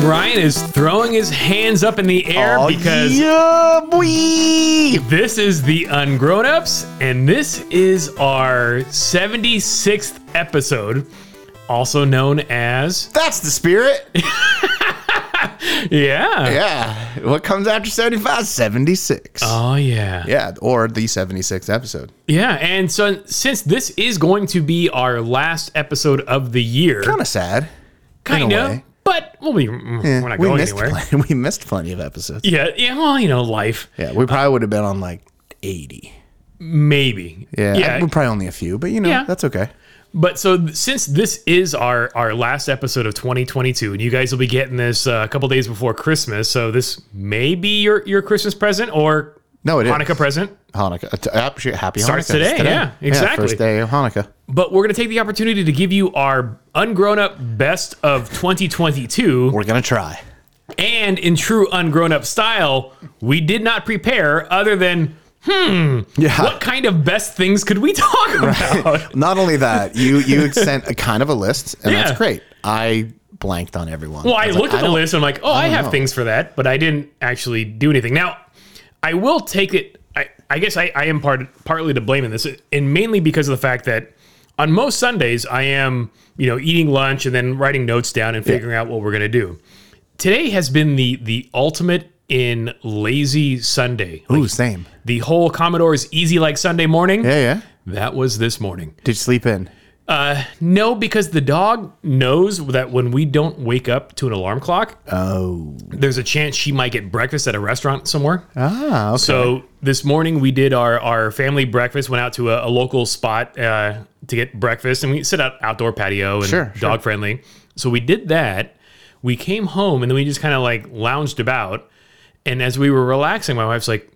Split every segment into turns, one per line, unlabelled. Brian is throwing his hands up in the air because
yeah, boy.
This is the Ungrown Ups, and this is our 76th episode, also known as.
That's the spirit.
Yeah.
Yeah. What comes after 75? 76.
Oh, yeah. yeah.
yeah, or the 76th episode.
And so, since this is going to be our last episode of the year,
Kind of sad.
kind
a
of,
way.
but we'll be, mm, we're not
we
going
missed
anywhere.
plen- we missed plenty of episodes.
Yeah. Yeah. Well, you know, life.
Yeah, we probably would have been on like 80.
Maybe.
Yeah,
Yeah.
we're probably only a few, but you know,
Yeah.
that's okay.
But so th- since this is our our last episode of 2022, and you guys will be getting this uh, a couple days before Christmas, so this may be your your Christmas present or
No, it is
Hanukkah present.
Hanukkah. Uh, t- uh, shoot, Happy
Starts
Hanukkah. It's
today, yeah, exactly.
first day of Hanukkah.
But we're gonna take the opportunity to give you our ungrown up best of 2022,
We're going to try.
and in true ungrown up style, we did not prepare other than
Yeah.
what kind of best things could we talk about.
Not only that, you you had sent a kind of a list, and
Yeah.
that's great. I blanked on everyone.
Well, I,
was like,
looked at the
don't-
list and I'm like, oh, I, have
know.
things for that, but I didn't actually do anything. Now, I will take it. I, I guess I, I am part, partly to blame in this, and mainly because of the fact that on most Sundays, I am, you know, eating lunch and then writing notes down and figuring out what we're going to do. Today has been the the ultimate in lazy Sunday. Like,
Ooh, same.
the whole Commodore's easy like Sunday morning.
Yeah, yeah.
That was this morning.
Did you sleep in?
Uh, no, because the dog knows that when we don't wake up to an alarm clock,
Oh.
there's a chance she might get breakfast at a restaurant somewhere.
Ah, okay.
So this morning we did our, our family breakfast, went out to a, a local spot uh, to get breakfast, and we sit out outdoor patio and
Sure, sure.
dog friendly. So we did that. We came home and then we just kind of like lounged about. And as we were relaxing, my wife's like,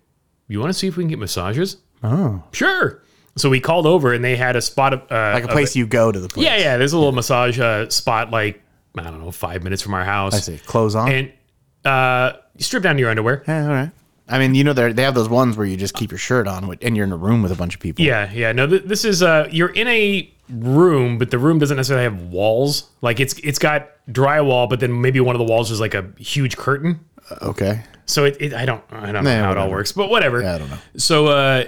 "You want to see if we can get massages?" Oh, sure. So we called over and they had a spot of uh,
like a place you go to the place.
yeah, yeah. There's a little massage uh, spot like I don't know, five minutes from our house.
I see. Clothes on.
And uh, you strip down to your underwear.
yeah, all right. I mean, you know, they they have those ones where you just keep your shirt on with- and you're in a room with a bunch of people.
Yeah, yeah. No, th- this is uh, you're in a room, but the room doesn't necessarily have walls. Like it's it's got drywall, but then maybe one of the walls is like a huge curtain.
Okay.
So it, it I don't I don't know
Yeah,
how it all
whatever.
works, but whatever.
Yeah, I don't know.
So uh,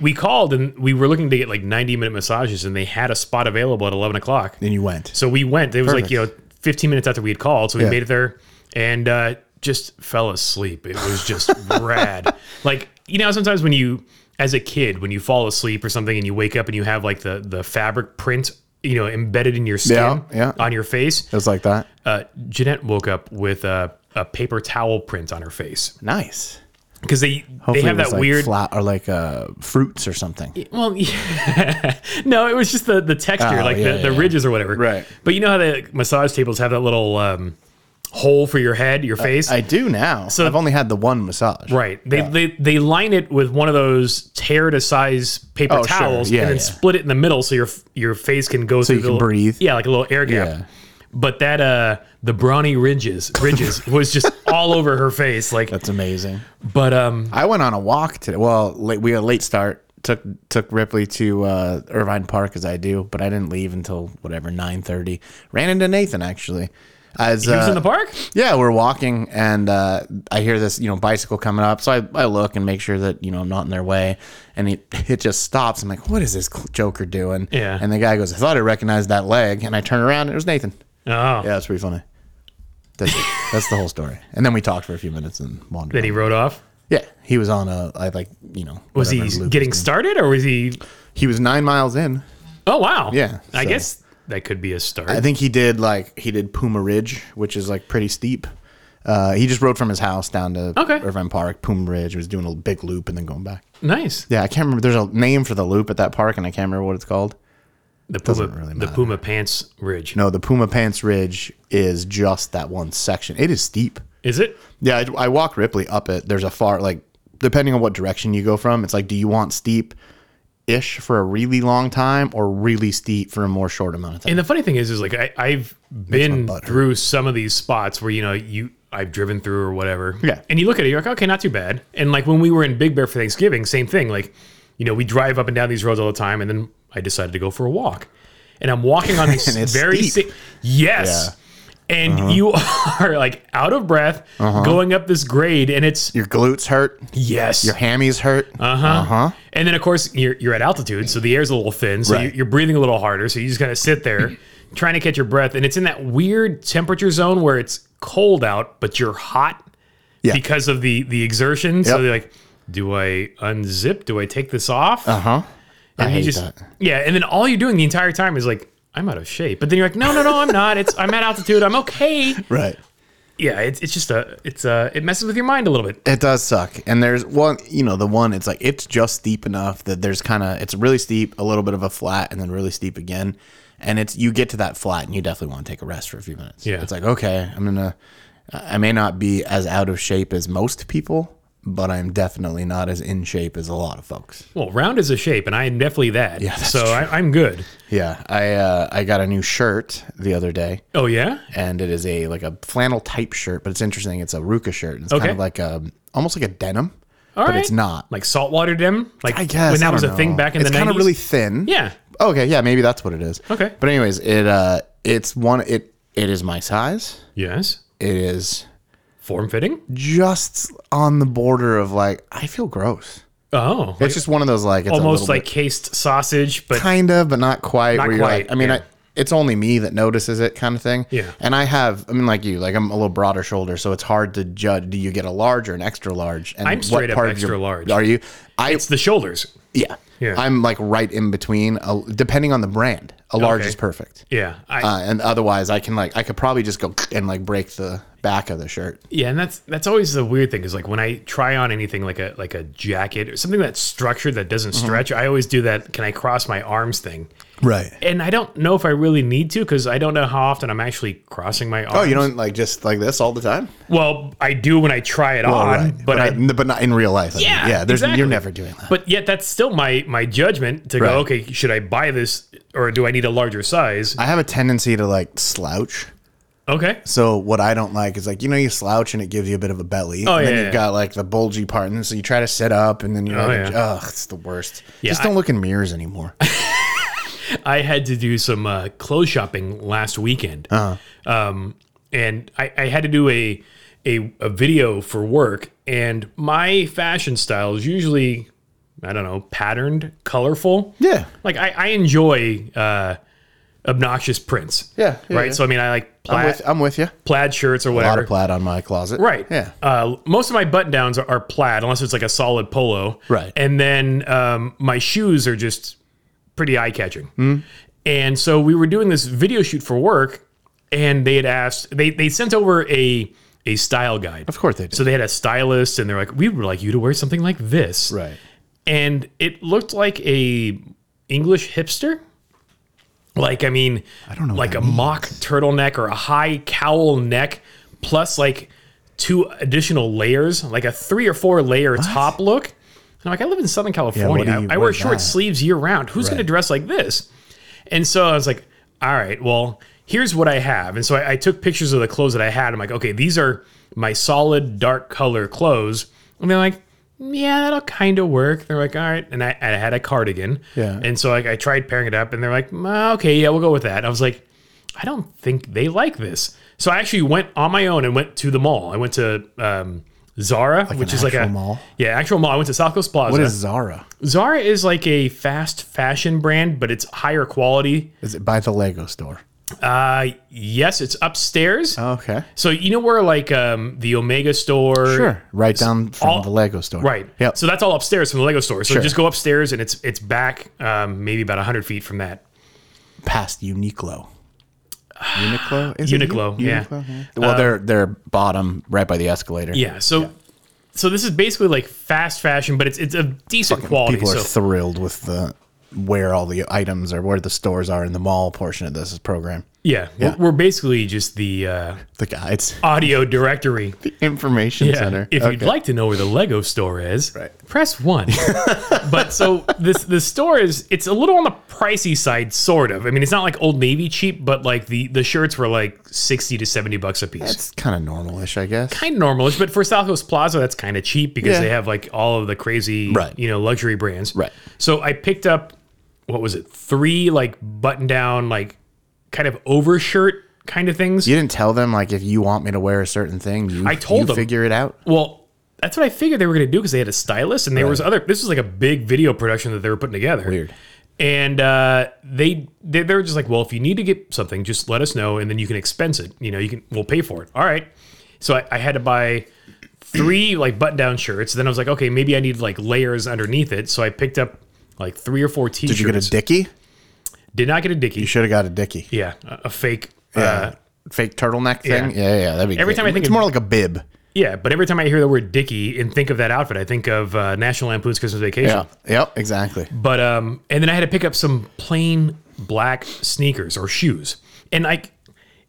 we called and we were looking to get like 90 minute massages, and they had a spot available at 11 o'clock.
Then you went.
So we went. It was like, you know, 15 minutes after we had called. So we
Yeah.
made it there and uh, just fell asleep. It was just rad. Like, you know, sometimes when you, as a kid, when you fall asleep or something and you wake up and you have like the, the fabric print, you know, embedded in your skin
Yeah, yeah.
on your face,
It was like that.
uh, Jeanette woke up with a, a paper towel print on her face
Nice.
because they,
Hopefully
they have
it was
that
like
weird.
flat or like uh, fruits or something.
Well, no, it was just the the texture,
Oh,
like
yeah,
the, the
yeah.
ridges or whatever.
Right.
But you know how the massage tables have that little um, hole for your head, your face.
Uh, I do now. So I've only had the one massage.
right. They, they they line it with one of those tear to size paper
Oh, sure.
towels,
Yeah,
and then
yeah.
split it in the middle so your your face can go so through.
you
the
can
little-
breathe.
Yeah, like a little air gap.
Yeah.
But that uh, the brawny ridges ridges was just all over her face, like.
That's amazing.
But um,
I went on a walk today. Well, late, we had a late start. Took took Ripley to uh, Irvine Park as I do, but I didn't leave until whatever nine thirty. Ran into Nathan actually. As
he was
uh,
in the park.
yeah, we're walking and uh, I hear this you know bicycle coming up, so I, I look and make sure that you know I'm not in their way, and it it just stops. I'm like, what is this cl- joker doing?
Yeah.
And the guy goes, I thought I recognized that leg, and I turn around and it was Nathan.
Oh,
Yeah, that's pretty funny. That's it. that's the whole story. And then we talked for a few minutes and wandered.
then he rode off.
Yeah, he was on a I like you know
Was
whatever
he
loop
getting
his name-
started, or was he
He was nine miles in.
Oh wow!
Yeah,
I
so-
guess that could be a start.
I think he did like he did Puma Ridge, which is like pretty steep. Uh, he just rode from his house down to
Okay.
Irvine Park, Puma Ridge. He was doing a big loop and then going back.
nice.
Yeah, I can't remember. There's a name for the loop at that park, and I can't remember what it's called.
The Puma,
really
the Puma Pants Ridge.
No, the Puma Pants Ridge is just that one section. It is steep.
Is it?
Yeah, I, I walked Ripley up it. There's a far like depending on what direction you go from. It's like, do you want steep ish for a really long time or really steep for a more short amount of time?
And the funny thing is, is like I, I've been
butt hurt.
through some of these spots where you know you I've driven through or whatever.
Yeah.
And you look at it, you're like, okay, not too bad. And like when we were in Big Bear for Thanksgiving, same thing. Like, you know, we drive up and down these roads all the time, and then I decided to go for a walk, and I'm walking on these
And it's Uh-huh.
very
steep.
sa- yes. and you are like out of breath
Uh-huh.
going up this grade and it's
Your glutes hurt.
yes
Your hammies hurt.
uh-huh and then of course you're, you're at altitude so the air's a little thin so
Right.
you're, you're breathing a little harder so you just kind of sit there trying to catch your breath and it's in that weird temperature zone where it's cold out but you're hot
Yeah.
because of the the exertion so
Yep.
they're like do i unzip do i take this off
Uh huh. I
and you
hate
just
that.
yeah and then all you're doing the entire time is like i'm out of shape but then you're like no no no i'm not it's i'm at altitude i'm okay
Right.
yeah it's, it's just a it's uh it messes with your mind a little bit
It does suck. And there's one, you know, the one, it's like, it's just steep enough that there's kind of, it's really steep, a little bit of a flat, and then really steep again. And it's, you get to that flat and you definitely want to take a rest for a few minutes.
Yeah.
It's like, okay, I'm going to, I may not be as out of shape as most people, but I'm definitely not as in shape as a lot of folks.
well round is a shape and i'm definitely that yeah
that's
so I, i'm good
Yeah. I, uh, I got a new shirt the other day.
oh yeah
and it is a like a flannel type shirt, but it's interesting. It's a Ruka shirt. and It's kind
Okay.
of like a almost like a denim,
All
but
right.
it's not.
like saltwater denim like
I guess
when
I
that was a
don't
thing
know.
back in
it's
the 90s
kind of really thin. Oh,
yeah
Okay. Yeah. Maybe that's what it is.
Okay.
But anyways, it uh, it's one. It it is my size.
yes
It is
form fitting
just on the border of like I feel gross.
oh like
It's just one of those like it's
almost
a little
like cased sausage but
bit, kind of, but not quite. where you're like,
quite,
I mean,
yeah.
I, it's only me that notices it, kind of thing.
Yeah.
And I have, I mean, like you, like I'm a little broader shoulder, so it's hard to judge. Do you get a large or an extra large? And
I'm straight up
of
extra large.
Are you? I
it's the shoulders
yeah.
Yeah.
I'm like right in between. Uh, depending on the brand, a large
Okay.
is perfect.
yeah I,
Uh, and otherwise, I can like I could probably just go and like break the back of the shirt.
Yeah, and that's that's always the weird thing is like when I try on anything like a like a jacket or something that's structured that doesn't
Mm-hmm.
stretch, I always do that can I cross my arms thing.
Right.
And I don't know if I really need to cuz I don't know how often I'm actually crossing my arms.
Oh, you don't like just like this all the time.
well, I do when I try it
All
on,
right,
Uh, but, I,
but not in real life. I mean.
Yeah,
yeah. There's
exactly.
you're never doing that.
but yet that's still my my judgment to
Right.
go okay, should I buy this or do I need a larger size?
I have a tendency to like slouch.
Okay.
So what I don't like is like you know you slouch and it gives you a bit of a belly.
Oh, yeah,
and Then
yeah.
you've got like the bulgy part, and then so you try to sit up, and then you're like,
yeah.
ugh, it's the worst.
Yeah,
Just don't look in mirrors anymore.
I had to do some uh, clothes shopping last weekend,
Uh-huh.
um, and I, I had to do a, a a video for work. And my fashion style is usually, I don't know, patterned, colorful.
yeah.
Like I, I enjoy uh, obnoxious prints.
Yeah, yeah,
right.
yeah.
So I mean, I like
I'm
plaid,
with, I'm with you.
plaid shirts or
A lot
whatever.
of plaid on my closet.
Right.
Yeah.
Uh, most of my button downs are, are plaid, unless it's like a solid polo.
Right.
And then um, my shoes are just pretty eye catching.
Hmm.
And so we were doing this video shoot for work, and they had asked they they sent over a a style guide.
Of course they do.
So they had a stylist, and they're like, "We would like you to wear something like this."
right.
And it looked like a English hipster. Like I mean, I
don't know what
Like
that
a mock turtleneck or a high cowl neck, plus like two additional layers, like a three or four layer top look. And I'm like, I live in Southern California.
do you
I, I wear
wear
short
that?
sleeves year round. Who's going to dress like this? And so I was like, all right, well, here's what I have. And so I, I took pictures of the clothes that I had. I'm like, okay, these are my solid dark color clothes. And they're like, yeah, that'll kind of work. They're like, all right. And I, I had a cardigan.
Yeah.
And so like I tried pairing it up and they're like, "Mm, okay, yeah, we'll go with that. I was like, I don't think they like this. So I actually went on my own and went to the mall. I went to um, Zara, which
an
is like a
actual mall?
Yeah, actual mall. I went to South Coast Plaza.
What is Zara?
Zara is like a fast fashion brand, but it's higher quality.
Is it by the Lego store?
Uh, yes, it's upstairs.
Okay.
So you know where like um, the Omega store,
Sure. Right down from
All-
the Lego store.
right?
Yep.
So that's all upstairs from the Lego store. So just go upstairs, and it's it's back um, maybe about hundred feet from that.
past Uniqlo. Uniqlo? Is it
Uniqlo, yeah. Uh,
Well, they're they're bottom right by the escalator.
Yeah. So so this is basically like fast fashion, but it's it's a decent quality.
people are
so
thrilled with the where all the items are, where the stores are in the mall portion of this program.
yeah, We're, we're basically just the uh,
The guides,
audio directory.
information
Yeah,
center.
If you'd
Okay.
like to know where the Lego store is,
Right.
press one. but so this the store is it's a little on the pricey side, sort of. I mean, it's not like Old Navy cheap, but like the the shirts were like sixty to seventy bucks a piece.
it's kind of normalish, I guess.
Kind of normalish, but for South Coast Plaza, that's kind of cheap because
Yeah.
they have like all of the crazy,
Right.
you know, luxury brands.
Right.
So I picked up what was it? Three like button down, like kind of overshirt kind of things.
You didn't tell them like if you want me to wear a certain thing, you
I told
you
them.
figure it out.
Well, that's what I figured they were going to do because they had a stylist and there was other. This was like a big video production that they were putting together.
Weird.
And uh, they they they were just like, well, if you need to get something, just let us know, and then you can expense it. You know, you can we'll pay for it. All right. So I, I had to buy three like button down shirts. Then I was like, okay, maybe I need like layers underneath it. So I picked up like three or four t-shirts.
Did you get a dicky?
Did not get a
You
dickie.
should have got a dicky.
Yeah, a, a fake. Uh,
Uh, fake turtleneck thing. Yeah, yeah, that'd be
Every
great.
time I think
it's
of-
more like a bib.
yeah, but every time I hear the word "Dickie" and think of that outfit, I think of uh, National Lampoon's Christmas Vacation.
Yeah. Yep. Exactly.
But um, and then I had to pick up some plain black sneakers or shoes, and like,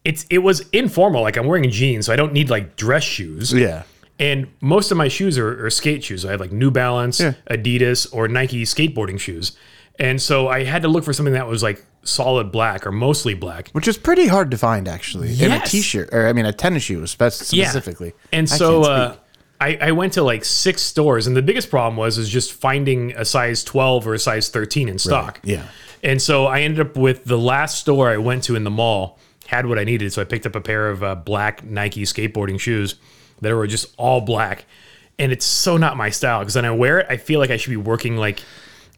it's it was informal. Like I'm wearing jeans, so I don't need like dress shoes.
Yeah.
And most of my shoes are, are skate shoes. I have like New Balance, Adidas, or Nike skateboarding shoes. And so I had to look for something that was like solid black or mostly black.
Which is pretty hard to find actually. In a
Yes.
t-shirt, or I mean, a tennis shoe, spec- specifically.
And
I
so
can't
uh, I, I went to like six stores, and the biggest problem was is just finding a size 12 or a size 13 in stock.
yeah.
And so I ended up with the last store I went to in the mall had what I needed. So I picked up a pair of uh, black Nike skateboarding shoes that were just all black. And it's so not my style because then I wear it, I feel like I should be working like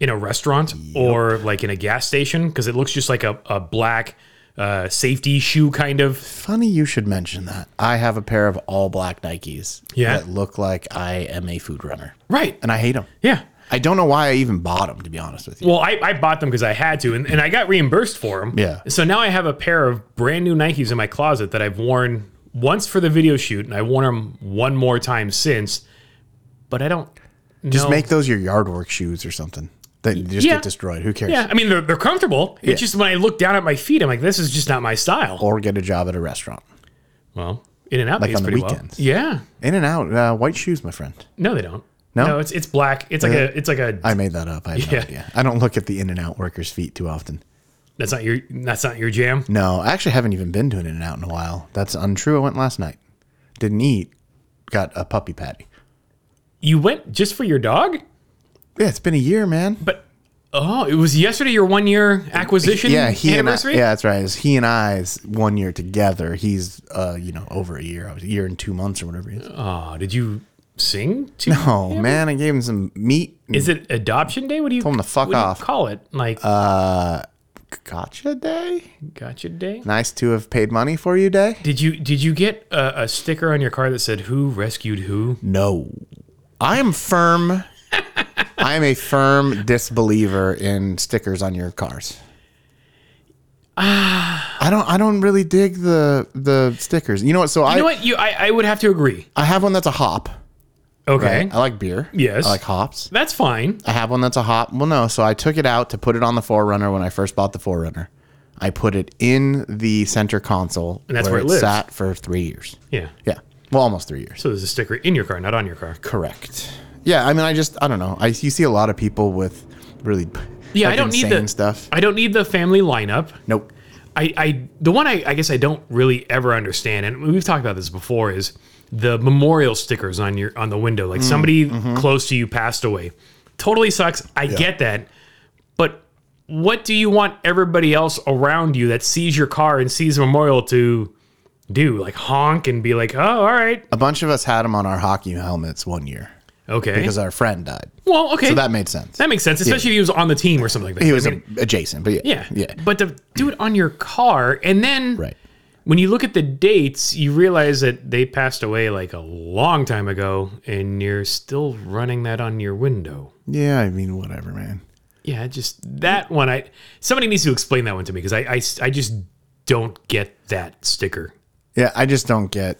in a restaurant or like in a gas station because it looks just like a, a black uh, safety shoe kind of
Funny you should mention that. I have a pair of all black Nikes
Yeah.
that look like I am a food runner.
right.
And I hate them.
Yeah.
I don't know why I even bought them, to be honest with you.
Well, I, I bought them because I had to, and, and I got reimbursed for them.
Yeah.
So now I have a pair of brand new Nikes in my closet that I've worn once for the video shoot, and I've worn them one more time since. But I don't
Just
know.
make those your yard work shoes or something. That just
Yeah.
get destroyed. Who cares?
Yeah, I mean they're, they're comfortable. It's just when I look down at my feet, I'm like, this is just not my style.
Or get a job at a restaurant.
Well, In and Out pays
on the
pretty
weekends.
well. Yeah.
In and out, uh, white shoes, my friend.
No, they don't.
No?
it's it's black. It's like a it's like a
I made that up. I have no
Yeah.
idea. I don't look at the In and Out workers' feet too often.
that's not your that's not your jam.
No, I actually haven't even been to an In and Out in a while. That's untrue. I went last night. Didn't eat. Got a puppy patty.
You went just for your dog,
Yeah, it's been a year, man.
but oh, it was yesterday your one year acquisition
yeah, he and I,
anniversary.
yeah, that's right. It's he and I's one year together. He's uh, you know, over a year, a year and two months or whatever he is.
Oh, did you sing to
Oh man, I gave him some meat. And
Is it adoption day? What do you
him to fuck
what do you
off. Uh,
call it like
gotcha day.
gotcha day?
Nice to have paid money for you day.
Did you did you get a, a sticker on your car that said who rescued who?
No, I am firm. I am a firm disbeliever in stickers on your cars.
Ah.
I don't. I don't really dig the the stickers. You know what? So I
You know what? You I, I would have to agree.
I have one that's a hop.
Okay.
Right? I like beer.
Yes.
I like hops.
That's fine.
I have one that's a hop. Well, no. So I took it out to put it on the Forerunner when I first bought the Forerunner. I put it in the center console, and
that's where it lives.
sat for three years.
Yeah.
Yeah, well, almost three years.
So there's a sticker in your car, not on your car.
Correct. Yeah, I mean, I just I don't know. I you see a lot of people with really
Yeah,
like,
I don't need
insane
the
stuff.
I don't need the family lineup.
Nope.
I, I the one I, I guess I don't really ever understand, and we've talked about this before, is the memorial stickers on your on the window.
Mm,
Like somebody
mm-hmm.
close to you passed away. Totally sucks. I get that. But what do you want everybody else around you that sees your car and sees a memorial to do? Like honk and be like, oh, all right.
A bunch of us had them on our hockey helmets one year
Okay.
because our friend died.
well, okay.
So
that,
that made sense.
makes sense, especially if he was on the team or something like that.
He was a, adjacent, but yeah,
yeah.
yeah,
But to do it on your car and then
right.
when you look at the dates, you realize that they passed away like a long time ago, and you're still running that on your window.
Yeah, I mean, whatever, man.
Yeah, just that one. I somebody needs to explain that one to me because I, I s- I just don't get that sticker.
Yeah, I just don't get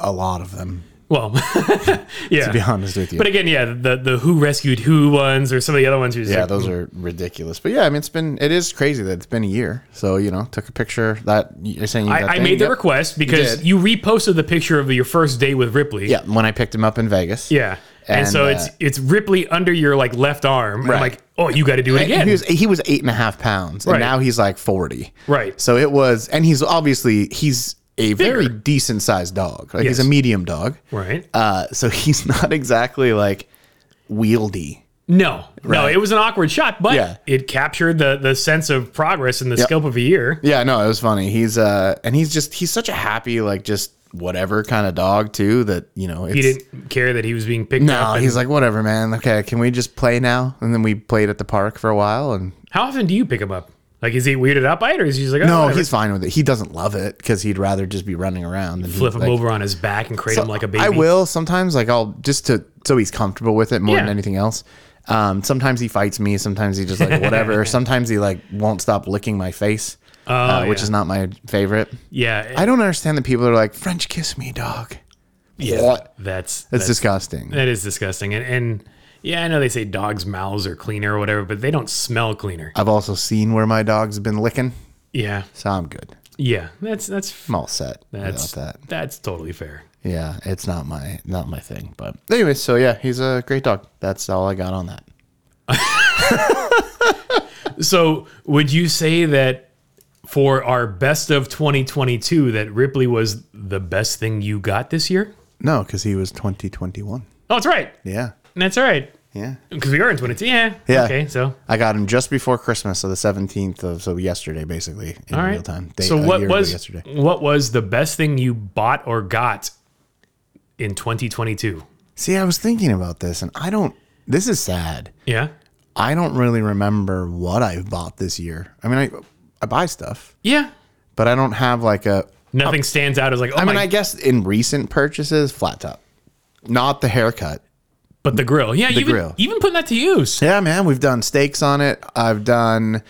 a lot of them.
Well, yeah.
To be honest with you,
But again, yeah, the the who rescued who ones or some of the other ones. You're just
Yeah,
like,
those are ridiculous. But yeah, I mean, it's been it is crazy that it's been a year. So you know, took a picture that you're saying you got
I, I
thing,
made the
yep.
request because
did.
you, reposted the picture of your first day with Ripley.
Yeah, when I picked him up in Vegas.
Yeah. And,
And,
so
uh,
it's it's Ripley under your like left arm. And I'm
Right.
like, oh, you got to do it again.
he was he was eight and a half pounds, and
Right.
now he's like forty.
Right.
So it was, and he's obviously he's a very
Bigger.
decent sized dog. Like he's
Yes.
a medium dog.
right.
Uh, so he's not exactly like wieldy.
No, no, it was an awkward shot, but
Yeah.
it captured the the sense of progress in the scope of a year.
Yeah, no, it was funny. He's uh, and he's just he's such a happy like just whatever kind of dog too that you know it's,
He didn't care that he was being picked
No,
up. and-
he's like whatever, man. Okay, can we just play now? And then we played at the park for a while, and
How often do you pick him up? Like, is he weirded out by it, or is he just like, oh,
no,
whatever.
he's fine with it. He doesn't love it because he'd rather just be running around and
flip him over on his back and crate him like a baby?
I will sometimes, like I'll just to so he's comfortable with it more than
Yeah.
anything else. Um, sometimes he fights me. Sometimes he just like whatever. sometimes he like won't stop licking my face, uh,
Oh,
which
yeah.
is not my favorite.
Yeah,
I don't understand that people that are like French kiss me, dog. Yeah, what?
that's
That's,
that's
disgusting.
that is disgusting. And and yeah, I know they say dogs' mouths are cleaner or whatever, but they don't smell cleaner.
I've also seen where my dog's been licking,
Yeah,
so I'm good.
yeah, that's that's
I'm all set
that's
about that.
that's totally fair.
Yeah, it's not my not my thing. But anyway, so yeah, he's a great dog. That's all I got on that.
So, would you say that for our best of 2022, that Ripley was the best thing you got this year?
No, because he was 2021.
Oh, that's right.
Yeah,
That's all right.
yeah.
Because we are in 22. Yeah.
Yeah.
Okay. So,
I got him just before Christmas, so the 17th of so yesterday, basically in
all right.
real time. Day-
so,
a
what
year ago
was
yesterday?
what was the best thing you bought or got in 2022?
See, I was thinking about this, and I don't. This is sad.
Yeah.
I don't really remember what I've bought this year. I mean, I I buy stuff,
Yeah.
but I don't have like a.
Nothing stands out as like, oh
I
my,
mean, I guess in recent purchases, flat top, not the haircut.
but the grill. Yeah. even,
grill.
even putting that to use.
Yeah, man, we've done steaks on it. I've done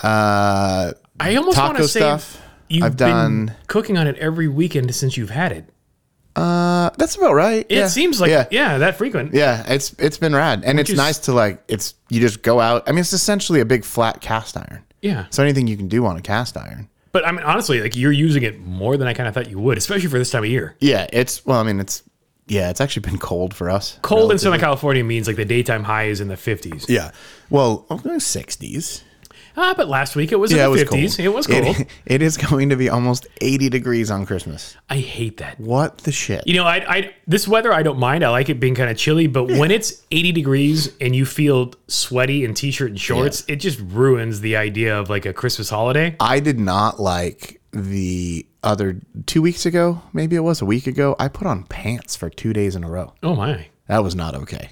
uh,
I almost want
taco
to say
stuff.
you've
I've
been
done-
cooking on it every weekend since you've had it.
Uh, that's about right.
It seems like,
yeah.
yeah, that frequent.
Yeah, it's it's been rad, and it's
you s-
nice to like it's you just go out. I mean, it's essentially a big flat cast iron,
Yeah.
so anything you can do on a cast iron.
But I mean, honestly, like you're using it more than I kind of thought you would, especially for this time of year.
Yeah, it's well, I mean, it's yeah, it's actually been cold for us.
Cold in Southern California means like the daytime high is in the 50s.
Yeah, well, I'm going sixties.
Ah, but last week it was in
Yeah, it
the
was
50s.
cold.
It was cold.
it is going to be almost eighty degrees on Christmas.
I hate that.
What the shit?
You know, I, I this weather I don't mind. I like it being kind of chilly, but when it's 80 degrees and you feel sweaty in t-shirt and shorts, it just ruins the idea of like a Christmas holiday.
I did not like the other two weeks ago. Maybe it was a week ago. I put on pants for two days in a row.
Oh my.
That was not okay.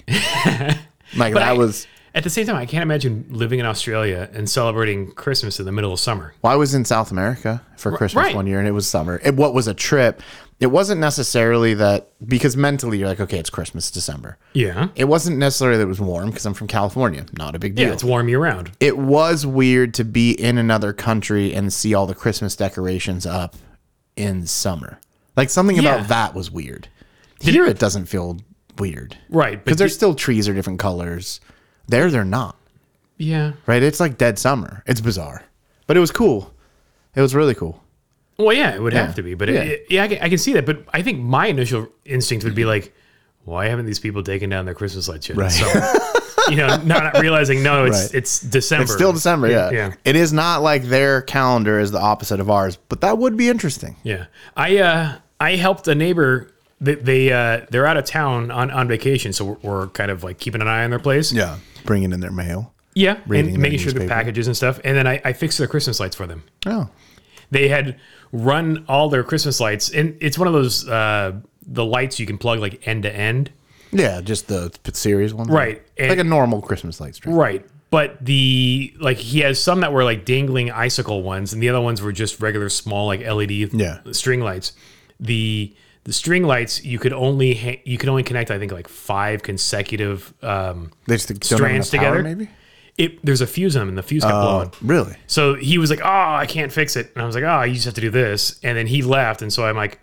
like that
I-
was.
At the same time, I can't imagine living in Australia and celebrating Christmas in the middle of summer.
Well, I was in South America for Christmas
right.
one year, and it was summer. It what was a trip. It wasn't necessarily that because mentally you're like, okay, it's Christmas, December.
Yeah.
It wasn't necessarily that it was warm because I'm from California. Not a big deal.
Yeah, it's warm year round.
it was weird to be in another country and see all the Christmas decorations up in summer. Like something
Yeah.
about that was weird. Here it doesn't feel weird.
Right, but
Because there's still trees are different colors. There they're not.
yeah.
Right? It's like dead summer. It's bizarre. But it was cool. It was really cool.
Well, yeah, it would have to be, but
Yeah.
yeah, it, yeah I, can, I can see that. But I think my initial instinct would be like, why haven't these people taken down their Christmas lights yet? Right. So, you know, not, not realizing no, it's
Right.
it's December.
Still December, yeah.
yeah.
It is not like their calendar is the opposite of ours, but that would be interesting.
Yeah, I uh, I helped a neighbor. They, they uh, they're out of town on, on vacation, so we're, we're kind of like keeping an eye on their place.
Yeah. Bringing in their mail.
yeah, and
their
making sure the
newspaper.
packages and stuff. And then I, I fixed their Christmas lights for them.
Oh.
they had run all their Christmas lights, and it's one of those uh, the lights you can plug like end to end,
Yeah, just the series one.
Right, and-
like a normal Christmas light string.
right? But the like he has some that were like dangling icicle ones, and the other ones were just regular small like LED
Yeah.
string lights. The the string lights you could only ha- you could only connect I think like five consecutive. Um,
They just don't have
Strands
enough power,
together?
maybe? Oh.
it there's a fuse in them, and the fuse kept blowing.
Really?
So he was like, "Oh, I can't fix it," and I was like, "Oh, you just have to do this." And then he left, and so I'm like,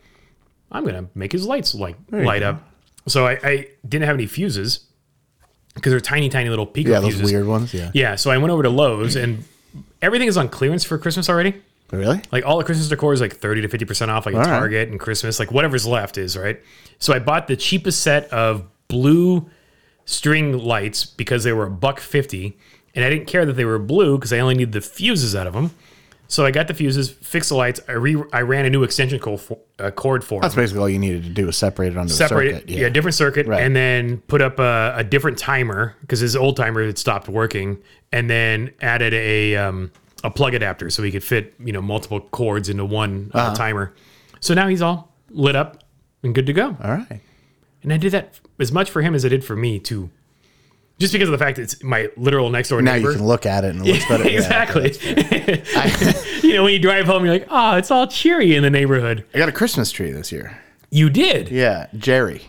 "I'm gonna make his lights like
you
light up." So I, I didn't have any fuses because they're tiny, tiny little pico
Yeah, those
fuses.
weird ones. Yeah.
Yeah, so I went over to Lowe's, and everything is on clearance for Christmas already.
Really?
Like all the Christmas decor is like thirty to fifty percent off, like at
right.
Target and Christmas, like whatever's left is right. So I bought the cheapest set of blue string lights because they were a buck fifty, and I didn't care that they were blue because I only need the fuses out of them. So I got the fuses, fixed the lights. I re I ran a new extension cord for, uh, cord for
That's basically all you needed to do was separate it onto
separate
a circuit.
it, yeah. different circuit,
Right.
and then put up a, a different timer because his old timer had stopped working, and then added a um, a plug adapter so he could fit you know multiple cords into one uh,
Uh-huh.
timer. So now he's all lit up and good to go.
All right.
And I did that as much for him as I did for me too, just because of the fact that it's my literal next door
Now
neighbor.
you can look at it and it looks better. Yeah.
exactly. you know when you drive home, you're like, oh, it's all cheery in the neighborhood.
I got a Christmas tree this year.
You did.
Yeah, Jerry,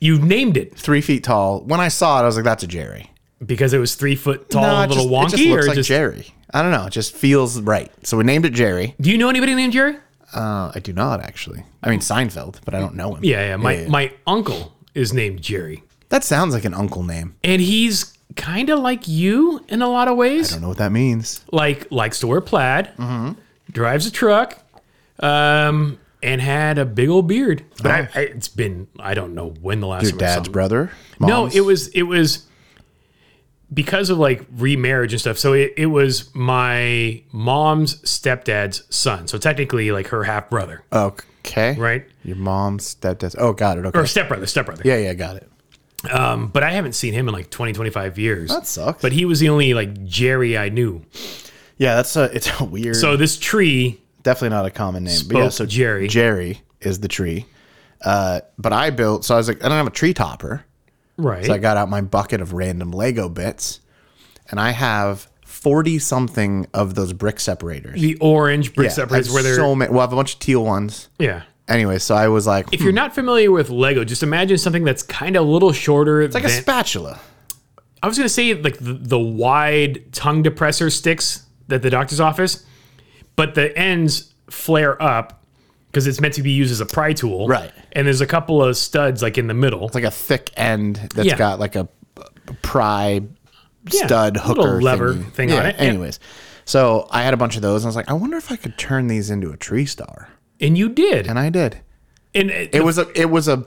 You named it.
three feet tall. When I saw it, I was like, "That's a Jerry."
because it was three foot tall,
No,
and
it
a little wonky,
just- It just looks
or
like
just
Jerry. I don't know. It just feels right. So we named it Jerry.
do you know anybody named Jerry?
Uh, I do not actually. I mean Seinfeld, but I don't know him.
Yeah, yeah. My my uncle is named Jerry,
That sounds like an uncle name.
and he's kind of like you in a lot of
I
ways.
don't know what that means.
Like likes to wear plaid,
Mm-hmm.
drives a truck, um, and had a big old beard. But I, I, it's been I don't know when the last
Oh. Your
time I saw
dad's
him.
brother?
No,
Mom's?
it was it was because of like remarriage and stuff. So it, it was my mom's stepdad's son. So technically, like her half brother,
okay.
right?
Your mom's stepdad's. Oh, got it. Okay.
or stepbrother, stepbrother.
Yeah, yeah, got it.
Um, but I haven't seen him in like 20, 25 years.
That sucks.
But he was the only like Jerry I knew.
yeah, that's a. It's a weird.
So this tree,
definitely not a common name. But yeah,
Spoke
so
Jerry.
Jerry is the tree. Uh, but I built. So I was like, I don't have a tree topper.
right?
So I got out my bucket of random Lego bits, and I have forty something of those brick separators.
the orange brick
Yeah,
separates
I have
where they're
so many. Well, I have a bunch of teal ones.
yeah.
Anyway, so I was like,
If you're not familiar with Lego, just imagine something that's kind of a little shorter.
"Hmm, like a
than,
spatula.
I was gonna say like the, the wide tongue depressor sticks that the doctor's office, but the ends flare up because it's meant to be used as a pry tool,
Right.
And there's a couple of studs like in the middle.
It's like a thick end that's
Yeah.
got like a p- pry
Yeah,
stud
a little
hooker
lever
thingy.
thing on it, yeah.
Anyways, so I had a bunch of those, and I was like, I wonder if I could turn these into a tree star,
and you did,
and I did.
and
It was a it was a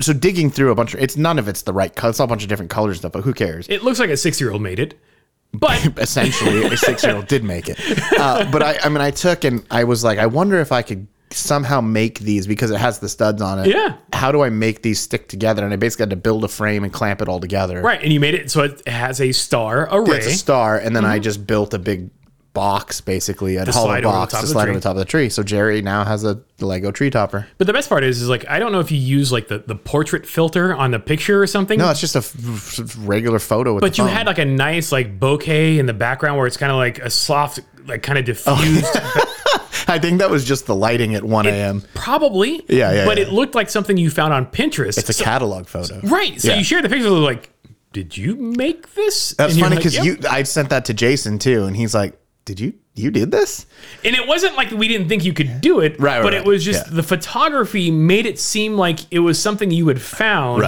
so digging through a bunch of it's none of it's the right color. It's all a bunch of different colors and stuff, but who cares?
It looks like a six year old made it, but
Essentially, a six year old did make it, uh, but I I mean I took and I was like, I wonder if I could somehow make these because it has the studs on it.
Yeah.
How do I make these stick together? And I basically had to build a frame and clamp it all together.
right, and you made it so it has a star array.
it's a star, and then I just built a big box, basically a hollow
Mm-hmm. slide over the
box
top
to
of the
slide on
tree.
the top of the tree. So Jerry now has a Lego tree topper.
but the best part is, is like I don't know if you use like the, the portrait filter on the picture or something.
No, um, it's just a f- f- regular photo with.
but you had like a nice like bouquet in the background where it's kind of like a soft, like
Oh.
kind of diffused,
I think that was just the lighting at one a.m.
probably.
Yeah, yeah,
But
yeah.
it looked like something you found on Pinterest.
It's a catalog photo.
right. So
Yeah.
you shared the pictures. Like, did you make this?
That's
And you're
funny
like,
because
"Yep."
you. I sent that to Jason too, and he's like, "Did you? You did this?"
And it wasn't like we didn't think you could do it,
Right, right,
but
right.
it was just
Yeah.
the photography made it seem like it was something you had found,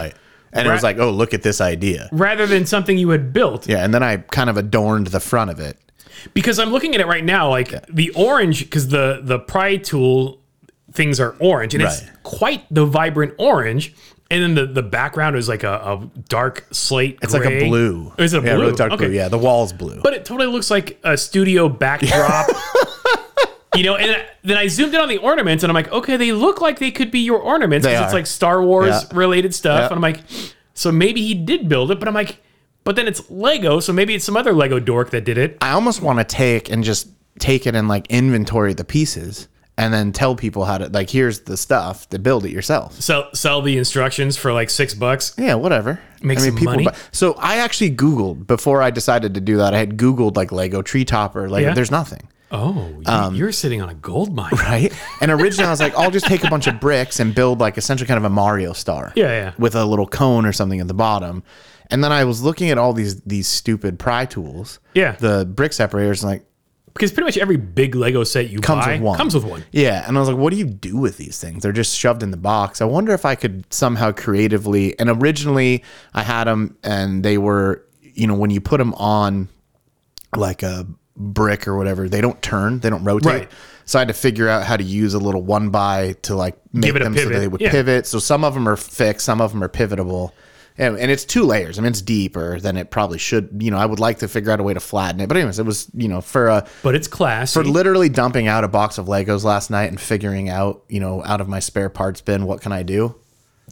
And it was like, "Oh, look at this idea."
rather than something you had built.
Yeah, and then I kind of adorned the front of it.
Because I'm looking at it right now, like the orange, because the the pry tool things are orange, and it's
Right.
quite the vibrant orange. And then the, the background is like a, a dark slate.
It's like a blue.
Is it a
yeah,
blue?
really dark
Okay.
blue. Yeah, the wall's blue.
But it totally looks like a studio backdrop. you know, and then I zoomed in on the ornaments, and I'm like, okay, they look like they could be your ornaments
They
because it's
are.
like Star Wars
Yeah.
related stuff.
Yeah.
And I'm like, so maybe he did build it, but I'm like, but then it's Lego, so maybe it's some other Lego dork that did it.
I almost want to take and just take it and like inventory the pieces and then tell people how to like here's the stuff to build it yourself.
sell sell the instructions for like six bucks.
Yeah, whatever.
Make some money.
buy- so I actually Googled before I decided to do that. I had Googled like Lego tree topper. Like
Yeah.
there's nothing.
Oh, you, you're sitting on a gold mine.
Right. And originally I was like, I'll just take a bunch of bricks and build like essentially kind of a Mario star.
Yeah, yeah.
With a little cone or something at the bottom. And then I was looking at all these these stupid pry tools.
Yeah.
The brick separators and like
Because pretty much every big Lego set you
comes
buy
with one.
comes with one.
Yeah, and I was like, what do you do with these things? They're just shoved in the box. I wonder if I could somehow creatively. And originally, I had them, and they were, you know, when you put them on like a brick or whatever, they don't turn, they don't rotate.
Right.
So I had to figure out how to use a little one by to like make
it a
them so that
pivot,
they would
yeah.
pivot. So some of them are fixed, some of them are pivotable. and, and it's two layers. I mean, it's deeper than it probably should. You know, I would like to figure out a way to flatten it. But anyways, it was you know for a
But it's class.
for literally dumping out a box of Legos last night and figuring out you know out of my spare parts bin what can I do.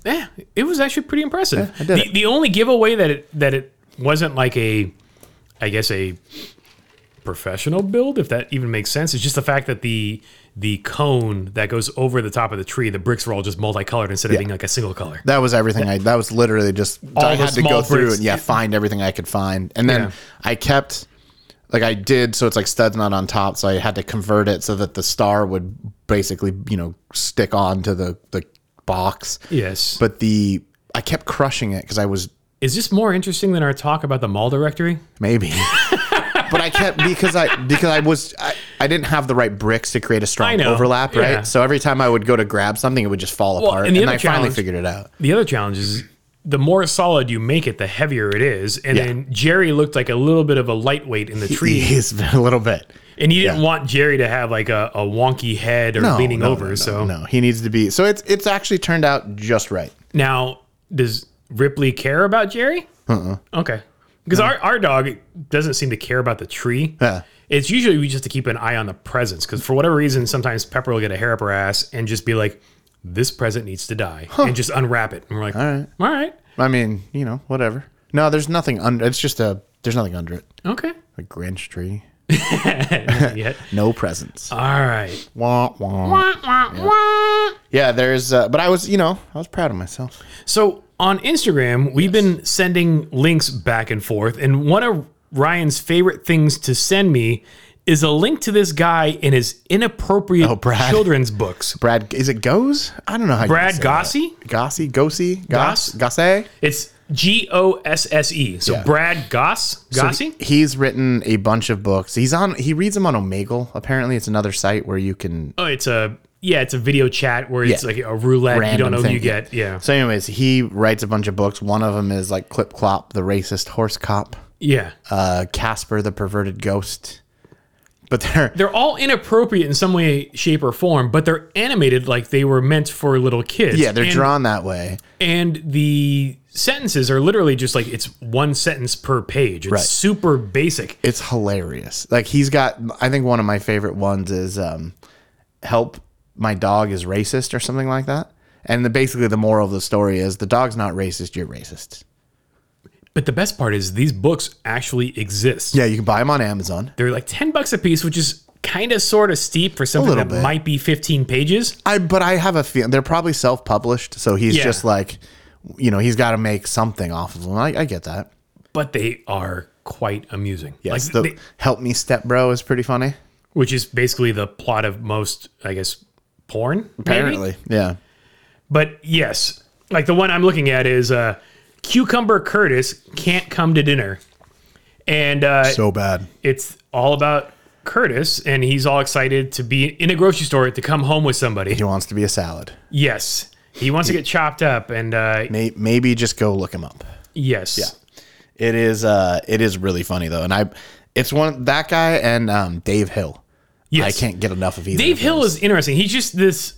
yeah, it was actually pretty impressive.
I did
the,
it.
the only giveaway that it that it wasn't like a, I guess a professional build, if that even makes sense, is just the fact that the the cone that goes over the top of the tree, the bricks were all just multicolored instead of being like a single color.
That was everything. I that was literally just I
the
had to
small
go through
bricks.
and yeah, find everything I could find, and then
Yeah.
I kept like I did. So it's like studs not on top, so I had to convert it so that the star would basically you know stick on to the the box.
Yes.
But the I kept crushing it because I was
Is this more interesting than our talk about the mall directory?
maybe. But I kept because I because I was I, I didn't have the right bricks to create a strong
know.
overlap, right?
Yeah.
So every time I would go to grab something, it would just fall apart.
and
And,
the
I
other
finally
challenge-
figured it out.
The other challenge is the more solid you make it, the heavier it is. And
Yeah.
then Jerry looked like a little bit of a lightweight in the tree,
Jeez, a little bit.
and you didn't want Jerry to have like a, a wonky head or
No,
leaning
no,
over.
no, no,
so
no, he needs to be. So it's it's actually turned out just right.
now, does Ripley care about Jerry? Uh-uh. Okay, because our our dog doesn't seem to care about the tree.
Yeah.
It's usually we just to keep an eye on the presents because for whatever reason, sometimes Pepper will get a hair up her ass and just be like, "This present needs to die," and just unwrap it. And we're like, "All
right.
all right,
I mean, you know, whatever. No, there's nothing under. It's just a there's nothing under it.
okay."
A Grinch tree.
yet.
No presents.
All right.
Wah, wah. Yeah, there's. Uh, but I was, you know, I was proud of myself.
So on Instagram, we've been sending links back and forth, and one of Ryan's favorite things to send me is a link to this guy in his inappropriate
Oh, Brad.
children's books.
Brad, is it goes? I don't know how. you
Brad
say that.
Gossey?
Gossy, Gossy, Goss, Gossay.
It's G O S S E. So
Yeah.
Brad Goss Gossy.
He's written a bunch of books. He's on. He reads them on Omegle. Apparently, it's another site where you can
oh, it's a yeah, it's a video chat where it's
Yeah.
like a roulette. you
Random
don't know who
thing,
you
yeah.
get. Yeah,
So, anyways, he writes a bunch of books. One of them is like Clip Clop, the racist horse cop,
yeah.
uh, Casper, the perverted ghost. But they're
They're all inappropriate in some way, shape, or form, but they're animated like they were meant for little kids.
yeah, they're
And-
drawn that way.
and the sentences are literally just like it's one sentence per page. It's super basic.
It's hilarious. Like he's got, I think one of my favorite ones is um, "Help, my dog is racist" or something like that. And the, basically, the moral of the story is the dog's not racist. You're racist.
But the best part is these books actually exist.
Yeah, you can buy them on Amazon.
They're like 10 bucks a piece, which is kind of sort of steep for something
little
that
bit.
might be 15 pages.
I but I have a feeling they're probably self-published. So he's
Yeah.
just like, you know, he's got to make something off of them. I, I get that.
But they are quite amusing.
Yes,
Like,
the
they-
"Help Me Step Bro" is pretty funny.
which is basically the plot of most, I guess, porn. maybe?
yeah.
But yes, like the one I'm looking at is uh, Cucumber Curtis can't come to dinner. And uh,
So bad.
it's all about Curtis, and he's all excited to be in a grocery store to come home with somebody.
He wants to be a salad.
Yes, he wants to get chopped up, and uh,
May- Maybe just go look him up.
yes,
It is. Uh, it is really funny though, and I. It's one that guy and um, Dave Hill.
Yes.
I can't get enough of either.
Dave
of
Hill is interesting. He's just this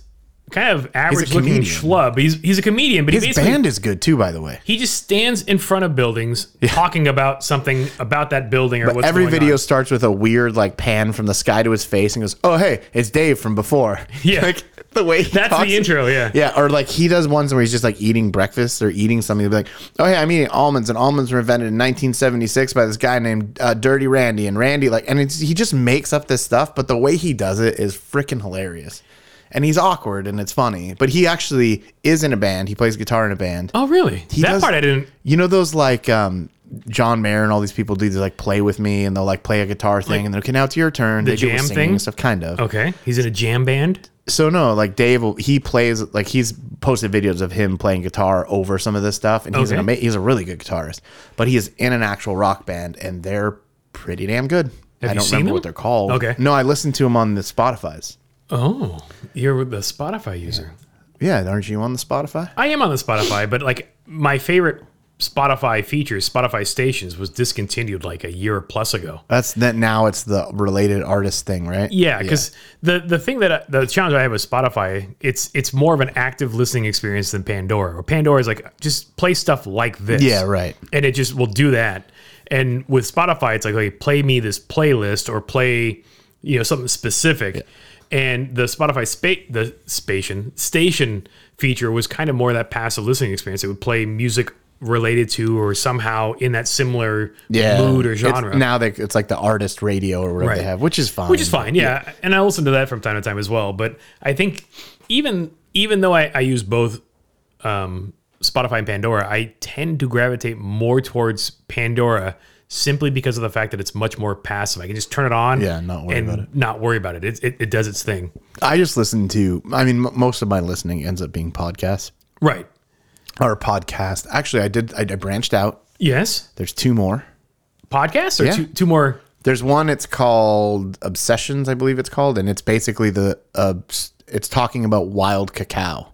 kind of average-looking
comedian.
schlub. He's he's a comedian, but he
them. His
basically
band is good too, by the way.
he just stands in front of buildings talking about something about that building or what's
Every
going
video
on.
starts with a weird like pan from the sky to his face and goes, "Oh hey, it's Dave from before."
Yeah.
like the way he
That's
talks-
the intro. Yeah.
Yeah, or like he does ones where he's just like eating breakfast or eating something. He'll be like, "Oh hey, I'm eating almonds, and almonds were invented in 1976 by this guy named uh, Dirty Randy." And Randy, like, and it's, he just makes up this stuff, but the way he does it is freaking hilarious. And he's awkward and it's funny, but he actually is in a band. He plays guitar in a band.
Oh, really? that
does-
part I didn't.
You know those like um, John Mayer and all these people do they like play with me and they'll like play a guitar thing and they're okay now it's your turn. they do
jam
a singing
thing?
stuff, kind of.
Okay, he's in a jam band.
So no, like Dave, he plays like he's posted videos of him playing guitar over some of this stuff, and he's an
Okay.
ama- he's a really good guitarist. But he is in an actual rock band, and they're pretty damn good. I
you
don't
seen
remember
them?
what they're called.
Okay.
No, I listened to him on the Spotify's.
Oh, you're the Spotify user.
Yeah, aren't you on the Spotify?
I am on the Spotify, but like my favorite Spotify features, Spotify stations was discontinued like a year plus ago.
That's that now it's the related artist thing, right?
Yeah, because the the thing that I, the challenge I have with Spotify, it's it's more of an active listening experience than Pandora. Or Pandora is like just play stuff like this.
Yeah, right.
And it just will do that. And with Spotify, it's like, like play me this playlist or play you know something specific. And the Spotify spa- the station station feature was kind of more that passive listening experience. It would play music related to or somehow in that similar mood or
It's-
genre.
now they, it's like the artist radio or whatever
Right.
they have, which is fine.
which is fine yeah. and i listen to that from time to time as well but i think even even though i, I use both um, spotify and pandora i tend to gravitate more towards pandora simply because of the fact that it's much more passive i can just turn it on
Yeah, not worry
and
about it.
not worry about it. It, it it does its thing
I just listen to. I mean, m- most of my listening ends up being podcasts
right
or podcast. Actually, I did. I, I branched out.
yes
There's two more.
podcasts or
Yeah.
two, two more
There's one. It's called Obsessions, I believe it's called, and it's basically the. Uh, it's talking about wild cacao.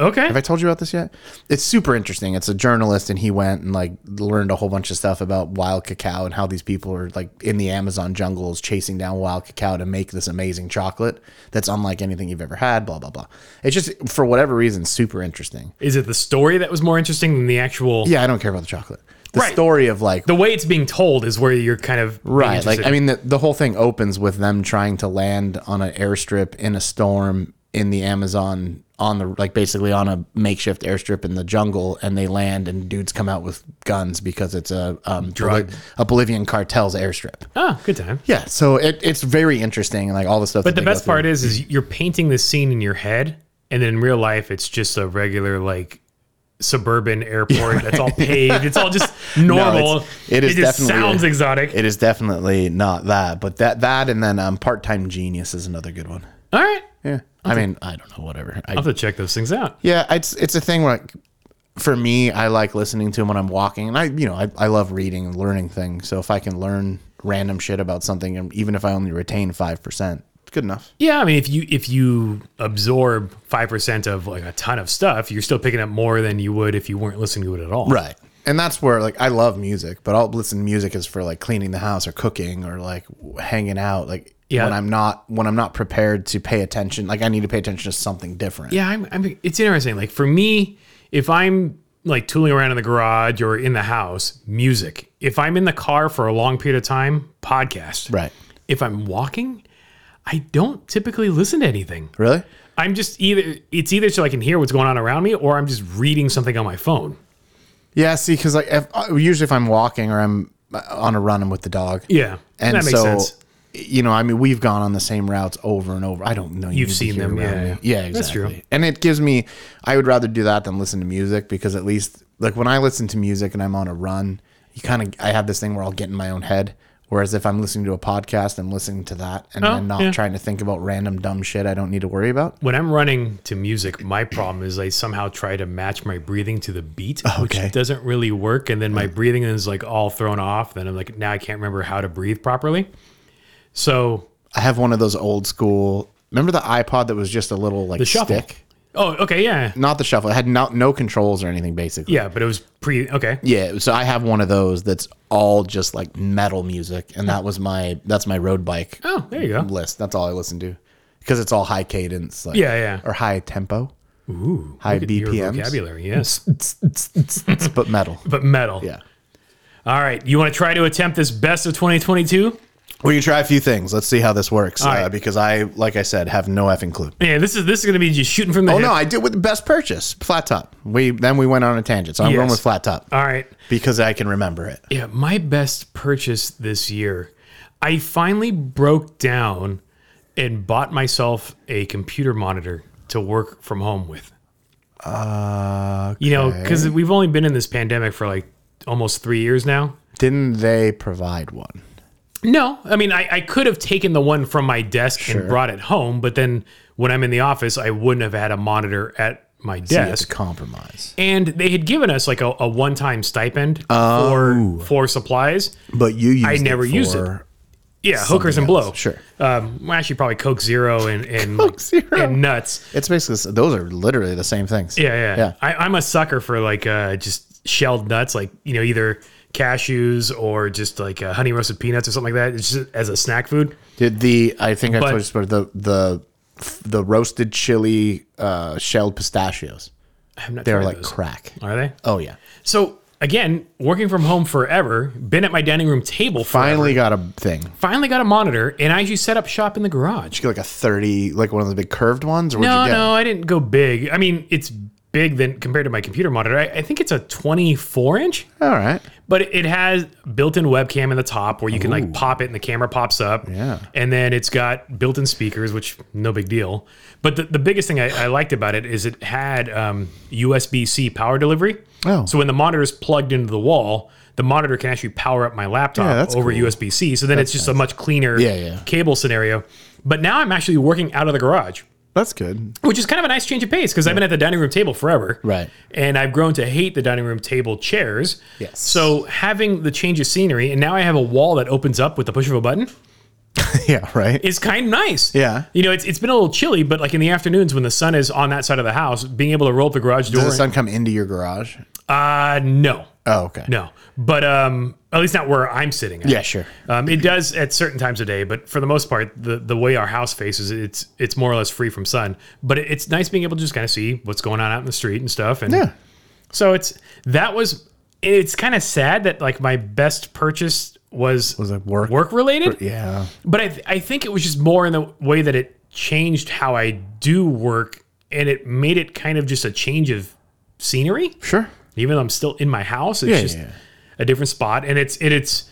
okay
Have I told you about this yet? It's super interesting. It's a journalist, and he went and like learned a whole bunch of stuff about wild cacao and how these people are like in the Amazon jungles chasing down wild cacao to make this amazing chocolate that's unlike anything you've ever had. Blah blah blah. It's just for whatever reason super interesting.
is it the story that was more interesting than the actual
Yeah, I don't care about the chocolate. The
Right.
story of like
the way it's being told is where you're kind of being
right like
interested.
i mean the, the whole thing opens with them trying to land on an airstrip in a storm in the amazon on the like basically on a makeshift airstrip in the jungle and they land and dudes come out with guns because it's a um
Drug.
Boli- a bolivian cartel's airstrip
oh good time
yeah so it, it's very interesting and like all the stuff
But the best part is, is you're painting the scene in your head, and then in real life, it's just a regular like suburban airport that's all paved. It's all just normal.
it is
It just
definitely
sounds
a-
exotic.
it is definitely not that but that that and then um part-time genius is another good one
all right,
yeah i mean i don't know whatever I,
I'll have to check those things out.
Yeah, it's it's a thing where like for me, I like listening to them when I'm walking, and I you know I, I love reading and learning things. So if I can learn random shit about something, and even if I only retain five percent, good enough.
Yeah, I mean, if you if you absorb five percent of like a ton of stuff, you're still picking up more than you would if you weren't listening to it at all.
Right. And that's where like I love music, but I'll listen to music is for like cleaning the house or cooking or like w- hanging out. Like
Yeah.
when I'm not when I'm not prepared to pay attention, like I need to pay attention to something different.
Yeah, I'm, I'm. It's interesting. Like for me, if I'm like tooling around in the garage or in the house, music. If I'm in the car for a long period of time, podcast.
Right.
if I'm walking, I don't typically listen to anything.
Really?
I'm just either it's either so I can hear what's going on around me or I'm just reading something on my phone.
Yeah. See, because like if, uh, usually if I'm walking or I'm uh, on a run, I'm with the dog.
Yeah.
And
that makes
so,
sense.
you know, I mean, we've gone on the same routes over and over. I don't know. You
You've
need to
seen
hear
them,
around
yeah.
me. Yeah, exactly.
That's true.
And it gives me, I would rather do that than listen to music because at least, like, when I listen to music and I'm on a run, you kind of, I have this thing where I'll get in my own head. Whereas if I'm listening to a podcast, I'm listening to that and I'm not
Oh, yeah.
trying to think about random dumb shit I don't need to worry about.
When I'm running to music, my problem is I somehow try to match my breathing to the beat,
Oh, Okay.
which doesn't really work. And then my breathing is like all thrown off. Then I'm like, now I can't remember how to breathe properly. So,
I have one of those old school, remember the iPod that was just a little like
the shuffle.
stick?
Oh, okay. Yeah.
Not the shuffle. It had no, no controls or anything, basically.
Yeah. But it was pre. Okay.
Yeah, so I have one of those that's all just like metal music, and that was my that's my road bike
Oh, there you go.
list. That's all I listen to because it's all high cadence, like,
Yeah. Yeah.
or high tempo,
Ooh.
high
look at your
BPMs,
Vocabulary. Yes.
but metal.
but metal.
Yeah,
All right, you want to try to attempt this best of 2022?
we can try a few things. Let's see how this works uh,
right.
because I, like I said, have no effing clue.
Yeah, this is this is going to be just shooting from the
Oh
hip.
no, I did with the best purchase, flat top. We then we went on a tangent, so I'm going
Yes.
with flat top
All right.
because I can remember it.
Yeah, my best purchase this year. I finally broke down and bought myself a computer monitor to work from home with.
Uh,
You know, cuz we've only been in this pandemic for like almost 3 years now.
didn't they provide one?
No, I mean, I, I could have taken the one from my desk and brought it home, but then when I'm in the office, I wouldn't have had a monitor at my
You have
desk.
to compromise,
and they had given us like a, a one-time stipend
Oh.
for for supplies.
but you used I
never used it. Yeah, hookers and
else,
blow.
sure.
Um, well, actually, probably Coke Zero and and,
Coke Zero.
and nuts.
It's basically those are literally the same things.
Yeah, yeah.
Yeah.
I, I'm a sucker for like uh, just shelled nuts, like you know either cashews or just like uh, honey roasted peanuts or something like that. It's just as a snack food.
Did the I think I
But-
told you this, but the the the roasted chili uh, shelled pistachios.
I'm not.
They're
tried
like
those.
crack.
Are they?
Oh yeah.
So again, working from home forever, been at my dining room table. Finally,
Finally got a thing.
finally got a monitor, and I actually set up shop in the garage.
Did you get like a thirty, like one of the big curved ones, or what'd
No,
you get?
no, I didn't go big. I mean, it's big than compared to my computer monitor. I, I think it's a 24 inch,
All right.
but it has built-in webcam in the top where you can like pop it and the camera pops up.
Yeah.
And then it's got built-in speakers, which no big deal. But the, the biggest thing I, I liked about it is it had um, USB-C power delivery.
Oh.
So when the monitor is plugged into the wall, the monitor can actually power up my laptop
Yeah, that's
over USB-C. So then it's just a much cleaner
Yeah, yeah.
cable scenario. But now I'm actually working out of the garage
That's good.
which is kind of a nice change of pace because I've been at the dining room table forever.
Right.
And I've grown to hate the dining room table chairs.
Yes.
So having the change of scenery and now I have a wall that opens up with the push of a button
yeah. Right.
is kind of nice.
Yeah.
You know, it's, it's been a little chilly, but like in the afternoons when the sun is on that side of the house, being able to roll up the garage door.
Does the sun come into your garage?
uh, no,
Oh, okay.
no. But, um, at least not where I'm sitting. At.
Yeah, sure.
Um, it does at certain times of day, but for the most part, the, the way our house faces, it's it's more or less free from sun. But it, it's nice being able to just kind of see what's going on out in the street and stuff. And
Yeah.
so it's that was it's kind of sad that like my best purchase was
Was it e- work?
work related,
Yeah.
but I th- I think it was just more in the way that it changed how I do work, and it made it kind of just a change of scenery
Sure.
even though I'm still in my house, it's
Yeah,
just
yeah.
a different spot, and it's it, it's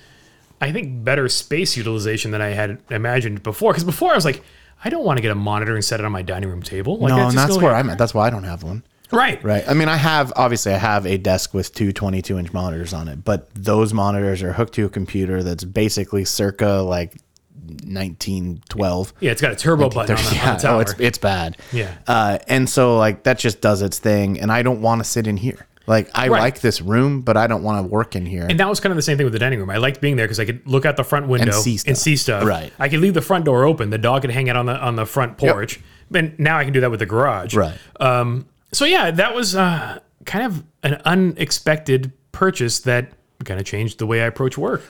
I think better space utilization than I had imagined before. Because before I was like, I don't want to get a monitor and set it on my dining room table. Like,
no, and
just
that's
no-
where I'm at. That's why I don't have one.
right,
Right. I mean, I have obviously I have a desk with two 22 inch monitors on it, but those monitors are hooked to a computer that's basically circa like 1912.
Yeah, it's got a turbo button on the, on
yeah,
the
oh,
tower.
it's it's bad.
Yeah.
Uh, and so like that just does its thing, and I don't want to sit in here. Like I
Right.
like this room, but I don't want to work in here.
and that was kind of the same thing with the dining room. I liked being there because I could look out the front window and
see
see,
stuff.
stuff.
Right.
I could leave the front door open. The dog could hang out on the on the front porch. And now I can do that with the garage.
Right.
Um, so yeah, that was uh, kind of an unexpected purchase that kind of changed the way I approach work.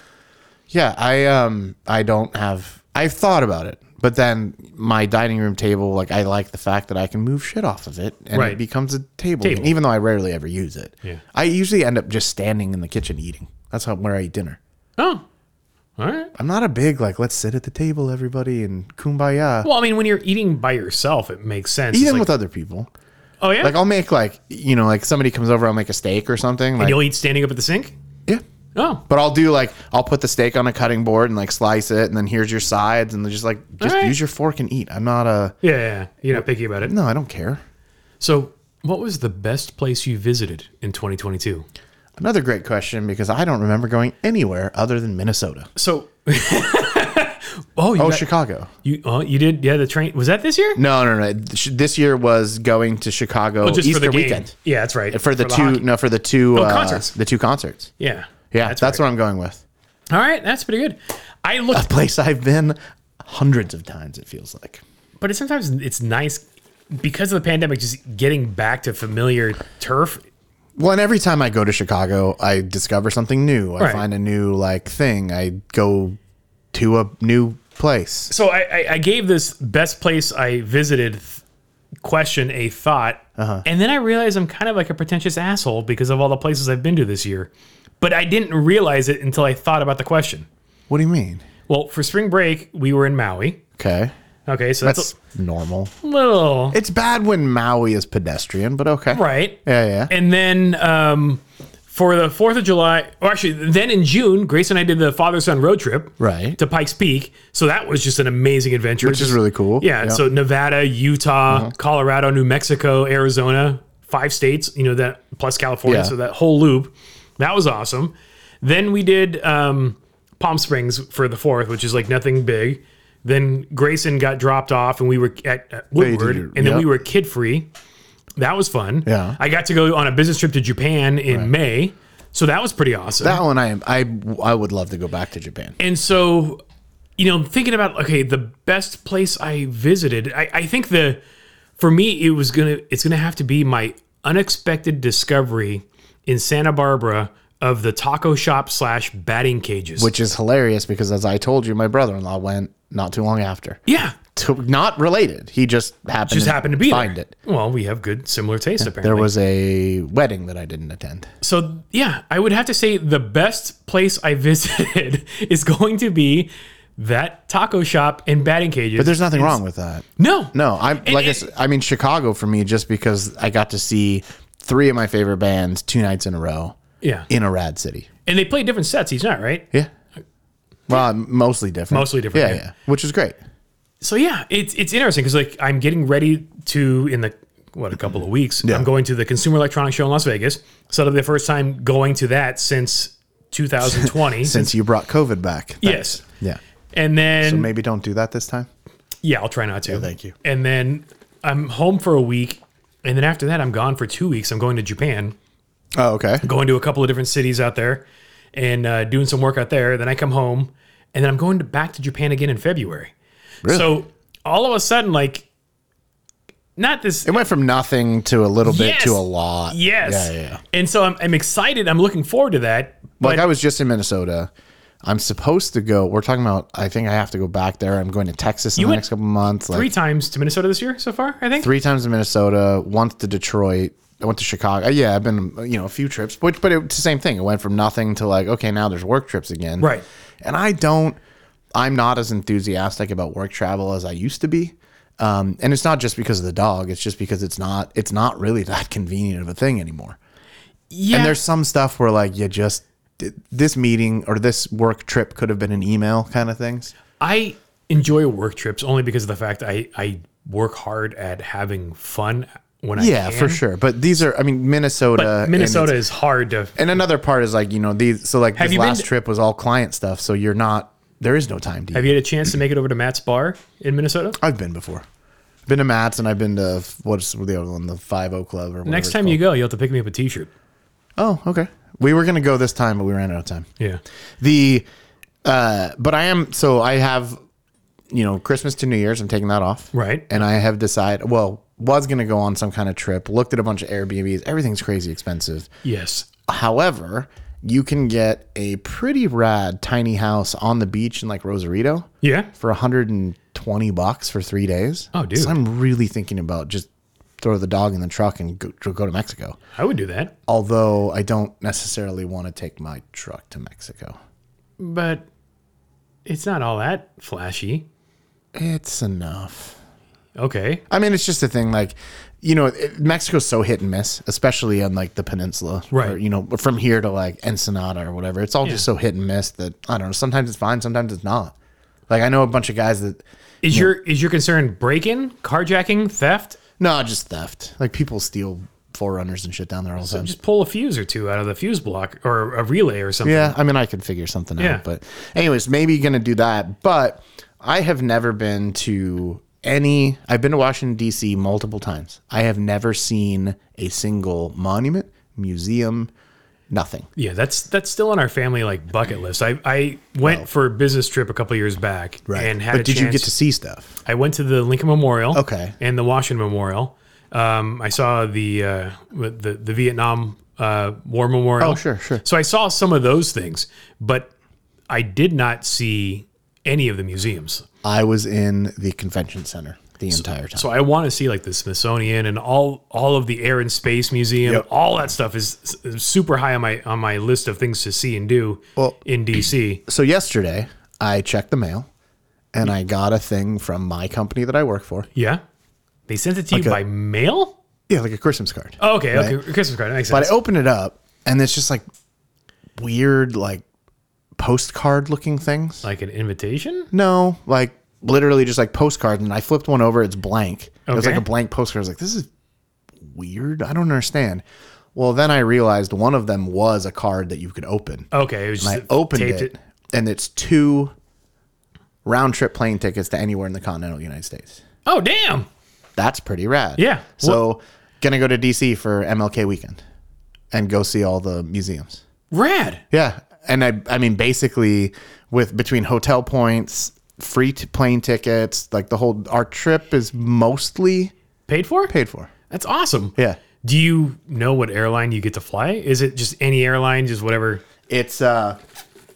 Yeah, I um I don't have I've thought about it, but then my dining room table, like I like the fact that I can move shit off of it and it
Right.
becomes a table,
Table.
even though I rarely ever use it.
Yeah.
I usually end up just standing in the kitchen eating. That's how where I eat dinner.
Oh, all right.
I'm not a big like let's sit at the table everybody and kumbaya.
Well, I mean, when you're eating by yourself, it makes sense. It's
Eating
like,
with other people.
oh yeah,
Like I'll make like you know like somebody comes over I'll make a steak or something like
you'll eat standing up at the sink.
yeah.
Oh,
But I'll do like I'll put the steak on a cutting board and like slice it and then here's your sides and just like just
right.
use your fork and eat. I'm not a
yeah, yeah, yeah. You're not picky about it.
no, I don't care.
So, what was the best place you visited in 2022?
Another great question because I don't remember going anywhere other than Minnesota.
So, oh, you,
Oh,
got-
Chicago.
you, oh, you did, yeah. The train was that this year? Oh,
No, no, no. Sh- This year was going to Chicago
Just
Easter
for the game.
weekend
Yeah, that's right.
for the two.
hockey. Oh,
no, for the two uh,
concerts.
The two concerts.
yeah,
Yeah, that's,
right.
what I'm going with.
All right, that's pretty good. I looked,
Place I've been hundreds of times. It feels like.
but it's sometimes it's nice because of the pandemic. Just getting back to familiar turf.
Well, and every time I go to Chicago, I discover something new. I
Right.
find a new like thing. I go to a new place.
So I, I, I gave this best place I visited th- question a thought, and then I realized I'm kind of like a pretentious asshole because of all the places I've been to this year. But I didn't realize it until I thought about the question.
What do you mean?
Well, for spring break, we were in Maui.
Okay,
Okay, so
that's
that's,
normal.
a little
It's bad when Maui is pedestrian, but okay.
right.
Yeah, yeah.
And then um, for the 4th of July, or actually, then in June, Grace and I did the father son road trip
Right.
to Pikes Peak. So that was just an amazing adventure.
Which is really cool. Uh-huh.
Yeah, So Nevada, Utah, Colorado, New Mexico, Arizona, five states, you know, that plus California.
Yeah.
So that whole loop. That was awesome. Then we did um, Palm Springs for the 4th, which is like nothing big. Then Grayson got dropped off and we were at uh,
you did
Woodward.
your-
and then we
yep.
were kid free. That was fun.
Yeah.
I got to go on a business trip to Japan in May. So that was pretty awesome.
that one I am I I would love to go back to Japan.
and so, you know, thinking about, okay, the best place I visited, I, I think the, for me, it was going to, it's going to have to be my unexpected discovery in Santa Barbara of the taco shop slash batting cages.
which is hilarious because as I told you, my brother-in-law went not too long after.
yeah,
To, not related. He just happened
just happened to be
find
there.
it.
Well, we have good similar taste apparently.
There was a wedding that I didn't attend.
So yeah, I would have to say the best place I visited is going to be that taco shop and batting cages.
But there's nothing wrong with that.
no,
No, I'm like I
it-
said, I mean Chicago for me just because I got to see three of my favorite bands two nights in a row
yeah,
in a rad city.
and they play different sets. He's not right.
Yeah. Well, mostly different.
Uh, Mostly different,
Yeah,
yeah.
yeah. Which is great.
So yeah, it's it's interesting because like I'm getting ready to in the what a couple of weeks I'm going to the Consumer Electronics Show in Las Vegas. So that'll be the first time going to that since 2020.
Since you brought COVID back.
yes,
Yeah.
and then
Maybe don't do that this time.
Yeah, I'll try not to.
thank you.
And then I'm home for a week. And then after that, I'm gone for two weeks. I'm going to Japan,
Oh, okay.
going to a couple of different cities out there and uh, doing some work out there. Then I come home and then I'm going to, back to Japan again in February.
Really?
So all of a sudden, like, not this.
It went from nothing to a little bit
Yes.
to a lot.
yes.
Yeah, yeah, yeah.
And so I'm, I'm excited. I'm looking forward to that. But
Like I was just in Minnesota. I'm supposed to go. We're talking about. I think I have to go back there. I'm going to Texas in the
went
next couple months. Like
three
three,
times to Minnesota this year so far, I think.
times to Minnesota, once to Detroit. I went to Chicago. Yeah, I've been you know a few trips, but but it's the same thing. It went from nothing to like okay, now there's work trips again.
Right.
And I don't. I'm not as enthusiastic about work travel as I used to be. Um, and it's not just because of the dog. It's just because it's not. It's not really that convenient of a thing anymore.
Yeah.
And there's some stuff where like you just this meeting or this work trip could have been an email kind of things.
I enjoy work trips only because of the fact I, I work hard at having fun when I
Yeah,
can.
for sure. But these are I mean Minnesota and
Minnesota
it's-
is hard to.
And, another part is like, you know, these so like this
you been
last
to-
trip was all client stuff, so you're not there is no time to
Have you had a chance to make it over to Matt's bar in Minnesota?
I've been before. Been to Matt's and I've been to what's the other one, the Five O Club or whatever
Next
it's
time you go, you'll have to pick me up a T-shirt.
called. Oh, okay. We were gonna go this time, but we ran out of time.
Yeah,
The uh but I am so I have you know, Christmas to New Year's, I'm taking that off.
Right.
And I have decided well, was gonna go on some kind of trip, looked at a bunch of Airbnbs, everything's crazy expensive.
yes.
However, you can get a pretty rad tiny house on the beach in like Rosarito
Yeah,
for 120 bucks for three days.
Oh, dude.
So I'm really thinking about just throw the dog in the truck and go, to go to Mexico.
I would do that.
Although I don't necessarily want to take my truck to Mexico.
But it's not all that flashy.
It's enough.
Okay.
I mean, it's just a thing. Like, you know, it, Mexico's so hit and miss, especially on like the peninsula,
Right.
Or, you know, from here to like Ensenada or whatever. It's all just so hit and miss that I don't know. Sometimes it's fine, sometimes it's not. Like, I know a bunch of guys that
Is your is your concern break-in, carjacking, theft?
no, just theft. Like, people steal forerunners and shit down there all the time.
Just pull a fuse or two out of the fuse block or a relay or something.
Yeah, I mean, I could figure something
Yeah.
out. But, anyways, maybe gonna do that. But I have never been to any. I've been to Washington D.C. multiple times. I have never seen a single monument, museum, nothing.
Yeah, that's that's still on our family like bucket list. I, I went for a business trip a couple years back and had. a
but did you
chance-
get to see stuff?
I went to the Lincoln Memorial.
Okay.
And the Washington Memorial. Um, I saw the uh, the the Vietnam uh, War Memorial.
Oh, sure, sure.
So I saw some of those things, but I did not see any of the museums.
I was in the convention center the entire time.
So I want to see like the Smithsonian and all all of the Air and Space Museum. All that stuff is, is super high on my on my list of things to see and do
Well-
in DC.
So yesterday, I checked the mail, and I got a thing from my company that I work for.
Yeah. They sent it to you by mail?
Yeah, like a Christmas card.
Oh, okay, okay. Christmas card. That makes
But
sense.
I opened it up, and it's just like weird, like postcard looking things.
like an invitation?
No, like literally just like postcard. And I flipped one over; it's blank. It was
Okay.
like a blank postcard. I was like, "This is weird. I don't understand." Well, then I realized one of them was a card that you could open.
Okay. It was just
I opened
taped
it, and it's two round trip plane tickets to anywhere in the continental United States.
Oh, damn.
That's pretty rad.
Yeah.
So gonna go to DC for MLK weekend and go see all the museums.
Rad.
Yeah, and I I mean basically with between hotel points, free t- plane tickets, like the whole our trip is mostly
Paid for?
paid for.
That's awesome.
Yeah.
Do you know what airline you get to fly? Is it just any airline, just whatever?
It's uh,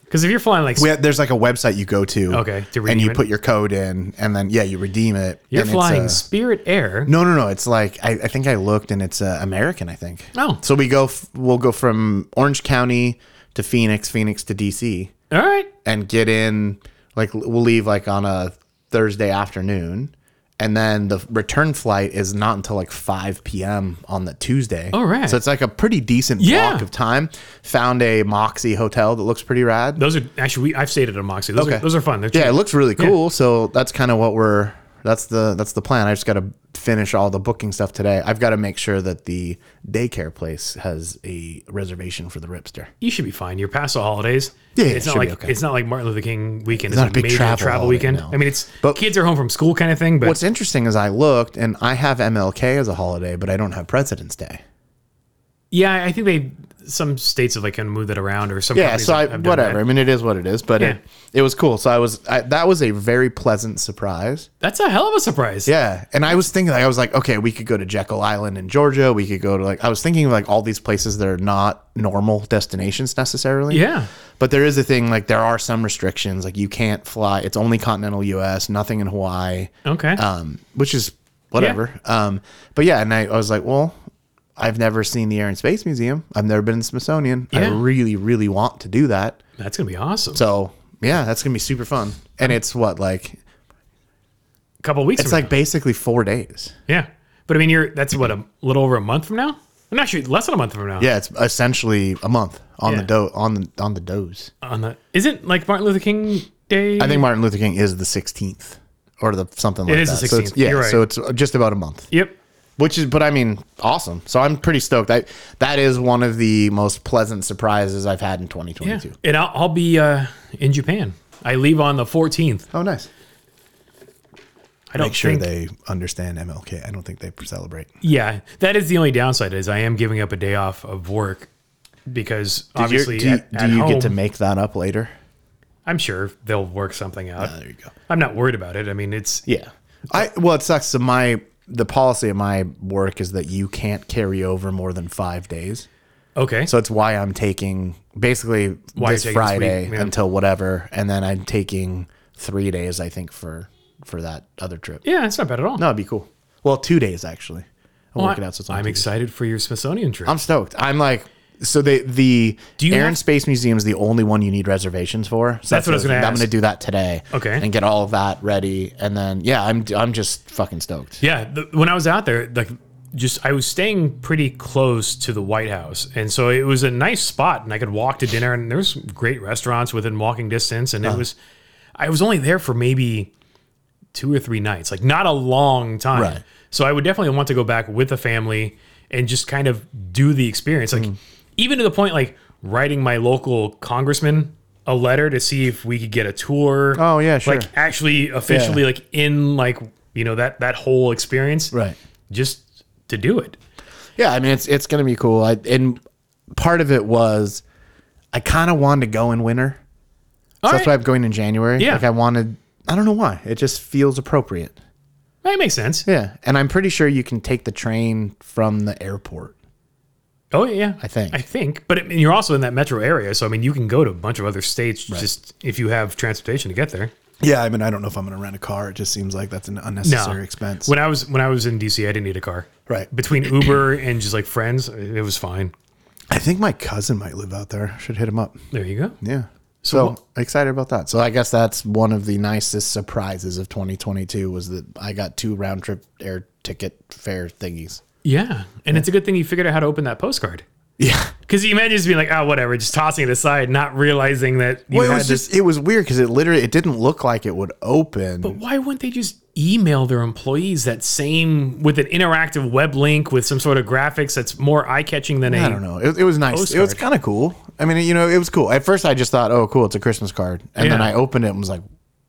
Because if you're flying like
we, there's like a website you go to.
Okay, to redeem
and you
it.
put your code in, and then yeah, you redeem it.
you're
and it's,
flying
uh,
Spirit Air,
No, no, no. It's like I, I think I looked, and it's uh, American. I think.
Oh.
So we go. F- we'll go from Orange County to Phoenix, Phoenix to DC,
all right,
and get in. Like l- we'll leave like on a Thursday afternoon, and then the return flight is not until like 5 p.m. on the Tuesday.
All Oh, right.
So it's like a pretty decent
Yeah.
block of time. Found a Moxie hotel that looks pretty rad.
those are actually we, I've stayed at a Moxie. Those, are,
Okay.
those are fun. They're
Yeah,
cheap.
it looks really cool. So that's kind of what we're that's the that's the plan. I just got to finish all the booking stuff today. I've got to make sure that the daycare place has a reservation for the Ripster.
you should be fine. You're past the holidays.
Yeah, yeah,
it's
it
not
should be
like
okay.
it's not like Martin Luther King weekend. It's,
not
a
a big
major travel,
travel holiday,
weekend.
no.
I mean, it's
But-
kids are home from school kind of thing. But
What's interesting is I looked and I have MLK as a holiday, but I don't have President's Day.
yeah, I think they some states have like kind of moved that around or some.
Yeah,
companies
so I
have- have done
whatever.
that.
I mean, it is what it is, but it, it was cool. So I was I, that was a very pleasant surprise.
That's a hell of a surprise.
Yeah, and I was thinking, like, I was like, okay, we could go to Jekyll Island in Georgia. We could go to like, I was thinking of like all these places that are not normal destinations necessarily.
Yeah.
but there is a thing like there are some restrictions, like you can't fly. It's only continental U.S., nothing in Hawaii,
Okay.
um, which is whatever. Um, but yeah, and I, I was like, well, I've never seen the Air and Space Museum. I've never been in Smithsonian. I
Yeah.
really, really want to do that.
That's gonna be awesome.
So yeah, that's gonna be super fun. And it's what like
a couple weeks.
it's
from
like basically four days.
now. yeah, but I mean, you're that's what a little over a month from now. I'm not sure, less than a month from now.
Yeah, it's essentially a month on
Yeah.
the do on the on the doze.
On the isn't like Martin Luther King Day.
I think Martin Luther King is the 16th or the something like
is
that.
the
So it's-
16th.
yeah,
You're
so it's just about a month,
Yep.
which is but I mean awesome. So I'm pretty stoked. I that is one of the most pleasant surprises I've had in
Yeah.
2022.
And I'll, I'll be uh, in Japan. I leave on the 14th.
Oh, nice.
I don't think,
they understand MLK. I don't think they celebrate.
Yeah, that is the only downside is I am giving up a day off of work because obviously
do you,
at,
do
at
you
home,
get to make that up later?
I'm sure they'll work something out.
Ah, there you go.
I'm not worried about it. I mean, it's
Yeah. I well, it sucks. So my the policy of my work is that you can't carry over more than five days.
okay.
So it's why I'm taking basically
Why
this
you're taking this
Friday
week, yeah.
until whatever, and then I'm taking three days. I think for for that other trip.
yeah, it's not bad at all.
No, it'd be cool. Well, two days actually. I'll
Well,
work it out. So it's on
I'm
two.
excited for your Smithsonian trip.
I'm stoked. I'm like. So the the
you
Air
have-
and Space Museum is the only one you need reservations for. So
That's what I was gonna
I'm
ask.
gonna do that today.
Okay.
And get all of that ready, and then yeah, I'm I'm just fucking stoked.
Yeah, the, when I was out there, like just I was staying pretty close to the White House, and so it was a nice spot, and I could walk to dinner, and there was some great restaurants within walking distance, and
Uh-huh.
it was, I was only there for maybe two or three nights, like not a long time.
Right.
So I would definitely want to go back with the family and just kind of do the experience,
Mm.
like even to the point like writing my local congressman a letter to see if we could get a tour.
Oh, yeah, sure.
Like actually officially like in like you know that that whole experience
Right.
just to do it
Yeah, I mean it's it's gonna be cool. I, and part of it was I kind of wanted to go in winter. So that's
right.
why I'm going in January.
Yeah.
like I wanted. I don't know why. It just feels appropriate.
that makes sense
Yeah, and I'm pretty sure you can take the train from the airport.
oh yeah
I think.
i think but I mean, you're also in that metro area so i mean you can go to a bunch of other states just if you have transportation to get there
Yeah, I mean I don't know if I'm gonna rent a car. It just seems like that's an unnecessary
when i was when i was in dc i didn't need a car
Right.
between uber and just like friends it was fine
I think my cousin might live out there. Should hit him up.
there you go
Yeah. So, excited about that. So I guess that's one of the nicest surprises of 2022 was that I got two round trip air ticket fare thingies.
yeah and it's a good thing you figured out how to open that postcard
Yeah.
because you imagine just being like, oh, whatever, just tossing it aside, not realizing that you
Well, it
had
was
this.
just it was weird because it literally it didn't look like it would open.
why wouldn't they just email their employees that same with an interactive web link with some sort of graphics that's more eye catching than
I
a
don't know. It, it was nice. It was
Postcard.
kind of cool. I mean, you know, it was cool. At first, I just thought, "Oh, cool, it's a Christmas card," and then
Yeah.
I opened it and was like,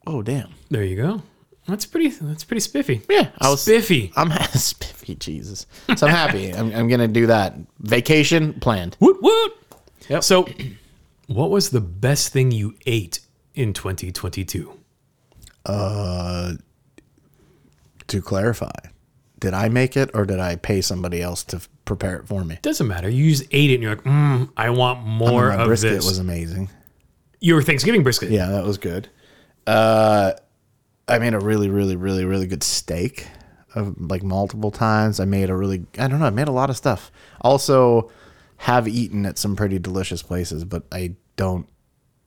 "Oh, damn."
There you go. That's pretty. That's pretty spiffy.
Yeah, I was.
spiffy.
I'm spiffy, Jesus. So I'm happy. I'm, I'm gonna do that. Vacation planned.
Woot woot. So, what was the best thing you ate in 2022?
To clarify, did I make it or did I pay somebody else to prepare it for me.
Doesn't matter. You just ate it and you're like, mm, I want more
My
of
brisket
this.
was amazing.
Your Thanksgiving brisket.
Yeah, that was good. Uh, I made a really, really, really, really good steak, of, like multiple times. I made a really, I don't know, I made a lot of stuff. Also, have eaten at some pretty delicious places, but I don't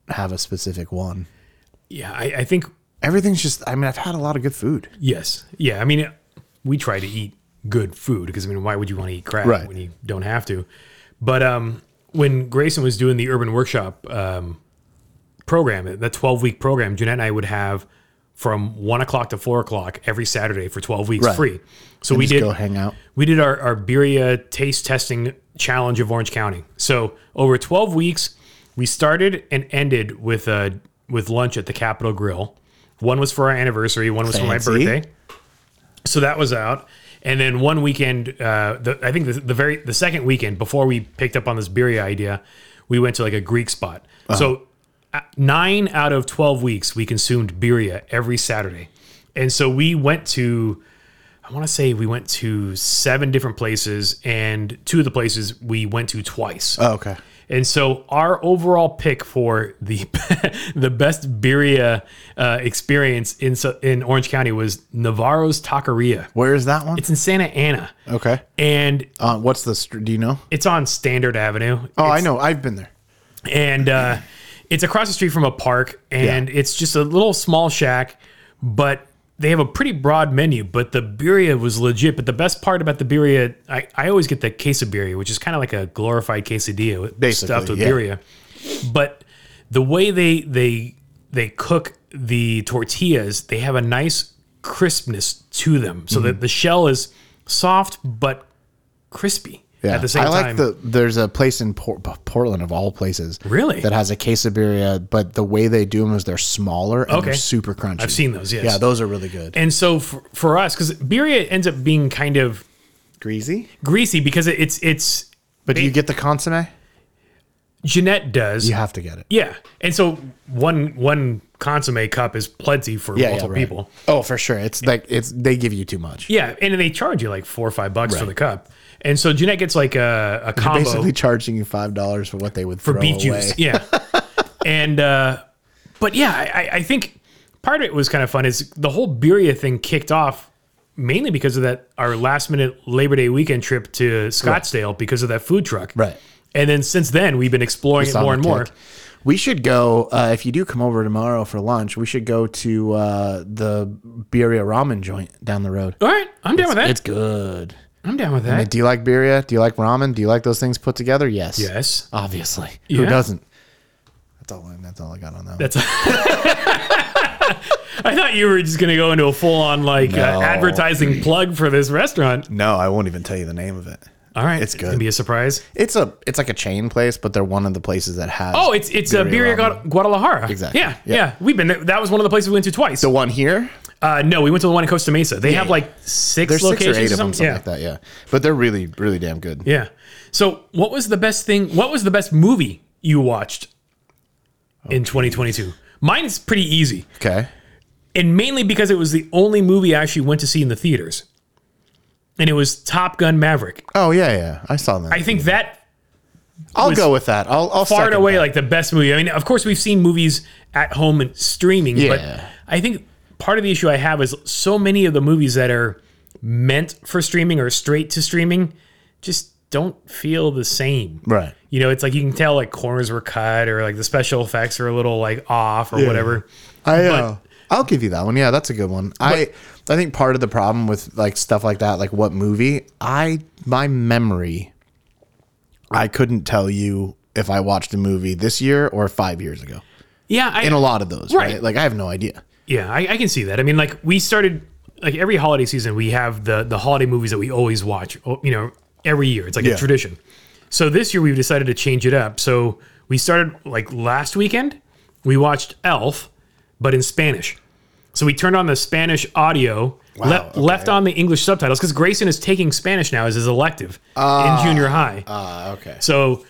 have a specific one.
Yeah, I, I think
Everything's just, I mean, I've had a lot of good food.
yes. Yeah, I mean, we try to eat good food because I mean, why would you want to eat crap
Right.
when you don't have to? But um, when Grayson was doing the Urban Workshop um, program, that twelve week program, Jeanette and I would have from one o'clock to four o'clock every Saturday for twelve weeks
Right.
free. So we
Just
did
go hang out.
we did our, our birria taste testing challenge of Orange County. So over 12 weeks, we started and ended with uh, with lunch at the Capitol Grill. One was for our anniversary, one was for my
Fancy.
birthday. So that was out, and then one weekend, uh, the, I think the, the very the second weekend before we picked up on this birria idea, we went to like a Greek spot. So uh, nine out of 12 weeks, we consumed birria every Saturday, and so we went to. I want to say we went to seven different places, and two of the places we went to twice.
Oh, okay.
and so our overall pick for the the best birria uh, experience in Su- in Orange County was Navarro's Taqueria.
Where is that one?
It's in Santa Ana,
okay.
and
Uh, what's the, str- do you know?
it's on Standard Avenue.
Oh, I know. I've been there.
and uh, it's across the street from a park, and it's just a little small shack, but they have a pretty broad menu. But the birria was legit. But the best part about the birria, I, I always get the quesadilla, which is kind of like a glorified quesadilla with-
Basically,
stuffed with
yeah.
birria. But the way they they they cook the tortillas, they have a nice crispness to them, so
Mm-hmm.
that the shell is soft but crispy
Yeah.
at the same
I like
time.
the there's a place in Por- Portland of all places.
Really?
That has a quesadilla, but the way they do them is they're smaller and they're
Okay.
super crunchy.
I've seen those, yes.
Yeah, those are really good.
And so for, for us, because birria ends up being kind of
Greasy?
greasy because it, it's it's
But do you get the consomme?
Jeanette does.
You
Yeah.
have to get it.
And so one one consomme cup is plenty for multiple
right.
people.
Oh, for sure. It's like it's they give you too much.
Yeah, and they charge you like four or five bucks for the cup. And so Jeanette gets like a, a combo
Basically charging you five dollars for what they would
for
throw
beet
away.
juice. Yeah. and uh but yeah, I, I- I think part of it was kind of fun is the whole birria thing kicked off mainly because of that our last minute Labor Day weekend trip to Scottsdale because of that food truck.
Right.
And then since then we've been exploring it
Solid
more and more.
pick. We should go uh, if you do come over tomorrow for lunch. We should go to uh, the birria ramen joint down the road.
All right, I'm down with Oh, that.
It's good.
I'm down with that.
Do you like birria? Do you like ramen? Do you like those things put together? Yes.
Yes.
Obviously.
Yeah.
Who doesn't? That's all. I, that's all I got on that. one.
That's I thought you were just going to go into a full on like uh,
No.
advertising plug for this restaurant.
No, I won't even tell you the name of it.
All right.
It's
going to
good.
be a surprise.
It's a. It's like a chain place, but they're one of the places that has.
Oh, it's it's uh, Birria
Birria
Gua- Guadalajara.
Exactly.
Yeah, yeah.
Yeah.
We've been there. That was one of the places we went to twice.
the one here.
uh, no, we went to the one in Costa Mesa. They have like six
There's six
locations
or eight of them,
something.
something
yeah.
like that. Yeah, but they're really, really damn good.
Yeah. So, what was the best thing? What was the best movie you watched
Oh.
in 2022? Mine's pretty easy,
Okay.
and mainly because it was the only movie I actually went to see in the theaters, and it was Top Gun Maverick.
Oh yeah, yeah. I saw that.
I think that
I'll
was
go with that. I'll. I'll
far and
second
away
that.
like the best movie. I mean, of course, we've seen movies at home and streaming,
Yeah.
but I think part of the issue I have is so many of the movies that are meant for streaming or straight to streaming just don't feel the same.
Right.
You know, it's like you can tell like corners were cut or like the special effects are a little like off or whatever.
I. Uh, I'll give you that one. Yeah, that's a good one. I. I think part of the problem with like stuff like that, like what movie, I my memory, I couldn't tell you if I watched a movie this year or five years ago.
Yeah, I,
In a lot of those,
Right.
right? Like I have no idea.
Yeah, I, I can see that. I mean, like we started like every holiday season, we have the the holiday movies that we always watch. o- You know, every year it's like a
Yeah.
tradition. So this year we've decided to change it up. So we started like last weekend. We watched Elf, but in Spanish. So we turned on the Spanish audio, le-
okay.
left on the English subtitles because Grayson is taking Spanish now as his elective in junior high.
Ah, okay.
so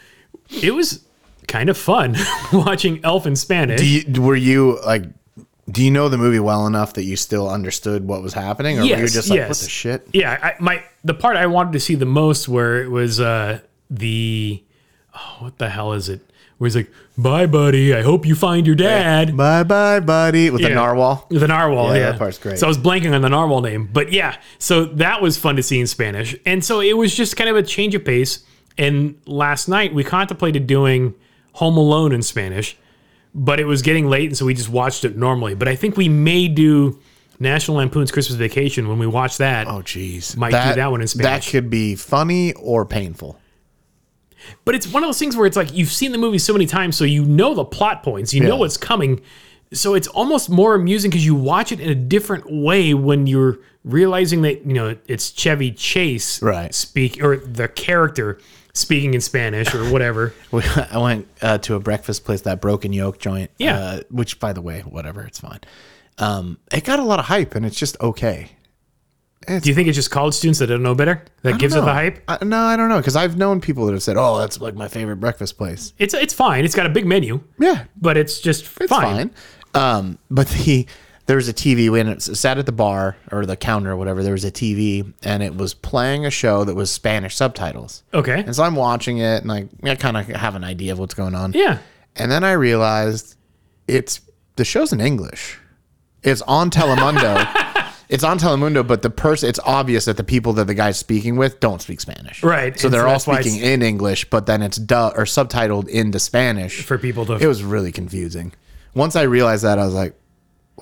it was kind of fun watching Elf in Spanish.
Do you, were you like Do you know the movie well enough that you still understood what was happening, or were you
Yes,
just like, "What
yes.
the shit"?
Yeah, I, my the part I wanted to see the most where it was uh, the oh, what the hell is it? Where he's like, "Bye, buddy. I hope you find your dad."
Bye, bye, buddy, with the
Yeah.
narwhal.
The narwhal, yeah,
that part's great.
So I was blanking on the narwhal name, but yeah, so that was fun to see in Spanish, and so it was just kind of a change of pace. And last night we contemplated doing Home Alone in Spanish, but it was getting late, and so we just watched it normally. But I think we may do National Lampoon's Christmas Vacation when we watch that.
Oh, jeez,
Might do that one in Spanish.
That could be funny or painful.
But it's one of those things where it's like you've seen the movie so many times, so you know the plot points, you know what's coming. So it's almost more amusing because you watch it in a different way when you're realizing that you know it's Chevy Chase
Right.
speak or the character speaking in Spanish or whatever.
We, I went uh, to a breakfast place, that Broken Yolk joint.
Yeah.
Uh, which, by the way, whatever, it's fine. Um, it got a lot of hype, and it's just okay.
Do you think it's just college students that don't know better that gives it
No.
the hype?
I, no, I don't know because I've known people that have said, "Oh, that's like my favorite breakfast place."
It's it's fine. It's got a big menu,
Yeah,
but it's just
it's fine. Um, but the there was a TV when it sat at the bar or the counter or whatever. There was a TV, and it was playing a show that was Spanish subtitles.
Okay.
And so I'm watching it, and like I kind of have an idea of what's going on.
Yeah.
And then I realized it's the show's in English. It's on Telemundo. it's on Telemundo, but the person it's obvious that the people that the guy's speaking with don't speak Spanish.
Right.
So
And
they're
so
all
that's why it's-
speaking in English, but then it's du- or subtitled into Spanish.
For people to
it was really confusing. Once I realized that I was like,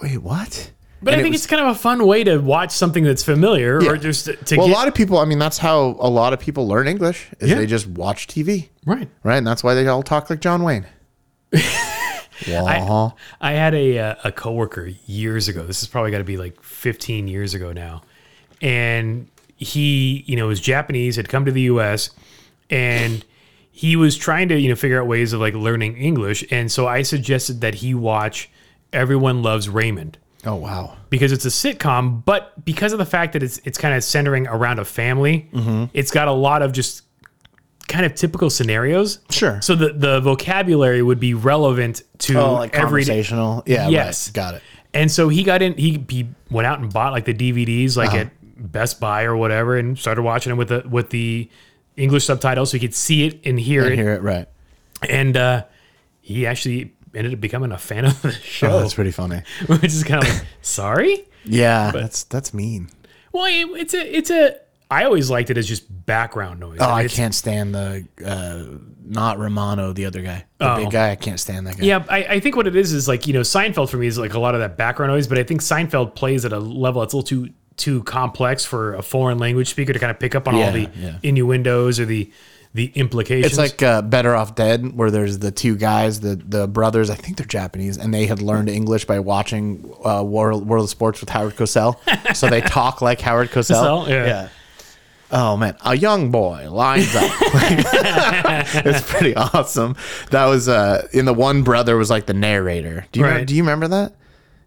wait, what?
But I think it's kind of a fun way to watch something that's familiar or just to, to
Well,
get
a lot of people, I mean, that's how a lot of people learn English is
Yeah.
they just watch TV.
right.
Right? And that's why they all talk like John Wayne. Wah.
I had a uh, a coworker years ago. This is probably got to be like 15 years ago now. And he, you know, was Japanese, had come to the US and he was trying to, you know, figure out ways of like learning English. And so I suggested that he watch Everyone Loves Raymond
oh wow.
because it's a sitcom, but because of the fact that it's it's kind of centering around a family,
Mm-hmm.
it's got a lot of just kind of typical scenarios.
Sure.
So the the vocabulary would be relevant to
Oh, like
every day.
conversational. Yeah. right.
Yes.
Got it.
And so he got in. He, he went out and bought like the DVDs,
Uh-huh.
like at Best Buy or whatever, and started watching it with the with the English subtitles, so he could see it and hear
I
it.
hear it right.
And uh, he actually ended up becoming a fan of the
Oh,
show,
that's pretty funny.
which is kind of like, sorry.
Yeah, that's that's mean.
Well, it- it's a it's a. I always liked it as just background noise.
Oh, I
It's-
can't stand the uh, not Romano, the other guy, the
Oh.
big guy. I can't stand that guy.
Yeah, I, I think what it is is like you know Seinfeld for me is like a lot of that background noise, but I think Seinfeld plays at a level that's a little too too complex for a foreign language speaker to kind of pick up on
Yeah,
all the
yeah.
innuendos or the the implications.
It's like uh, Better Off Dead, where there's the two guys, the the brothers. I think they're Japanese, and they had learned English by watching uh, World World of Sports with Howard Cosell. so they talk like Howard Cosell.
Cosell, yeah.
Oh man, a young boy lines up. it's pretty awesome. That was uh, in the one brother was like the narrator. Do you remem-
Right.
do you remember that?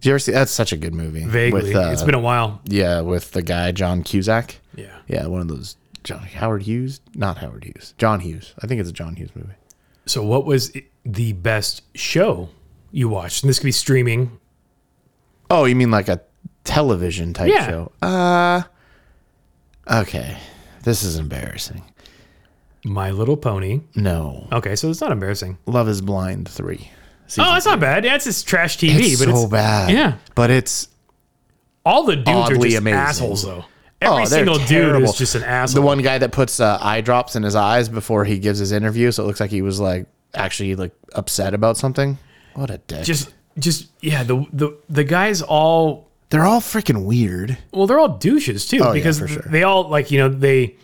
Do you ever see? That's such a good movie.
vaguely.
With, uh,
it's been a while.
yeah, with the guy John Cusack.
Yeah.
Yeah, one of those John Howard Hughes, not Howard Hughes, John Hughes. I think it's a John Hughes movie.
So what was i- the best show you watched? And this could be streaming.
Oh, you mean like a television type
Yeah.
show? Uh Okay. This is embarrassing.
My Little Pony.
No.
Okay, so it's not embarrassing.
Love is Blind 3. See,
Oh, that's not bad. That's just trash TV,
it's
but
so
it's
bad.
yeah.
But it's
all the dudes are
Oddly
just
amazing.
assholes though. Every
Oh, they're
single dude
terrible.
is just an
the
asshole.
one guy that puts uh, eye drops in his eyes before he gives his interview, so it looks like he was like actually like upset about something. What a dick.
just just yeah the the the guys all
They're all freaking weird.
well they're all douches too
Oh, yeah,
because
for sure.
they all like you know they,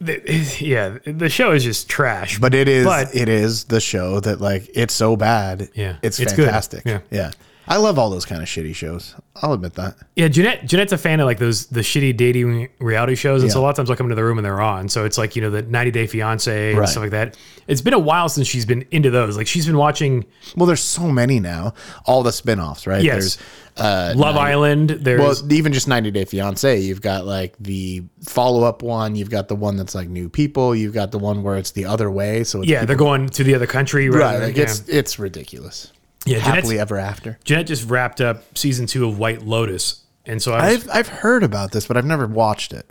they yeah the show is just trash
But it is
But-
it is the show that like it's so bad.
Yeah.
It's,
It's good.
fantastic.
Yeah.
Yeah. I love all those kind of shitty shows. I'll admit that.
yeah Jeanette Jeanette's a fan of like those the shitty dating reality shows and so a
Yeah.
lot of times I'll come into the room and they're on so it's like you know the 90 Day Fiance and
Right.
stuff like that it's been a while since she's been into those like she's been watching
Well, there's so many now. All the spin-offs, right?
yes
There's
Love Island there's
Uh, well, even just 90 Day Fiance, you've got like the follow-up one, you've got the one that's like new people, you've got the one where it's the other way, so it's
yeah they're going to the other country rather
right,
than-
like
yeah.
it's it's ridiculous.
Yeah, Jeanette's-
happily ever after.
Jeanette just wrapped up season two of White Lotus, and so I was,
I've I've heard about this, but I've never watched it.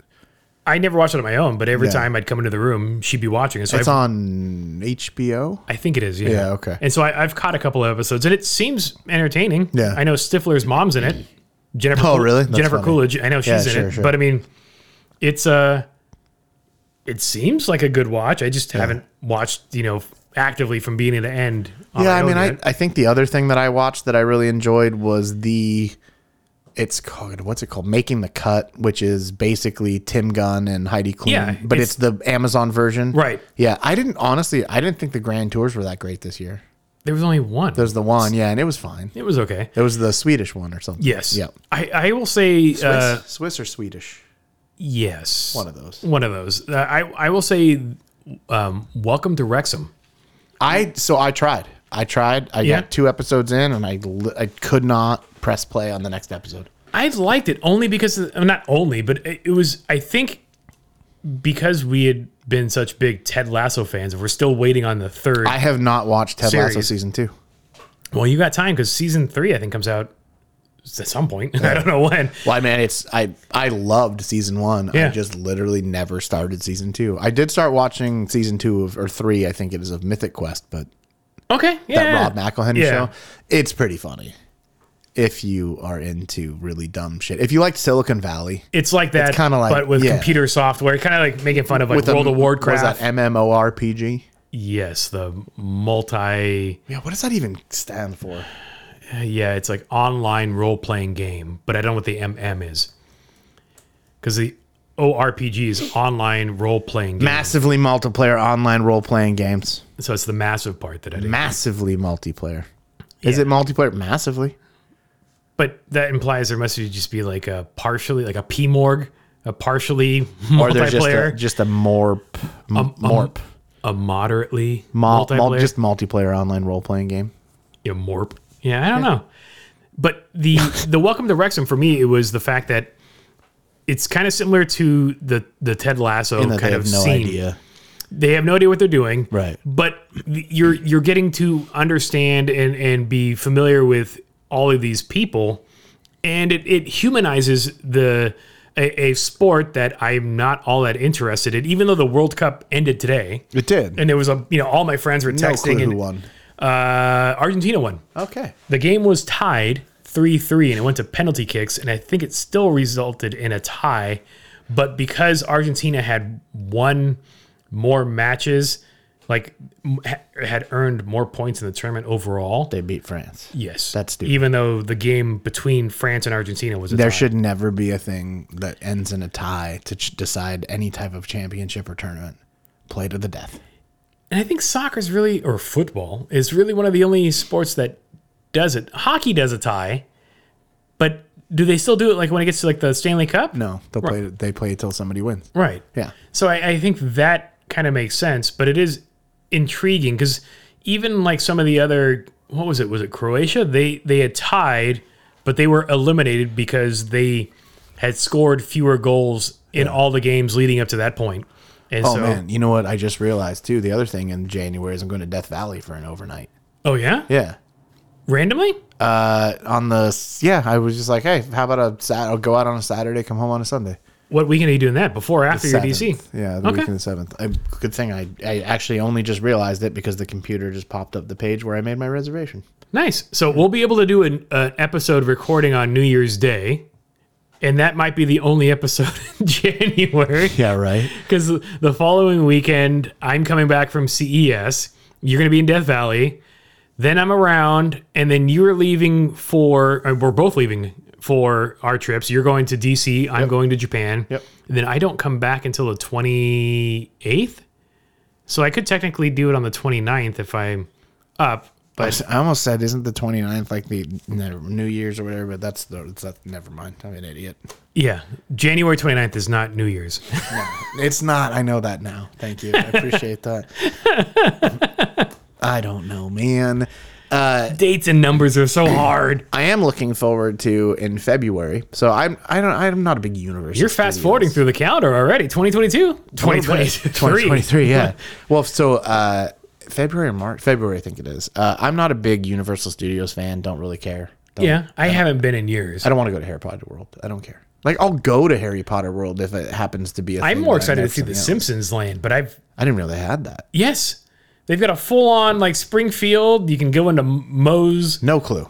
I never watched it on my own, but every
Yeah.
time I'd come into the room, she'd be watching, and so
It's
I,
on HBO.
I think it is. Yeah.
Yeah, okay.
And so I, I've caught a couple of episodes, and it seems entertaining.
Yeah.
I know Stifler's mom's in it. Jennifer.
Oh,
Cool-
really? That's
Jennifer
funny.
Coolidge. I know she's
Yeah,
in
sure,
it,
sure.
but I mean, it's Uh, it seems like a good watch. I just haven't watched, you know, actively from beginning to end. on
yeah,
my
I
own
mean, I,
yet.
I think the other thing that I watched that I really enjoyed was the. It's called what's it called? Making the Cut, which is basically Tim Gunn and Heidi Klum,
Yeah,
but
it's-
it's, the Amazon version,
Right.
Yeah, I didn't honestly, I didn't think the Grand Tours were that great this year.
there was only one.
There's the one, yeah, and it was fine.
it was okay.
It was the Swedish one or something.
Yes.
Yep.
I, I will say. Uh,
Swiss, Swiss or Swedish?
Yes.
One of those.
One of those. Uh, I I will say, um, welcome to Wrexham.
I so I tried. I tried. I
Yeah.
got two episodes in, and I li- I could not press play on the next episode.
I liked it only because of, not only, but it, it was I think because we had been such big Ted Lasso fans, and we're still waiting on the third.
I have not watched Ted Lasso
Series.
season two.
well, you got time because season three I think comes out at some point. I don't know when.
Well, I mean, it's I I loved season one.
Yeah.
I just literally never started season two. I did start watching season two of or three, I think it is of Mythic Quest, but
Okay. Yeah.
that Rob McElhenney
Yeah.
show, it's pretty funny. If you are into really dumb shit, if you liked Silicon Valley
It's like that,
kinda like-
but with
yeah.
computer software, kind of like making fun of like
a-
World of Warcraft.
was that MMORPG?
Yes, the multi.
Yeah, what does that even stand for?
Yeah, it's like online role playing game, but I don't know what the MM is. Because the ORPG is online role playing game.
Massively multiplayer online role playing games.
so it's the massive part that I did.
Massively multiplayer. Is it multiplayer? Massively.
But that implies there must just be like a partially, like a PMorg, a partially
Or there's just a,
multiplayer,
just a morp, m- morp.
a moderately
Mul-
multiplayer,
mul- just multiplayer online role playing game.
yeah, morp. Yeah, I don't know. But the the welcome to Wrexham for me, it was the fact that it's kind of similar to the the Ted Lasso
that
kind
they
of
have no
scene.
idea.
they have no idea what they're doing
Right.
but you're you're getting to understand and and be familiar with all of these people and it, it humanizes the a, a sport that i'm not all that interested in even though the world cup ended today
It did.
and there was a you know all my friends were
no
texting
clue who
and
won.
uh argentina won
Okay.
the game was tied 3-3 and it went to penalty kicks and I think it still resulted in a tie, but because Argentina had won more matches, like m- ha- had earned more points in the tournament overall.
They beat France.
Yes.
That's stupid.
Even though the game between France and Argentina was a
There
tie.
should never be a thing that ends in a tie to ch- decide any type of championship or tournament. Play to the death.
And I think soccer's really or football is really one of the only sports that does it. Hockey does a tie, but do they still do it like when it gets to like the Stanley Cup?
No, they'll play. They play till somebody wins.
Right.
Yeah.
So I, I think that kind of makes sense, but it is intriguing because even like some of the other, what was it? Was it Croatia? They they had tied, but they were eliminated because they had scored fewer goals in all the games leading up to that point. And
Oh
so,
man, you know what? I just realized too. The other thing in January is I'm going to Death Valley for an overnight.
oh yeah,
Yeah.
randomly.
Uh, on the s- yeah, I was just like, hey, how about a Sat? I'll go out on a Saturday, come home on a Sunday.
What weekend are you doing that? Before or after your DC?
Seventh. Yeah, the
Okay.
weekend of seventh. I, good thing I, I actually only just realized it because the computer just popped up the page where I made my reservation.
Nice. So we'll be able to do an, an episode recording on New Year's Day, and that might be the only episode in January.
Yeah, right.
Because the following weekend, I'm coming back from CES. You're going to be in Death Valley. Then I'm around, and then you're leaving for, or we're both leaving for our trips. You're going to DC. I'm going to Japan.
Yep.
And then I don't come back until the 28th. So I could technically do it on the 29th if I'm up. But
But I almost said, isn't the 29th like the no, New Year's or whatever? But that's the it's that. Never mind. I'm an idiot.
yeah, January 29th is not New Year's.
It's not. I know that now. Thank you. I appreciate that. I don't know, man. Uh,
Dates and numbers are so hard.
I am looking forward to in February. So I'm I don't I'm not a big universe.
You're fast forwarding through the calendar already. 2022, 2022,
2023, yeah. well, so uh, February or March. February, I think it is. Uh, I'm not a big Universal Studios fan. Don't really care. Don't,
Yeah, I haven't been in years.
Um, I don't want to go to Harry Potter World. I don't care. Like I'll go to Harry Potter World if it happens to be. a
I'm
thing
more
that I
excited
know
to see the
something else.
Simpsons land, but I've
I didn't really had that.
yes, they've got a full on like Springfield. You can go into Moe's.
No clue.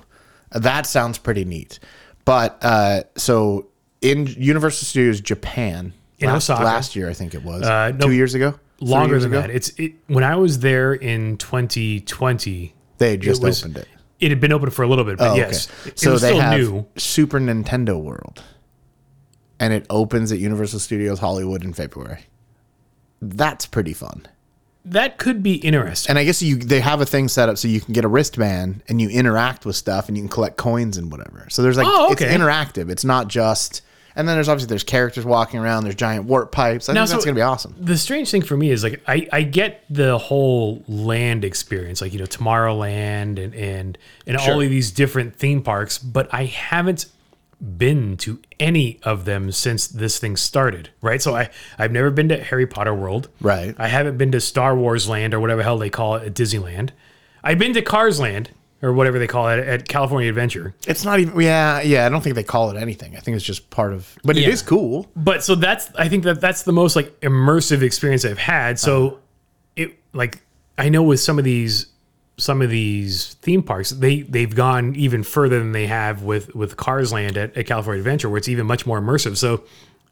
That sounds pretty neat. But uh, so in Universal Studios Japan
In
last,
Osaka.
last year, I think it was
Uh, no,
two years ago, Three
Longer
years
than
ago,
that, it's it, when I was there in 2020,
They had just
was-
opened it.
it had been open for a little bit, but
Oh,
yes,
okay.
it,
So
it was
they
still
have
new.
Super Nintendo World, and it opens at Universal Studios Hollywood in February. That's pretty fun.
That could be interesting.
And I guess you they have a thing set up so you can get a wristband and you interact with stuff and you can collect coins and whatever. So there's like
Oh, okay.
it's interactive. It's not just and then there's obviously there's characters walking around. There's giant warp pipes. I
Now,
think that's
so-
gonna be awesome.
The strange thing for me is like I, I get the whole land experience, like you know Tomorrowland and and and all
Sure.
of these different theme parks, but I haven't been to any of them since this thing started, right? So I I've never been to Harry Potter World,
Right.
I haven't been to Star Wars Land or whatever the hell they call it at Disneyland. I've been to Cars Land or whatever they call it at California Adventure.
It's not even yeah yeah. I don't think they call it anything. I think it's just part of. But it
Yeah.
is cool.
but so that's I think that that's the most like immersive experience I've had.
Uh-huh.
So it like I know with some of these some of these theme parks they they've gone even further than they have with with Cars Land at, at California Adventure where it's even much more immersive. So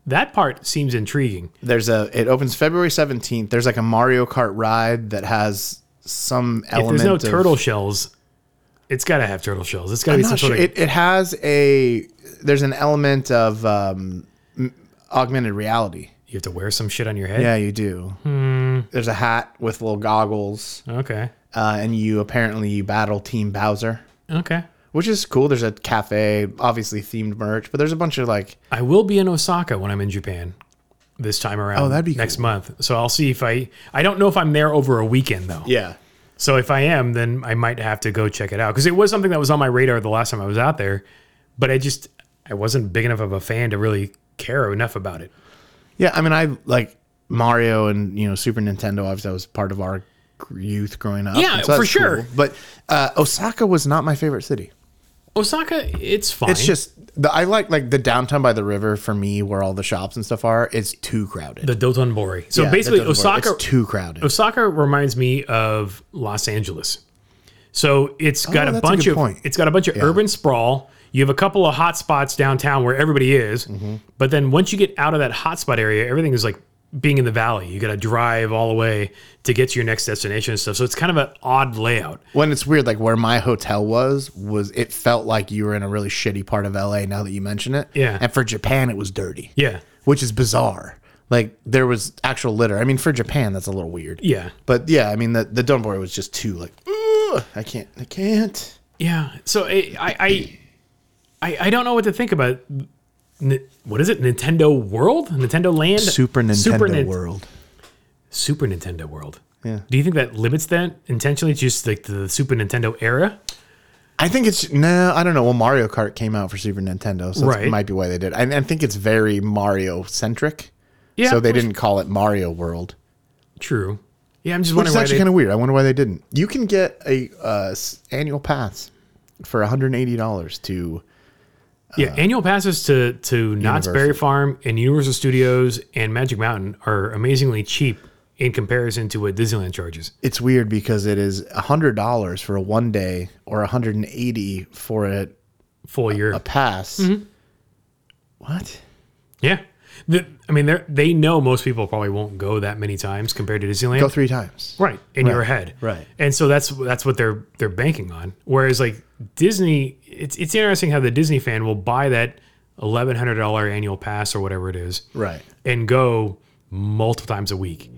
that part seems intriguing.
There's a it opens February seventeenth. There's like a Mario Kart ride that has some
If
element.
there's no
of-
turtle shells, it's got to have turtle shells. It's got to be
I'm
some sort
not sure.
of
It, it has a there's an element of um, m- augmented reality.
you have to wear some shit on your head.
Yeah, you do.
Hmm.
There's a hat with little goggles,
Okay.
uh, and you apparently you battle Team Bowser,
Okay.
which is cool. There's a cafe, obviously themed merch, but there's a bunch of like
I will be in Osaka when I'm in Japan this time around.
Oh, that'd be
next
cool.
month. So I'll see if I. I don't know if I'm there over a weekend though.
yeah,
So if I am, then I might have to go check it out because it was something that was on my radar the last time I was out there, but I just I wasn't big enough of a fan to really care enough about it.
yeah. I mean, I like Mario and you know Super Nintendo. Obviously, that was part of our gr- youth growing up.
Yeah,
and
for
that's
sure.
But uh, Osaka was not my favorite city.
Osaka, it's fine.
It's just the, I like like the downtown by the river for me, where all the shops and stuff are. It's too crowded.
the Dotonbori. So
Yeah, that
basically,
doesn't work.
Osaka
it's too crowded.
Osaka reminds me of Los Angeles. So it's got a
Oh, that's a
bunch
good
of
point.
it's got a bunch of urban sprawl. You have a couple of hot spots downtown where everybody is,
Mm-hmm.
but then once you get out of that hotspot area, everything is like being in the valley. You got to drive all the way to get to your next destination and stuff. So it's kind of an odd layout.
When it's weird, like where my hotel was, was it felt like you were in a really shitty part of LA. Now that you mention it,
Yeah.
And for Japan, it was dirty,
Yeah,
which is bizarre. Like there was actual litter. I mean, for Japan, that's a little weird.
yeah,
But yeah, I mean, the the Donbori was just too like, "Ugh, I can't, I can't.
yeah. So I I I, I, I don't know what to think about. N- What is it? Nintendo World? Nintendo Land?
Super Nintendo
Nin-
World.
Super Nintendo World.
Yeah.
Do you think that limits that intentionally, just like the Super Nintendo era?
I think it's no, I don't know. Well, Mario Kart came out for Super Nintendo, so
Right.
it might be why they did. I, I think it's very Mario centric.
Yeah,
So they
which-
didn't call it Mario World.
True. Yeah, I'm just
Which
wondering
is
why
actually
they,
kind of weird. I wonder why they didn't. You can get a uh, s- annual pass for one hundred and eighty dollars to.
yeah annual passes to to Knott's Berry Farm and Universal Studios and Magic Mountain are amazingly cheap in comparison to what Disneyland charges.
It's weird because it is hundred dollars for a one day or one hundred and eighty for a,
Full year.
a pass.
Mm-hmm.
What?
yeah. The, I mean, they they know most people probably won't go that many times compared to Disneyland.
Go three times.
right in your head
right.
and so that's that's what they're they're banking on whereas like disney it's it's interesting how the disney fan will buy that $1100 annual pass or whatever it is
Right.
and go multiple times a week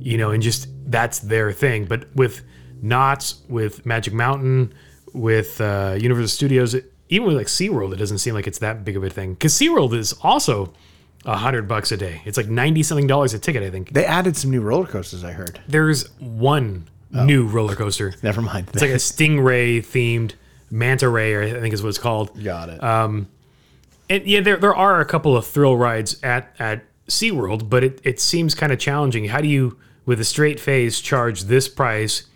you know and just that's their thing but with knots with magic mountain with uh, universal studios even with like seaworld it doesn't seem like it's that big of a thing because seaworld is also a hundred bucks a day it's like 90 something dollars a ticket i think
They added some new roller coasters. I heard.
there's one new roller coaster. It's
Never mind.
like a stingray themed manta ray, or I think is what it's called.
Got it.
And yeah, there there are a couple of thrill rides at at SeaWorld, but it, it seems kind of challenging. How do you, with a straight face, charge this price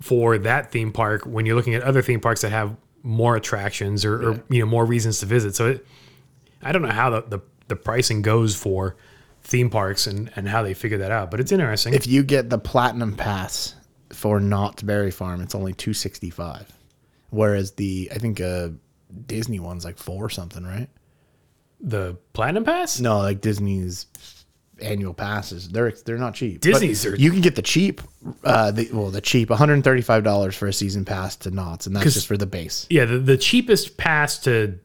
for that theme park when you're looking at other theme parks that have more attractions or, or you know more reasons to visit. So it, I don't know how the, the the pricing goes for theme parks and and how they figure that out, but it's interesting.
If you get the platinum pass for Knott's Berry Farm, it's only two sixty five, whereas the I think uh, Disney one's like four something, right?
the Platinum Pass?
No, like Disney's annual passes. They're they're not cheap. But
Disney's are-
you can get the cheap, uh, the, well, the cheap one hundred and thirty five dollars for a season pass to Knott's, and that's just for the base.
Yeah, the, the cheapest pass to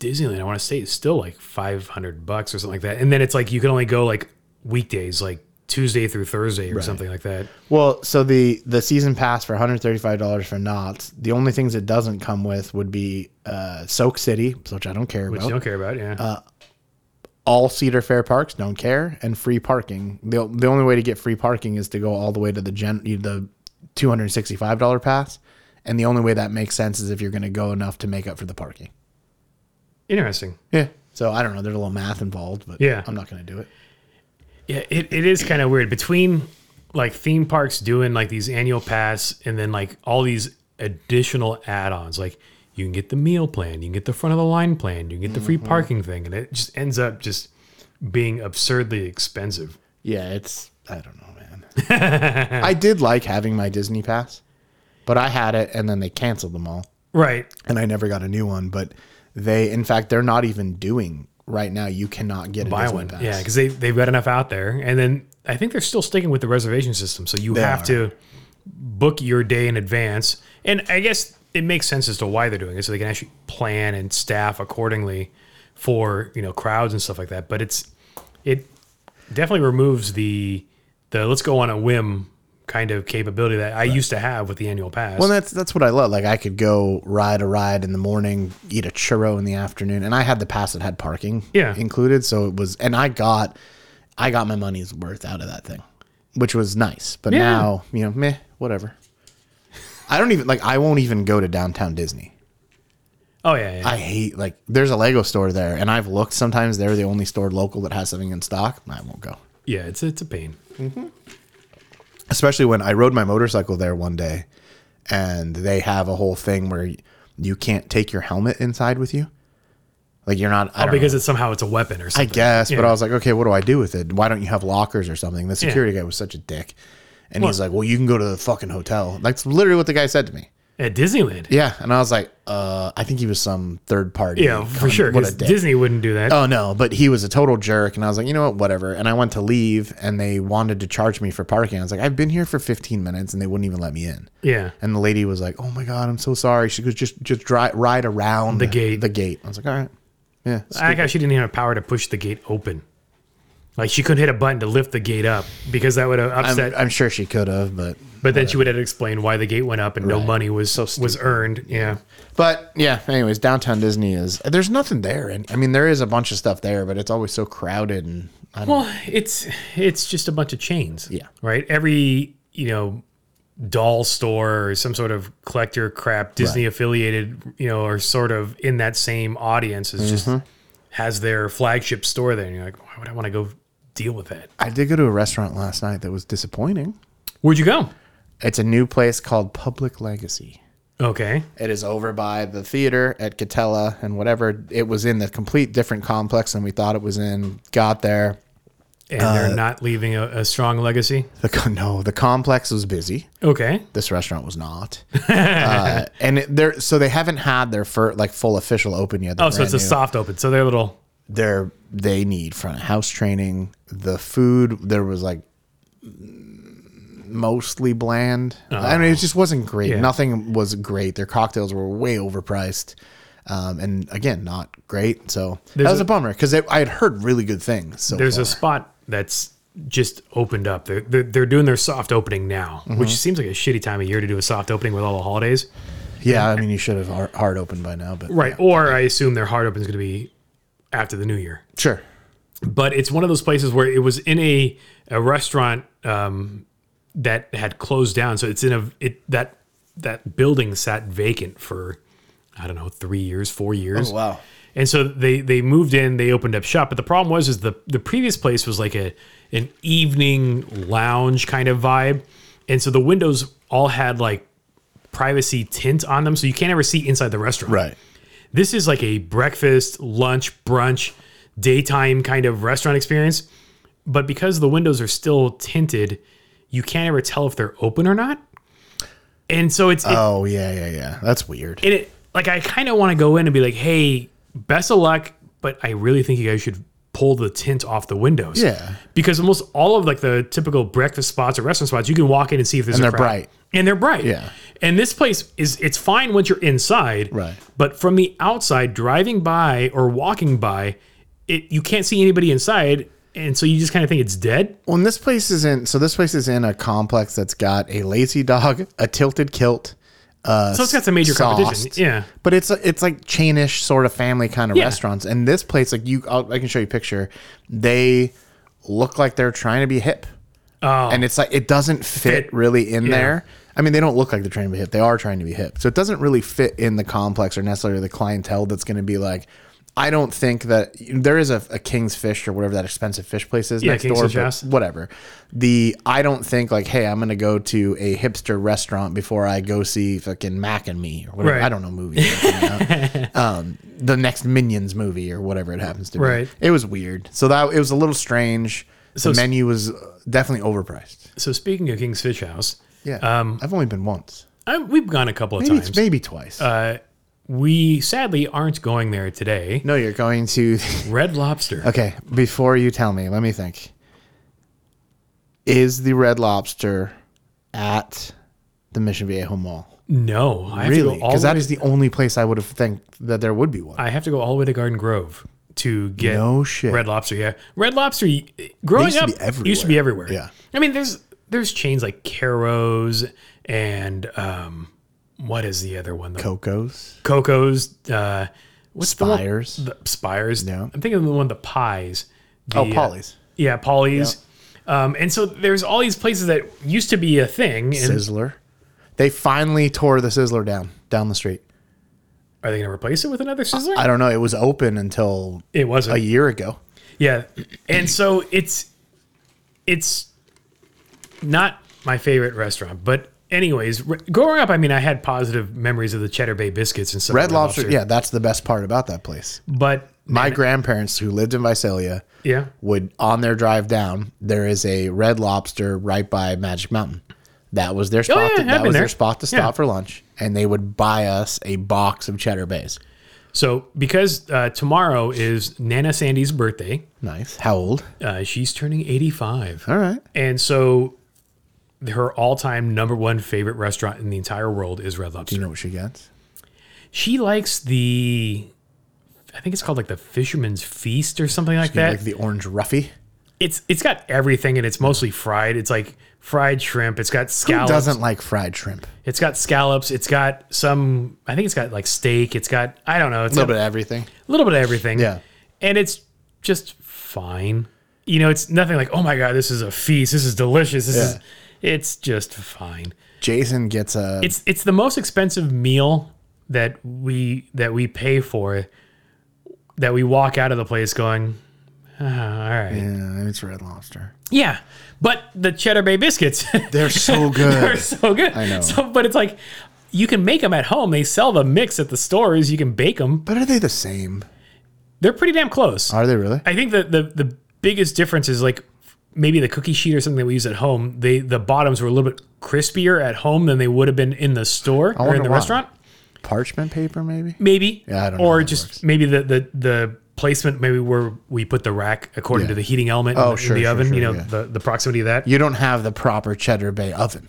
Disneyland, I want to say, is still like 500 bucks or something like that. And then it's like you can only go like weekdays, like Tuesday through Thursday or something like that.
Well, so the the season pass for one hundred thirty five dollars for Knott's. The only things it doesn't come with would be uh, Soak City, which I don't care
You
about.
don't care about, yeah.
All Cedar Fair parks don't care, and free parking. the The only way to get free parking is to go all the way to the gen the two hundred sixty five dollar pass. And the only way that makes sense is if you're going to go enough to make up for the parking.
Interesting.
Yeah. So I don't know. There's a little math involved, but
Yeah.
I'm not going to do it.
Yeah, it, it is kind of weird between like theme parks doing like these annual pass and then like all these additional add-ons like you can get the meal plan, you can get the front of the line plan, you can get the free parking thing and it just ends up just being absurdly expensive.
Yeah, it's I don't know, man. I did like having my Disney pass, but I had it and then they canceled them all,
Right.
and I never got a new one. But they, in fact, they're not even doing right now. You cannot get a
buy
Disney
one.
pass.
Yeah, because they they've got enough out there, and then I think they're still sticking with the reservation system. So you have
are.
to book your day in advance, and I guess it makes sense as to why they're doing it, so they can actually plan and staff accordingly for you know crowds and stuff like that. But it's it definitely removes the the let's go on a whim kind of capability that I used to have with the annual pass.
Well, that's that's what I love. Like I could go ride a ride in the morning, eat a churro in the afternoon, and I had the pass that had parking
Yeah.
included, so it was, and I got, I got my money's worth out of that thing, which was nice. But
Yeah.
now you know, meh, whatever. I don't even like. I won't even go to downtown Disney.
oh yeah, yeah.
I hate like. There's a Lego store there, and I've looked. Sometimes they're the only store local that has something in stock. I won't go
yeah, it's it's a pain.
especially when I rode my motorcycle there one day and they have a whole thing where y- you can't take your helmet inside with you. Like you're not I
Oh,
don't
because
know.
it's somehow it's a weapon or
I
something.
guess, but
yeah.
I was like, okay, what do I do with it? Why don't you have lockers or something? The security guy was such a dick. And he's like, "Well, you can go to the fucking hotel." That's literally what the guy said to me.
At Disneyland, yeah,
Yeah, and I was like, "Uh, I think he was some third party."
for
con-
sure.
What a
'cause
dick.
Disney wouldn't do that.
Oh no, but he was a total jerk, and I was like, you know what, whatever. And I went to leave, and they wanted to charge me for parking. I was like, I've been here for 15 minutes, and they wouldn't even let me in.
Yeah.
And the lady was like, "Oh my god, I'm so sorry." She goes, "Just just dri ride around the
gate.
The gate. I was like, "All right, yeah." So-
I guess she didn't even have power to push the gate open. Like she couldn't hit a button to lift the gate up because that would have
I'm,
upset.
I'm sure she could have, but
but then she would have explained why the gate went up and no
Right.
money was was earned. Yeah.
but yeah. Anyways, downtown Disney is there's nothing there, and I mean there is a bunch of stuff there, but it's always so crowded, and I don't,
Well, it's it's just a bunch of chains.
Yeah.
Right. Every you know doll store or some sort of collector crap Disney affiliated you know or sort of in that same audience is
Mm-hmm.
just has their flagship store there and you're like why would I want to go deal with that?
I did go to a restaurant last night that was disappointing.
Where'd you go?
It's a new place called Public Legacy.
Okay.
It is over by the theater at Catella and whatever. It was in the complete different complex than we thought it was in. Got there.
And they're not leaving a, a strong legacy.
The co- no, the complex was busy.
Okay.
This restaurant was not. uh, and it, they're so they haven't had their fir- like full official open yet.
Oh, so it's a soft open. So they're little.
they're they need front of house training. The food there was like mostly bland. I mean, it just wasn't great. Nothing was great. Their cocktails were way overpriced, um, and again, not great. So that was a, bummer because I had heard really good things. So
There's
far.
a spot that's just opened up. They're, they're, they're doing their soft opening now, which seems like a shitty time of year to do a soft opening with all the holidays.
yeah. I mean, you should have har- hard opened by now, but
Right. Or I assume their hard open is going to be after the new year.
sure.
But it's one of those places where it was in a, a restaurant um, that had closed down. So it's in a, it, that, that building sat vacant for, I don't know, three years, four years.
Wow.
And so they they moved in, they opened up shop. But the problem was is the the previous place was like a an evening lounge kind of vibe. And so the windows all had like privacy tint on them, so you can't ever see inside the restaurant. This is like a breakfast, lunch, brunch, daytime kind of restaurant experience. But because the windows are still tinted, you can't ever tell if they're open or not. And so it's it,
Oh yeah, yeah, yeah. That's weird.
and it like I kind of want to go in and be like, "Hey, best of luck," but I really think you guys should pull the tint off the windows.
Yeah.
because almost all of like the typical breakfast spots or restaurant spots, you can walk in and see if there's
And
a
they're
crowd.
bright.
and they're bright.
Yeah.
and this place is it's fine once you're inside.
Right.
but from the outside, driving by or walking by, it you can't see anybody inside, and so you just kind of think it's dead.
Well, and this place is in so this place is in a complex that's got a lazy dog, a tilted kilt, uh
So it's got some major competition.
sauced.
Yeah,
But it's it's like chainish sort of family kind of
Yeah.
restaurants. And this place, like you, I'll, I can show you a picture. They look like they're trying to be hip,
Oh.
and it's like it doesn't fit,
Fit.
really in there. I mean, they don't look like they're trying to be hip. They are trying to be hip, so it doesn't really fit in the complex or necessarily the clientele that's going to be like. I don't think that there is a, a King's Fish or whatever that expensive fish place is next
King's
door.
Fish
but
House.
Whatever. The I don't think like, hey, I'm gonna go to a hipster restaurant before I go see fucking Mac and Me or whatever.
Right.
I don't know movies. that are coming out Um, the next Minions movie or whatever it happens to be.
Right.
It was weird. So that it was a little strange.
So-
the menu was uh, definitely overpriced.
so speaking of King's Fish House,
Yeah. I've only been once.
I, we've gone a couple of
Maybe,
Um, times.
maybe twice.
Uh, we sadly aren't going there today.
no, you're going to
Red Lobster.
Okay, before you tell me, let me think. Is the Red Lobster at the Mission Viejo Mall?
No, I have
Really?
to go all.
Because
The way,
that is the only place I would have think that there would be one.
I have to go all the way to Garden Grove to get
no shit.
Red Lobster. Yeah, Red Lobster. y- Growing
used to
up,
be everywhere.
used to be everywhere.
Yeah.
I mean, there's there's chains like Caro's and um, what is the other one? The
Coco's,
Coco's. Uh, what's
Spires.
the one? The Spires.
Yeah.
I'm thinking of the one the pies.
oh,
The, uh,
Polly's.
Yeah, Polly's. Um, and so there's all these places that used to be a thing. And
Sizzler. They finally tore the Sizzler down down the street.
Are they going to replace it with another Sizzler?
I don't know. It was open until
it wasn't.
a year ago.
yeah, and so it's it's not my favorite restaurant, but anyways, re- growing up, I mean, I had positive memories of the Cheddar Bay biscuits and stuff.
Red Lobster. Yeah, that's the best part about that place.
but
My grandparents who lived in Visalia
yeah,
would on their drive down, there is a Red Lobster right by Magic Mountain. That was their spot.
Oh, yeah,
to,
I've
that
been
was
there.
their spot to stop
Yeah.
for lunch, and they would buy us a box of cheddar bays.
so because uh, tomorrow is Nana Sandy's birthday,
Nice. How old?
uh, she's turning eighty-five.
All right.
And so her all-time number one favorite restaurant in the entire world is Red Lobster.
You know what she gets?
She likes the I think it's called like the Fisherman's Feast or something like that.
Like the orange ruffy.
it's it's got everything and it's mostly fried. It's like fried shrimp. It's got
Who
scallops.
doesn't like fried shrimp? A
It's got scallops. It's got some I think it's got like steak. It's got I don't know. It's
little
got
bit of everything.
a little bit of everything.
Yeah.
And it's just fine. You know, it's nothing like, "Oh my god, this is a feast. This is delicious. This is it's just fine."
Jason gets a
it's it's the most expensive meal that we that we pay for that we walk out of the place going "Ah, all right yeah.
Yeah, it's Red Lobster.
but the cheddar bay biscuits
They're so
are
good.
so good
I know.
so but it's like you can make them at home they sell the mix at the stores you can bake them
but are they the same?
they're pretty damn close
Are they really?
i think that the the biggest difference is like maybe the cookie sheet or something that we use at home they the bottoms were a little bit crispier at home than they would have been in the store or in
wonder
the
why.
restaurant
Parchment paper, maybe.
maybe.
Yeah, I don't know
or
how that
just
works.
maybe the, the the placement, maybe where we put the rack according to the heating element in the- in,
Oh, sure,
the
sure,
oven.
sure,
you know,
yeah.
the, the proximity of that.
You don't have the proper cheddar bay oven.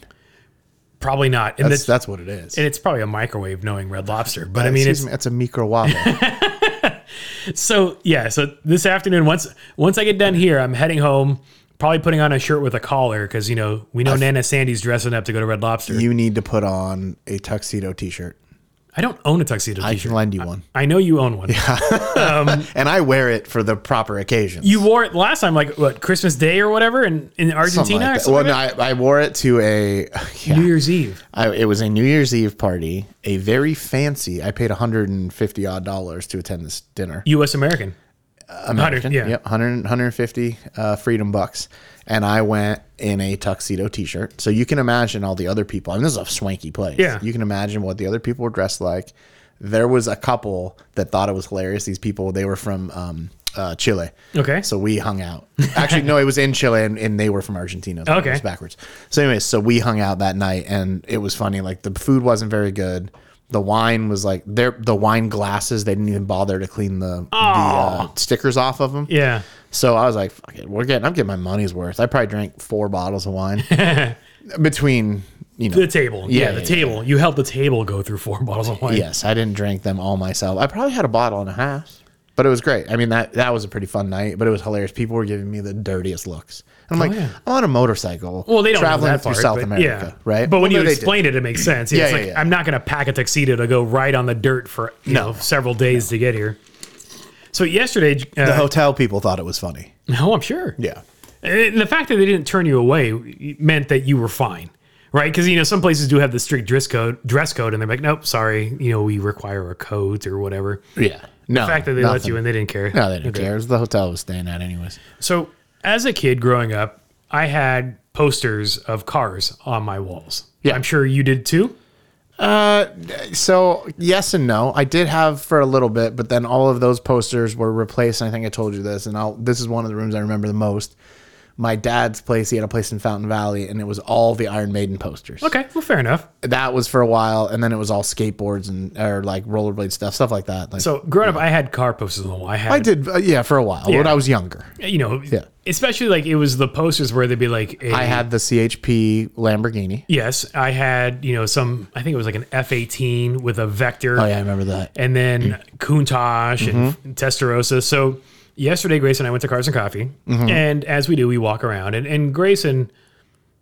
Probably not. And
That's
that's,
that's what it is.
and it's probably a microwave, knowing Red Lobster. But I mean,
Excuse
it's
me, it's a microwave.
so yeah. So this afternoon, once once I get done here, I'm heading home. Probably putting on a shirt with a collar because you know we know Nana Sandy's dressing up to go to Red Lobster.
you need to put on a tuxedo T-shirt.
I don't own a tuxedo
I
T-shirt.
can lend you one,
I know you own one.
and I wear it for the proper occasion.
You wore it last time, like what Christmas Day or whatever, in in Argentina. or something
Well,
like
no,
that?
I, I wore it to a. Yeah,
New Year's Eve.
I, it was a New Year's Eve party, a very fancy. I paid 150 odd dollars to attend this dinner.
U.S. American.
Uh, American.
yeah.
Yep. 100, 150 uh, freedom bucks. And I went in a tuxedo t shirt. So you can imagine all the other people. I mean, this is a swanky place.
Yeah.
You can imagine what the other people were dressed like. There was a couple that thought it was hilarious. These people, they were from um, uh, Chile.
Okay.
So we hung out. Actually, no, it was in Chile and, and they were from Argentina. So it
Okay.
was backwards. So, anyways, so we hung out that night and it was funny. Like the food wasn't very good. The wine was like their the wine glasses. They didn't even bother to clean the, the uh, stickers off of them.
yeah.
So I was like, Fuck it, we're getting. I'm getting my money's worth. I probably drank four bottles of wine between you know
The table. Yeah,
Yeah,
the
yeah,
table. You helped the table go through four bottles of wine.
Yes, I didn't drink them all myself. I probably had a bottle and a half, but it was great. I mean that that was a pretty fun night, but it was hilarious. People were giving me the dirtiest looks. And I'm like,
Oh, yeah.
I'm on a motorcycle.
Well, they don't
traveling
know that
through
part,
South
but-
America,
yeah.
right?
But when you
Well, no, they
explain it, it makes sense. Yeah,
Yeah,
it's
yeah,
like
yeah.
I'm not going to pack a tuxedo to go ride on the dirt for you know several days to get here. So yesterday,
did. the
uh,
hotel people thought it was funny.
no, I'm sure.
Yeah,
And the fact that they didn't turn you away meant that you were fine, right? Because you know some places do have the strict dress code, dress code, and they're like, nope, sorry, you know we require a coat or whatever.
yeah. No,
The fact that they let
nothing.
you in, they didn't care.
No, they didn't care. It was the hotel I was staying at, anyways.
So as a kid growing up, I had posters of cars on my walls.
Yeah.
I'm sure you did too.
So yes and no. I did have for a little bit, but then all of those posters were replaced. And I think I told you this, and I'll, this is one of the rooms I remember the most. My dad's place. He had a place in Fountain Valley, and it was all the Iron Maiden posters.
Okay, well, fair enough.
That was for a while, and then it was all skateboards and or like rollerblade stuff, stuff like that. Like
So growing up, I had car posters on the wall. I had,
I did, uh, yeah, for a while when I was younger.
you know, especially like it was the posters where they'd be like, a,
I had the CHP Lamborghini.
yes, I had, you know, some, I think it was like an F-18 with a vector
Oh yeah, I remember that.
and then Countach and Testarossa. So yesterday, Grace and I went to Cars and Coffee, and as we do, we walk around, and and Grayson,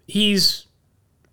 he's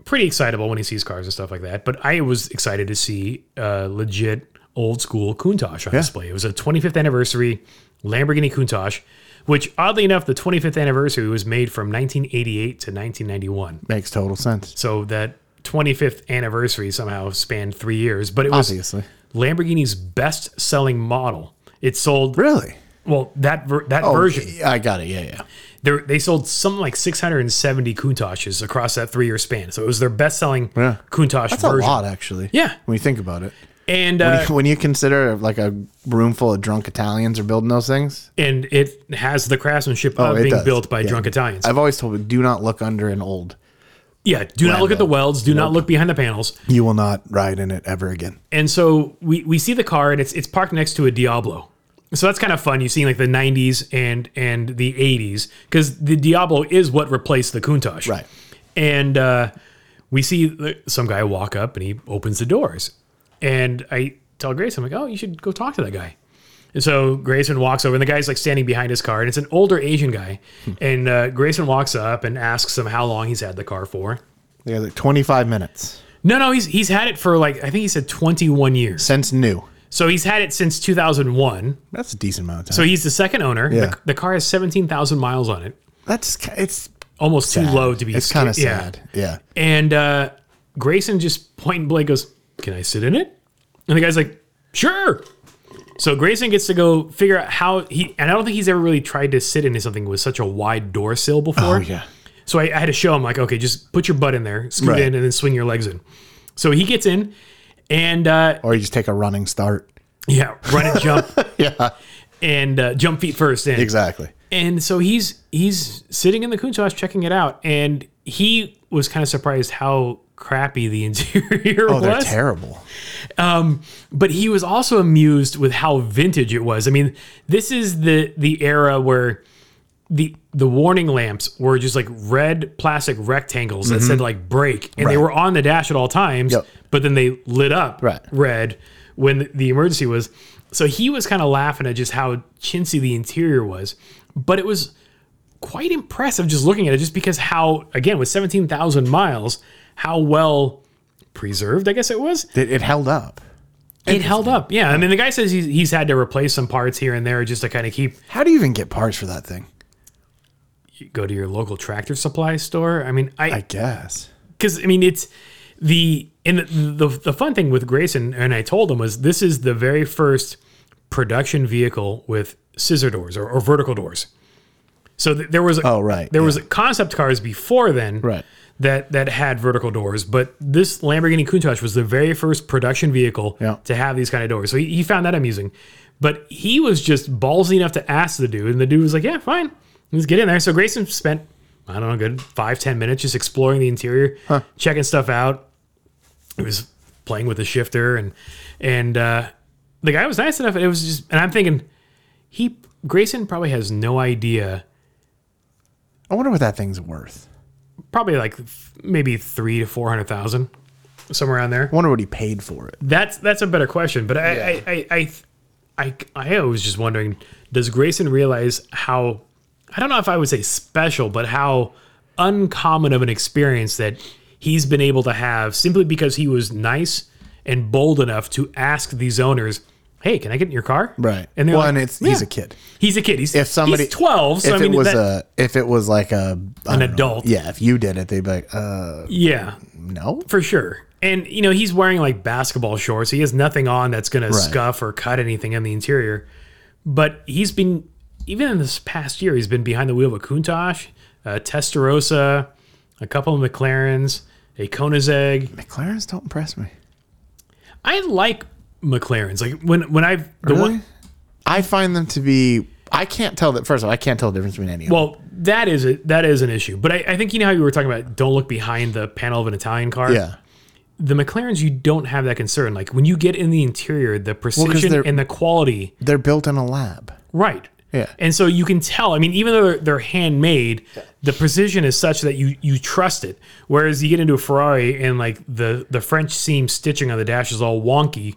pretty excitable when he sees cars and stuff like that. But I was excited to see a legit old school Countach on display. It was a 25th anniversary Lamborghini Countach, which oddly enough, the 25th anniversary was made from 1988 to 1991.
Makes total sense.
So that 25th anniversary somehow spanned three years, but it was
Obviously,
Lamborghini's best-selling model. It sold
really. Oh,
well that ver- that version.
Yeah, I got it. Yeah, yeah.
There, they sold something like 670 Countaches across that three-year span. So it was their best-selling
Yeah.
Countach
It's a
version.
lot actually.
Yeah,
when you think about it.
and uh,
when you consider like a room full of drunk Italians are building those things,
and it has the craftsmanship of
Oh, it
being
does.
built by
Yeah.
drunk Italians.
I've always told you do not look under an old.
yeah, do not look at the welds. Do not look behind the panels.
You will not ride in it ever again.
And so we we see the car and it's it's parked next to a Diablo. So that's kind of fun. You see like the 90s and and the 80s because the Diablo is what replaced the Countach.
Right.
And uh, we see the- some guy walk up and he opens the doors. And I tell Grace, I'm like, "Oh, you should go talk to that guy." And so Grayson walks over, and the guy's like standing behind his car, and it's an older Asian guy. And uh, Grayson walks up and asks him how long he's had the car for.
They're like 25 minutes
No, no, he's he's had it for like I think he said 21 years.
since new.
So he's had it since 2001.
That's a decent amount of
So
time.
he's the second owner.
Yeah.
The, the car has 17,000 miles on it.
that's ki- it's
Almost too low to be
It's kind of
sca- yeah.
sad. Yeah.
And uh, Grayson just point blank goes, Can I sit in it? And the guy's like, Sure. So Grayson gets to go figure out how he, and I don't think he's ever really tried to sit into something with such a wide door sill before.
Oh yeah.
So I, I had to show him like, okay, just put your butt in there, scoot
Right.
in, and then swing your legs in. So he gets in, and uh,
Or you just take a running start.
yeah, run and jump, yeah, and uh, jump feet first in.
Exactly.
And so he's he's sitting in the Countach checking it out, and he was kind of surprised how crappy the interior
Oh, they're
was.
terrible.
but he was also amused with how vintage it was. I mean, this is the the era where the the warning lamps were just like red plastic rectangles that said like brake, and they
Mm-hmm. Right.
were on the dash at all times.
Yep.
But then they lit up
Right.
red when the emergency was. So he was kind of laughing at just how chintzy the interior was, but it was quite impressive just looking at it, just because how again with seventeen thousand miles, how well preserved I guess it was
It, it held up.
it held up. Yeah. I mean, the guy says he's, he's had to replace some parts here and there just to kind of keep
How do you even get parts for that thing?
go to your local tractor supply store. I mean,
I
I
guess.
because I, mean it's the and the, the the fun thing with Grayson and I told him was this is the very first production vehicle with scissor doors or, or vertical doors. So th- there was a,
Oh, right,
there was concept cars before then
Right.
that that had vertical doors, but this Lamborghini Countach was the very first production vehicle
Yeah.
to have these kind of doors. So he, he found that amusing, but he was just ballsy enough to ask the dude, and the dude was like, "Yeah, fine, let's get in there." So Grayson spent I don't know, a good five ten minutes just exploring the interior, checking stuff out. He was playing with the shifter, and and uh, the guy was nice enough. It was just, and I'm thinking he Grayson probably has no idea.
I wonder what that thing's worth.
Probably like th- maybe three to four hundred thousand, somewhere around there.
I wonder what he paid for it.
That's that's a better question. But I I, I I I I was just wondering, does Grayson realize how I don't know if I would say special, but how uncommon of an experience that he's been able to have simply because he was nice and bold enough to ask these owners, "Hey, can I get in your car?" And
And
they're
well,
like,
and it's he's
"Yeah."
a kid.
He's a kid. He's
If somebody
he's twelve. So
if
I mean,
it was
that-
a if it was like a I
an
don't know.
adult.
Yeah, if you did it, they'd be like, uh,
yeah,
no.
for sure. And you know, he's wearing like basketball shorts. He has nothing on that's going to scuff or cut anything on the interior. But he's been even in this past year, he's been behind the wheel of a Countach, a Testarossa, a couple of McLarens, a Koenigsegg.
McLarens don't impress me.
I like McLarens. Like when when I've the
Really?
one
I find them to be. I can't tell that. First of all, I can't tell the difference between any. of them.
well, that is a, that is an issue. But I, I think you know how you were talking about don't look behind the panel of an Italian car.
yeah.
The McLarens you don't have that concern. Like when you get in the interior, the precision
they're-
and the quality
They're built in a lab.
Right.
Yeah.
And so you can tell. I mean, even though they're, they're handmade, the precision is such that you you trust it. Whereas you get into a Ferrari and like the the French seam stitching on the dash is all wonky.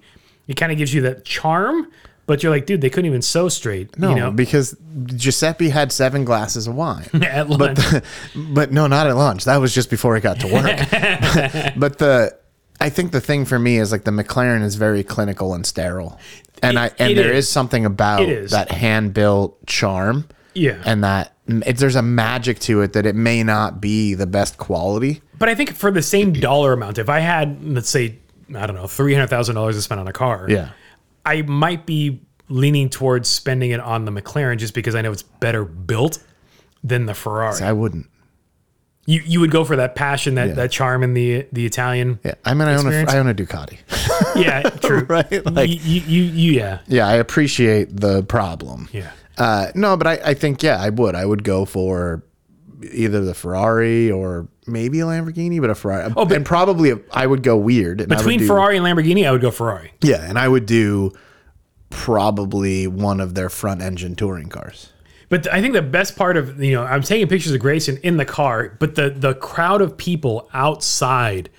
It kind of gives you that charm, but you're like, dude, they couldn't even sew straight.
No,
you know,
because Giuseppe had seven glasses of wine.
at lunch.
but no, not at lunch. That was just before I got to work. but the I think the thing for me is like the McLaren is very clinical and sterile. And I and
it
there
is.
is. something about
It is.
that hand built charm.
Yeah.
And that it, there's a magic to it that it may not be the best quality.
but I think for the same dollar amount, if I had, let's say, I don't know, three hundred thousand dollars to spend on a car, I might be leaning towards spending it on the McLaren just because I know it's better built than the Ferrari.
I wouldn't.
You you would go for that passion, that that charm in the the Italian.
Yeah. I mean I own a,
Experience?
I own a Ducati.
Yeah, true.
Right? Like-
you, you, you, you- yeah,
yeah, I appreciate the problem.
yeah.
Uh, no, but I, I think yeah, I would. I would go for either the Ferrari or maybe a Lamborghini, but a Ferrari. Oh,
but-
and probably a, I would go weird. And I would
Between
do-
Ferrari and Lamborghini, I would go Ferrari.
yeah, and I would do probably one of their front engine touring cars.
But I think the best part of you know, I'm taking pictures of Grayson in the car, but the the crowd of people outside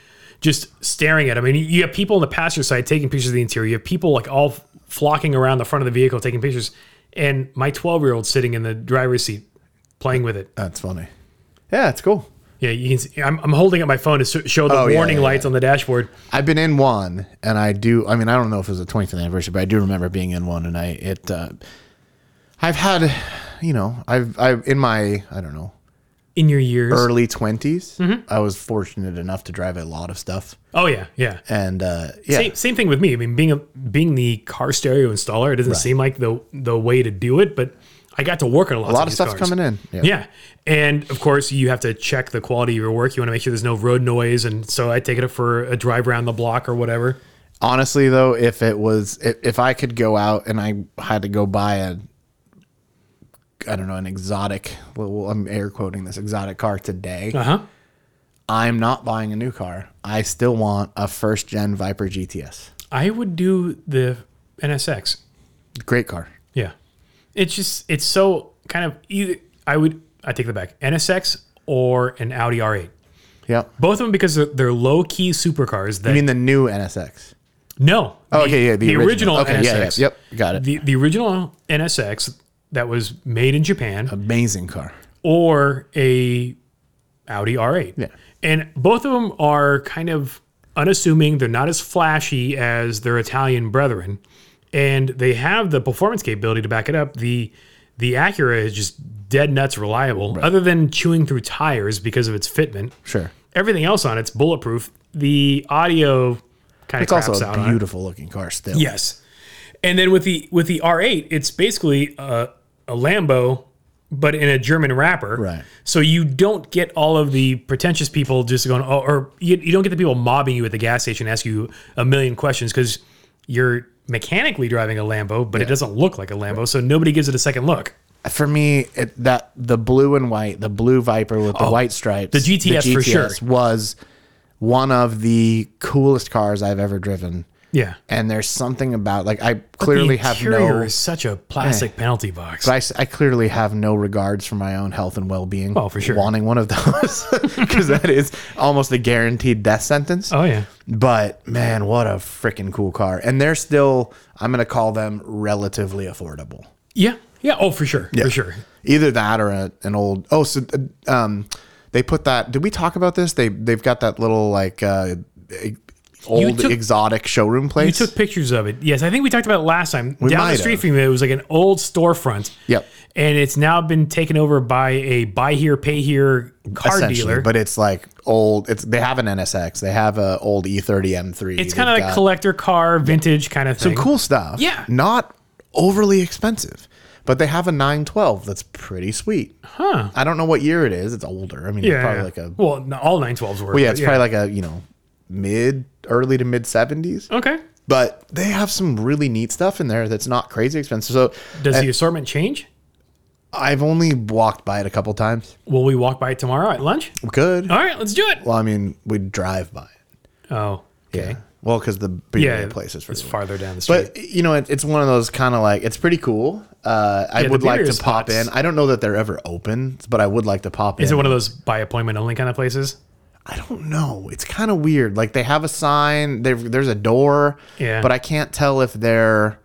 just staring at him. I mean, you have people on the passenger side taking pictures of the interior. You have people like all flocking around the front of the vehicle taking pictures, and my 12 year old sitting in the driver's seat playing with it.
That's funny. Yeah, it's cool.
Yeah, you can. See, I'm, I'm holding up my phone to s- show the
Oh, yeah,
warning
yeah,
lights on the dashboard.
I've been in one, and I do. I mean, I don't know if it was the 20th anniversary, but I do remember being in one, and I it. Uh, I've had, you know, I've I've in my I don't know
in your years.
early 20s,
Mm-hmm.
I was fortunate enough to drive a lot of stuff.
oh yeah, yeah.
and uh, yeah,
Same, same thing with me. I mean, being a being the car stereo installer, it doesn't seem like the the way to do it, but I got to work on a lot.
a lot
of,
of
these
stuff's
cars.
coming in.
Yeah, and of course you have to check the quality of your work. You want to make sure there's no road noise, and so I take it for a drive around the block or whatever.
Honestly, though, if it was, if, if I could go out and I had to go buy a, I don't know, an exotic. Well, I'm air quoting this exotic car today.
Uh huh.
I'm not buying a new car. I still want a first gen Viper GTS.
I would do the NSX.
Great car.
Yeah, it's just it's so kind of either I would I take the back NSX or an Audi R8.
Yep.
Both of them because they're, they're low key supercars that
I mean the new NSX.
No.
Oh,
the-
okay, yeah, the, original. Okay, yeah, yeah,
NSX.
yep, got it.
The the original NSX that was made in Japan
Amazing car.
or a Audi R8.
Yeah.
And both of them are kind of unassuming. They're not as flashy as their Italian brethren, and they have the performance capability to back it up. The the Acura is just dead nuts reliable, other than chewing through tires because of its fitment.
Sure.
Everything else on it's bulletproof. The audio kind
It's
of craps
also
out
a
on it.
beautiful looking car still.
Yes. And then with the with the R8, it's basically a, a Lambo, but in a German wrapper.
Right.
So you don't get all of the pretentious people just going, oh, or you, you don't get the people mobbing you at the gas station, ask you a million questions because you're mechanically driving a Lambo, but it doesn't look like a Lambo, so nobody gives it a second look.
For me, it, that the blue and white, the blue Viper with
Oh,
the white stripes, the
GTS for sure.
was one of the coolest cars I've ever driven.
Yeah.
And there's something about like I clearly
the
have
interior
no,
is such a plastic penalty box.
I, s- I clearly have no regards for my own health and well being.
Oh, for sure.
wanting one of those because that is almost a guaranteed death sentence.
Oh yeah.
But man, what a freaking cool car! And they're still, I'm gonna call them relatively affordable.
Yeah. Yeah. Oh, for sure. For sure.
Either that or a, an old. Oh, so uh, um, they put that. Did we talk about this? They they've got that little like uh, e- old
took-
exotic showroom place.
You took pictures of it. Yes, I think we talked about it last time. Down
might
the street
have.
from you, it was like an old storefront.
Yep.
And it's now been taken over by a buy here, pay here car
essentially,
dealer.
but it's like old. It's they have an NSX. They have a old E E30 M3.
it's kind of like collector car, vintage kind of thing.
cool stuff.
Yeah.
Not overly expensive, but they have a 912 that's pretty sweet. Huh. I don't know what year it is. It's older. I mean, it's
Yeah.
probably like a,
well, no, all 912s were.
well, yeah,
but
it's probably like a, you know, mid, early to mid 70s.
Okay.
But they have some really neat stuff in there that's not crazy expensive. So
Does the assortment change?
I've only walked by it a couple times.
Will we walk by it tomorrow at lunch?
We could.
All right, let's do it.
Well, I mean, we drive by it.
Oh, okay.
Yeah. Well, because the
Yeah,
beer place is
it's
really
farther down the street.
But you know, it, it's one of those kind of like it's pretty cool. Uh, I
the
would like
beer
to pop
spots.
in. I don't know that they're ever open, but I would like to pop
Is
in.
it one of those by appointment only kind of places?
I don't know. It's kind of weird. Like they have a sign. They've, there's a door.
Yeah.
But I can't tell if they're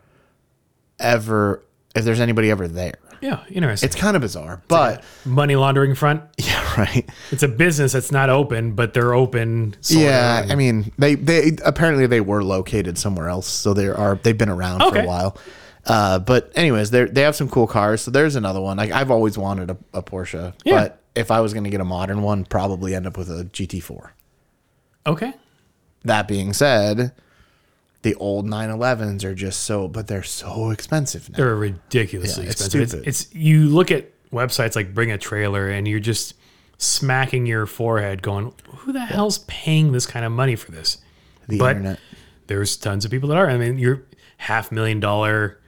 ever if there's anybody ever there.
Yeah, interesting.
It's kind of bizarre. But
Money laundering front.
yeah, right.
It's a business that's not open, but they're open. Sort
Yeah, I mean, they they apparently they were located somewhere else, so they are they've been around for
Okay.
a while. Uh, but anyways, they they have some cool cars. So there's another one. Like I've always wanted a, a Porsche,
Yeah.
but if I was going to get a modern one, probably end up with a GT4.
Okay.
That being said, the old 911s are just so, but they're so expensive now.
They're ridiculously
Yeah, it's
expensive. It's,
stupid.
it's, you look at websites like Bring a Trailer, and you're just smacking your forehead, going, "Who the hell's paying this kind of money for this?"
the
but-
internet.
There's tons of people that are. I mean, your half million dollar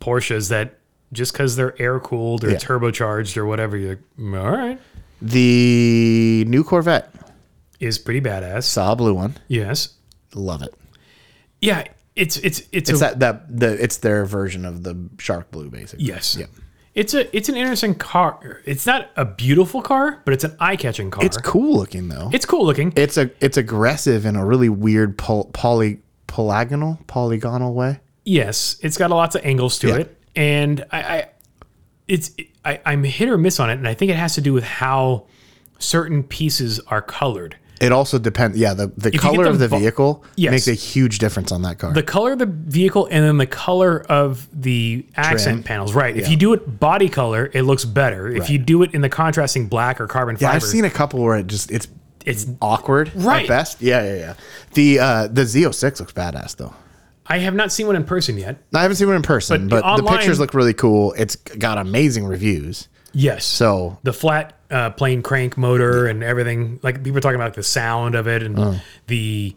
Porsches that just because they're air cooled or
Yeah.
turbocharged or whatever, you're like, "Mm, all right,
The new Corvette,
is pretty badass.
saw a blue one,
Yes.
love it.
Yeah. It's it's it's,
It's
a
that that the it's their version of the Shark Blue, basically.
yes.
Yeah.
It's a it's an interesting car. It's not a beautiful car, but it's an eye catching car.
It's cool looking though.
It's cool looking.
it's a it's aggressive in a really weird pol- poly polygonal polygonal way.
Yes, it's got lots of angles to it, and I, I it's I, I'm hit or miss on it, and I think it has to do with how certain pieces are colored.
It also depends. Yeah, the, the
get
color of
them
the
bu-
vehicle
Yes.
makes a huge difference on that car.
The color of the vehicle, and then the color of the accent
Trim.
panels. Right. If you do it body color, it looks better. If you do it in the contrasting black or carbon
yeah,
fiber,
I've seen a couple where it just it's
it's
awkward
Right.
at best. Yeah, yeah, yeah. The uh, the Z06 looks badass though.
I have not seen one in person yet.
I haven't seen one in person,
But
but, the
online-
pictures look really cool. It's got amazing reviews.
Yes.
So
the flat uh, plane crank motor and everything. Like people are talking about like, the sound of it and the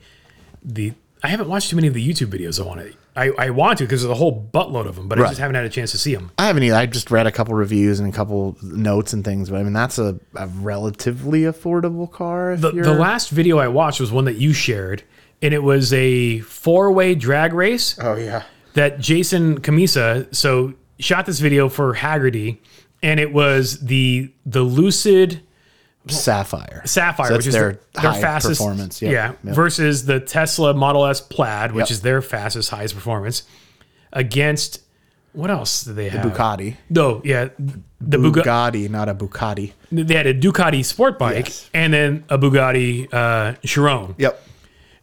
the. I haven't watched too many of the YouTube videos on it. I, I want to because there's a whole buttload of them, but I just haven't had a chance to see them.
I haven't either. I just read a couple reviews and a couple notes and things, but I mean that's a, a relatively affordable car. If
The,
you're,
the last video I watched was one that you shared, and it was a four way drag race
oh yeah.
that Jason Camisa so shot this video for Haggerty, and it was the the Lucid
Sapphire.
Sapphire,
So
which
that's
is
their
their, their
high
fastest
performance,
Yeah.
yeah. Yep.
Versus the Tesla Model S Plaid, which
Yep.
is their fastest, highest performance. Against what else did they have?
Bucati.
No, yeah, the Bugatti.
Bugatti, not a Bucati.
They had a Ducati sport bike
Yes.
and then a Bugatti uh, Chiron.
Yep.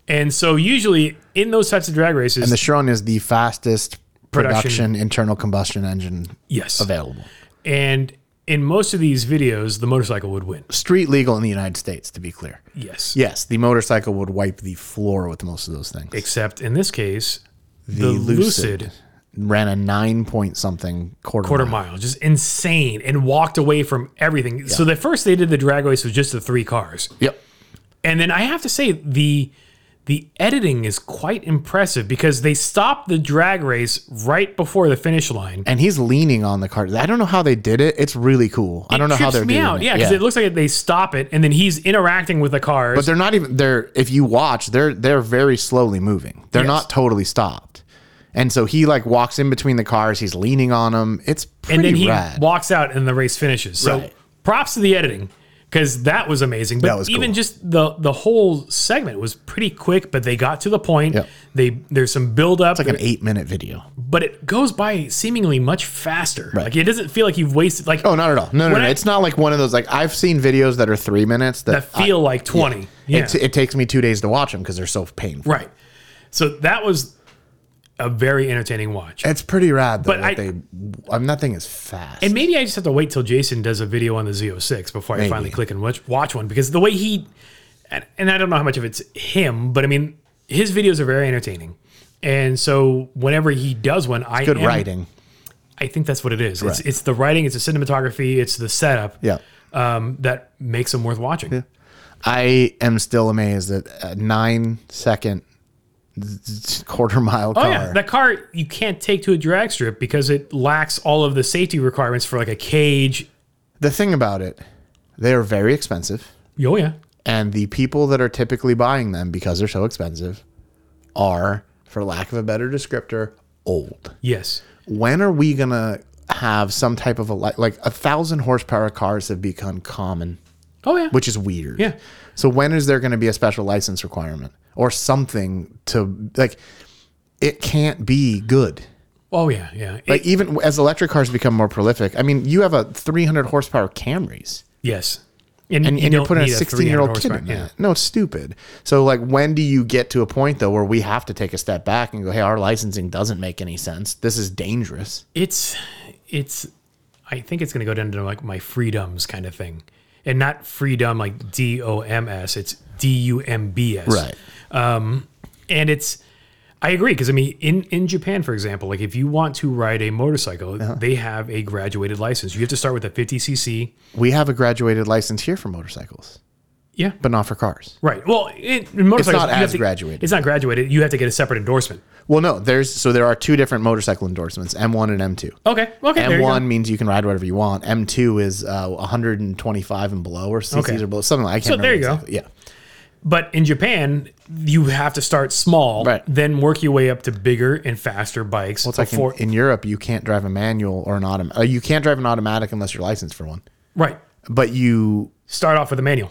And so usually in those types of drag races,
The Chiron is the fastest
Production.
production, internal combustion engine
yes,
available.
and in most of these videos, the motorcycle would win.
Street legal in the United States, to be clear.
Yes.
Yes, the motorcycle would wipe the floor with most of those things.
Except in this case, the,
Lucid
Lucid
ran a nine point something quarter,
quarter
mile.
mile, just insane, and walked away from everything. So the first they did the drag race was just the three cars,
Yep.
and then I have to say the the editing is quite impressive because they stopped the drag race right before the finish line.
And he's leaning on the cart. I don't know how they did it. It's really cool. I don't know how
Trips
they're
me
doing
out,
it.
yeah, because it looks like they stop it and then he's interacting with the cars.
but they're not even they're if you watch they're they're very slowly moving they're not totally stopped and so he like walks in between the cars he's leaning on them it's pretty
and then he
rad
walks out and the race finishes. So
Right.
props to the editing because that was amazing. But
That was
even
cool.
just the the whole segment was pretty quick, but they got to the point.
Yep.
They there's some build up,
like an eight minute video
but it goes by seemingly much faster. Like it doesn't feel like you've wasted like
oh not at all no no,
When
no.
I-
it's not like one of those like i've seen videos that are three minutes that,
I feel like twenty. Yeah.
it, it takes me two days to watch them because they're so painful
right. So that was a very entertaining watch.
it's pretty rad though,
But
but
I-
they i'm nothing is fast
And maybe I just have to wait till Jason does a video on the Z06 before I finally click and watch, watch one because the way he, and, and I don't know how much of it's him, but I mean, his videos are very entertaining. And so whenever he does one, I
good
am-
writing
I think that's what it is. It's, it's the writing, it's the cinematography, it's the setup
yeah
um, that makes them worth watching.
i am still amazed at a nine second z- z- quarter mile car
Oh yeah, that car you can't take to a drag strip because it lacks all of the safety requirements for like a cage.
the thing about it, they are very expensive,
Oh yeah,
and the people that are typically buying them because they're so expensive are, for lack of a better descriptor, old.
yes.
When are we gonna have some type of a like, like a thousand horsepower cars have become common,
Oh yeah.
which is weird.
Yeah.
So when is there gonna be a special license requirement or something to like? It can't be good.
oh yeah, yeah. It-
Like even as electric cars become more prolific, I mean, you have a 300 horsepower Camrys.
Yes.
and,
you
and you are
don't
putting a
need
16 year
300
old kid
horsepower.
in that. No, it's stupid. So, like, when do you get to a point though where we have to take a step back and go, "Hey, our licensing doesn't make any sense. This is dangerous."
It's, it's, I think it's going to go down to like my freedoms kind of thing. And not freedom like D O M S, it's D U M B S. And it's, I agree. Cause I mean, in, in Japan, for example, like if you want to ride a motorcycle,
Uh-huh.
they have a graduated license. You have to start with a 50cc.
We have a graduated license here for motorcycles,
Yeah.
but not for cars.
Right. Well, in, in motorcycles,
not
you have
as
to-
graduated.
It's not graduated. You have to get a separate endorsement.
Well, no, there's so there are two different motorcycle endorsements: M1 and M2.
Okay. Okay. there you go.
M1 means you can ride whatever you want. M2 is uh, 125 and below, or CCs
Okay.
or below, something like. I can't
So there
remember
you
exactly. Yeah.
But in Japan, you have to start small,
Right.
then work your way up to bigger and faster bikes.
It's like in-
before-
in, Europe, you can't drive a manual or an automatic. you can't drive an automatic unless you're licensed for one.
right.
But you
Start off with a manual.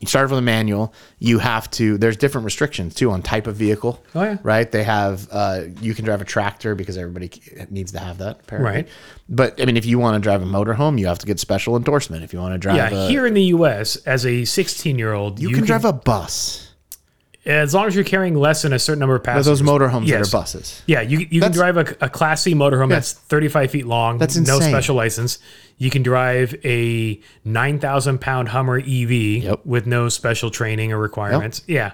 you start with a manual. You have to. There's different restrictions too on type of vehicle.
Oh, yeah.
Right. They have. Uh, you can drive a tractor because everybody c- needs to have that. Apparently.
Right.
But I mean, if you want to drive a motorhome, you have to get special endorsement. If you want to drive,
Yeah,
a,
here in the U.S., as a 16-year-old,
you, can, drive a bus.
as long as you're carrying less than a certain number of passengers.
Those motorhomes
Yes.
that are buses.
Yeah, you, you can drive a, a Class C motorhome that's 35 feet long. That's No
insane.
special license. You can drive a 9,000 pound Hummer EV
Yep.
with no special training or requirements. Yeah.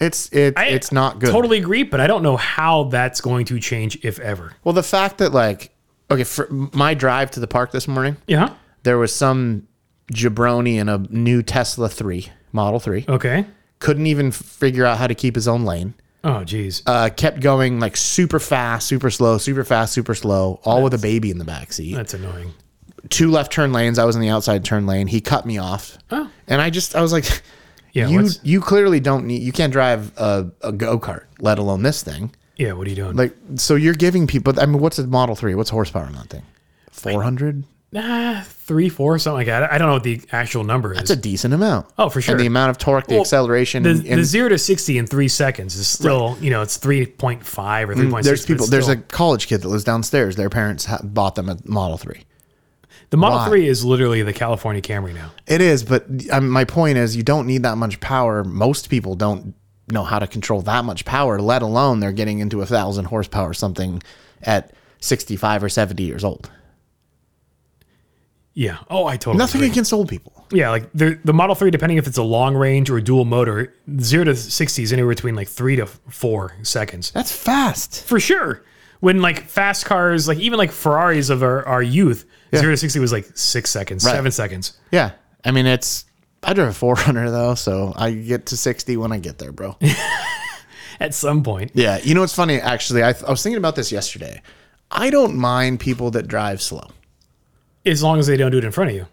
It's it,
I
it's not good.
Totally agree, but I don't know how that's going to change, if ever.
Well, the fact that like okay, for my drive to the park this morning,
Yeah.
there was some jabroni in a new Tesla three Model three.
Okay.
Couldn't even f- figure out how to keep his own lane.
Oh, geez.
uh, kept going like super fast, super slow, super fast, super slow, all with a baby in the back seat.
That's annoying.
Two left turn lanes. I was in the outside turn lane. He cut me off,
Oh.
and I just I was like,
Yeah,
you
what's-
you clearly don't need you can't drive a, a go kart, let alone this thing.
Yeah, what are you doing?
Like so, you're giving people. I mean, what's a Model Three? What's horsepower on that thing? Four hundred.
ah, three, four, something like that. I don't know what the actual number is.
It's a decent amount.
Oh, for sure.
And the amount of torque, the
Well,
acceleration,
the,
and,
the zero to sixty in three seconds is still, you know, it's three point five or three point six.
Mm, there's people. There's a college kid that lives downstairs. Their parents ha- bought them a Model Three.
the Model
why?
Three is literally the California Camry now.
It is, but um, my point is, you don't need that much power. Most people don't know how to control that much power, let alone they're getting into a thousand horsepower or something at sixty-five or seventy years old.
Yeah. Oh, I totally.
Nothing
agree.
against old people.
Yeah, like the the Model Three, depending if it's a long range or dual motor, zero to sixty is anywhere between like three to four seconds
That's fast.
for sure. when like fast cars, like even like Ferraris of our, our youth,
Yeah.
zero to sixty was like six seconds,
Right.
seven seconds.
Yeah. I mean, it's, I drove a 4Runner though, so I get to 60 when I get there, bro.
At some point,
yeah. You know what's funny? Actually, I, th- I was thinking about this yesterday. I don't mind people that drive slow.
as long as they don't do it in front of you.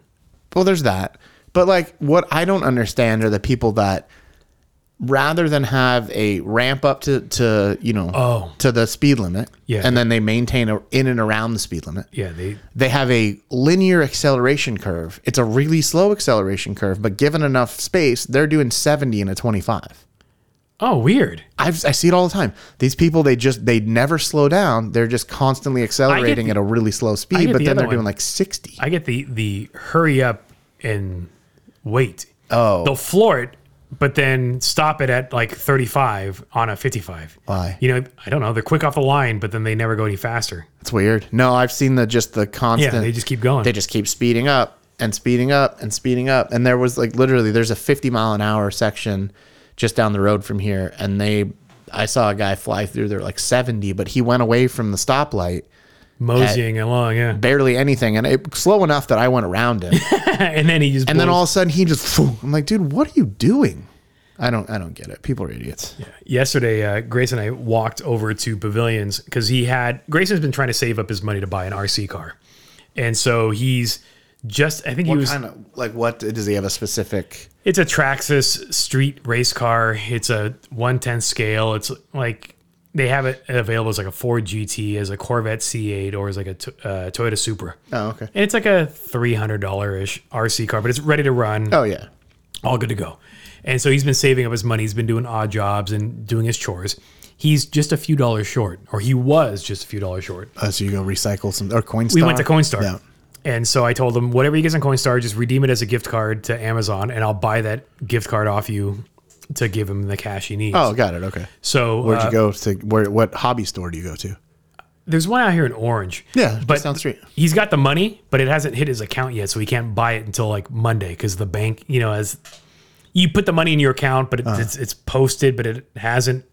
Well, there's that. But like what I don't understand are the people that rather than have a ramp up to, to you know
Oh.
to the speed limit
Yeah.
and then they maintain a, in and around the speed limit
Yeah, they
they have a linear acceleration curve it's a really slow acceleration curve but given enough space they're doing 70 and a 25
Oh, weird.
I've, I see it all the time these people they just they never slow down they're just constantly accelerating
the-
at a really slow speed
get
but
the
then
other
they're doing
one.
like 60
I get the the hurry up and wait.
Oh.
They'll floor it, but then stop it at like 35 on a 55.
Why?
You know, I don't know. They're quick off the line, but then they never go any faster.
It's weird. No, I've seen the just the
Yeah,
constant.
they just keep going.
they just keep speeding up and speeding up and speeding up. And there was like literally there's a 50 mile an hour section just down the road from here, and they I saw a guy fly through there like 70, but he went away from the stoplight
Moseying along, yeah.
barely anything, and it slow enough that I went around him.
and then he just
and then
blows-
all of a sudden he just. phew. I'm like, dude, what are you doing? I don't I don't get it. People are idiots.
yesterday uh, Grace and I walked over to Pavilions because he had Grayson's been trying to save up his money to buy an RC car, and so he's just I think he was
Kind of like what does he have a specific?
It's a Traxxas street race car. It's a 110 scale. It's like they have it available as like a Ford GT, as a Corvette C8, or as like a to- uh, Toyota Supra.
Oh okay.
And it's like a $300 ish RC car, but it's ready to run,
Oh yeah.
all good to go. And so he's been saving up his money. He's been doing odd jobs and doing his chores. He's just a few dollars short, or he was just a few dollars short.
Oh, so you go recycle some or coin.
We went to Coinstar.
Yeah.
And so I told him, whatever he gets on Coinstar, just redeem it as a gift card to Amazon, and I'll buy that gift card off you to give him the cash he needs.
Oh, got it. Okay.
so
Where'd
uh,
you go to? Where? What hobby store do you go to?
there's one out here in Orange.
Yeah, just
but
down the street.
he's got the money, but it hasn't hit his account yet, so he can't buy it until like Monday because the bank, you know, as you put the money in your account, but it,
Uh-huh.
it's it's posted, but it hasn't,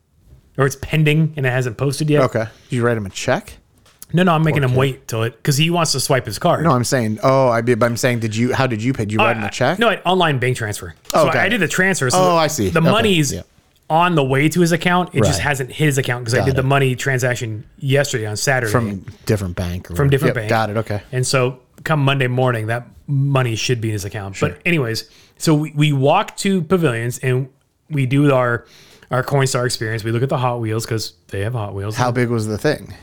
or it's pending and it hasn't posted yet.
Okay. Did you write him a check?
No, no, I'm making him wait till it because he wants to swipe his card.
No, I'm saying. Oh, I. be- But I'm saying, did you? How did you pay? Did you write him
Oh, I-
a check?
Uh, No, I- online bank transfer. So
got
I, I
it.
did the transfer. So
Oh,
the-
I see.
The
Okay,
money's
yeah.
on the way to his account. It just
Right.
hasn't hit his account because I
Got
did the
it.
money transaction yesterday on Saturday.
From different bank. Or
From different bank.
Got it. Okay.
and so come Monday morning, that money should be in his account. But anyways, so we, we walk to pavilions and we do our our Coinstar experience. We look at the Hot Wheels because they have Hot Wheels.
How big was the thing?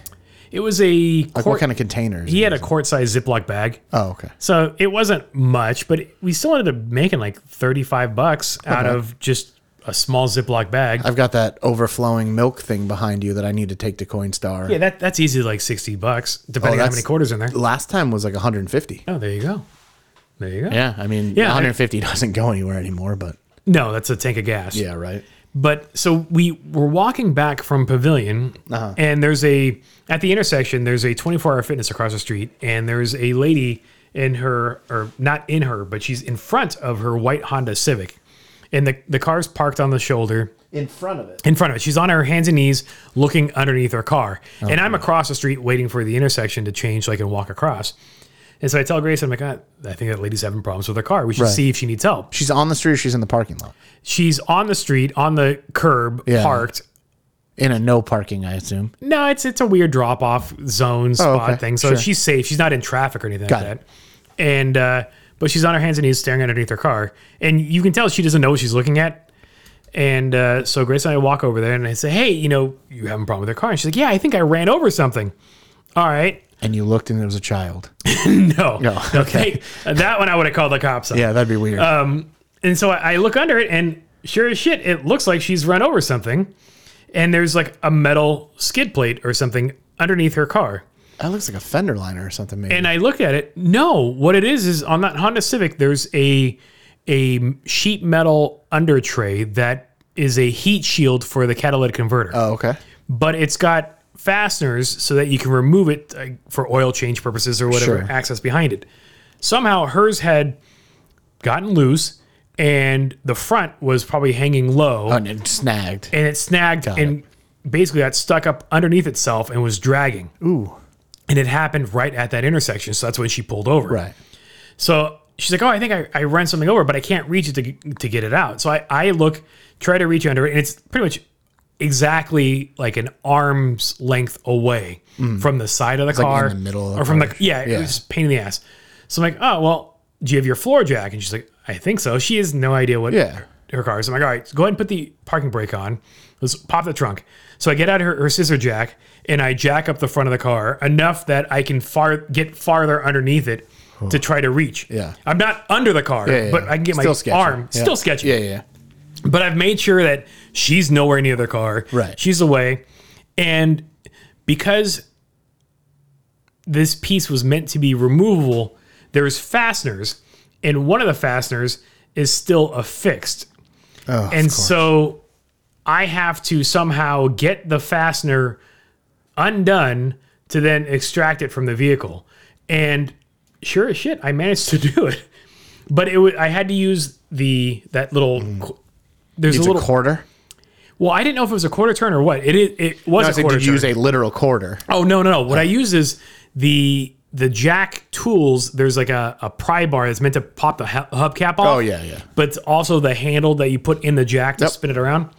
it was a
Like
quart,
what kind of containers?
he had a quart size Ziploc bag.
oh, okay.
So it wasn't much, but we still ended up making like 35 bucks out of just a small Ziploc bag.
I've got that overflowing milk thing behind you that I need to take to Coinstar.
yeah, that, that's easy like 60 bucks, depending on how
Oh, that's-
many quarters in there.
Last time was like 150.
Oh, there you go. There you go.
Yeah, I mean,
Yeah, I-
150 doesn't go anywhere anymore, but
No, that's a tank of gas.
yeah, right.
But so we were walking back from Pavilion,
Uh-huh.
and there's a at the intersection. There's a 24 hour fitness across the street, and there's a lady in her or not in her, but she's in front of her white Honda Civic, and the the car's parked on the shoulder
In front of it.
in front of it. She's on her hands and knees looking underneath her car,
Oh,
and I'm across the street waiting for the intersection to change so I can walk across. And so I tell Grace, I'm like, "Ah, I think that lady's having problems with her car. We should see if she needs help
She's on the street. or She's in the parking lot.
she's on the street on the curb
Yeah.
parked
In a no parking, I assume.
no it's it's a weird drop off zone spot
Oh, okay.
thing so
Sure.
she's safe she's not in traffic or anything
Got
like
it.
that and uh but she's on her hands and knees staring underneath her car and you can tell she doesn't know what she's looking at and uh, so Grace and I walk over there and I say, "Hey, you know, you having a problem with her car?" And she's like, "Yeah, I think I ran over something." All right,
And you looked and there was a child.
no,
No,
okay, that one I would have called the cops. on.
Oh, Yeah, that'd be weird.
Uh, And so I, I look under it, and sure as shit, it looks like she's run over something. And there's like a metal skid plate or something underneath her car.
That looks like a fender liner or something, maybe.
And I looked at it. No, what it is is on that Honda Civic, there's a a sheet metal under tray that is a heat shield for the catalytic converter,
oh, okay.
but it's got fasteners so that you can remove it uh, for oil change purposes or whatever
Sure.
access behind it. Somehow hers had gotten loose, and the front was probably hanging low
And it snagged.
and it snagged and basically got stuck up underneath itself and was dragging.
Ooh.
And it happened right at that intersection. So that's when she pulled over.
Right.
So she's like, "Oh, I think I, I ran something over, but I can't reach it to, to get it out." So I, I look, try to reach under it, and it's pretty much exactly like an arm's length away from the side of the
Mm. like in
car,
the middle of
or
the
from
car.
the yeah,
Yeah.
it was just a pain in the ass. So I'm like, "Oh, well, do you have your floor jack?" And she's like, "I think so." She has no idea what
Yeah.
her car is. I'm like, "All right, so go ahead and put the parking brake on. Let's pop the trunk." So I get out her, her scissor jack and I jack up the front of the car enough that I can far get farther underneath it. To try to reach,
Yeah.
I'm not under the car,
Yeah, yeah,
but
yeah.
I can get my
Still sketchy.
arm
Yeah.
still sketchy.
Yeah, yeah.
But I've made sure that she's nowhere near the car.
Right.
She's away. And because this piece was meant to be removable, there's fasteners, and one of the fasteners is still affixed.
Oh,
and so I have to somehow get the fastener undone to then extract it from the vehicle. And sure as shit, I managed to do it. But it was, I had to use the that little. qu- There's
Mm. It's
a
a,
little.
quarter.
well, I didn't know if it was a quarter turn or what. It it, it was
I
a
said,
quarter
did you
turn.
use a literal quarter?
oh no no no! What I use is the the jack tools. There's like a, a pry bar that's meant to pop the hu- hubcap off.
Oh, yeah, yeah.
But it's also the handle that you put in the jack to
Yep.
spin it around.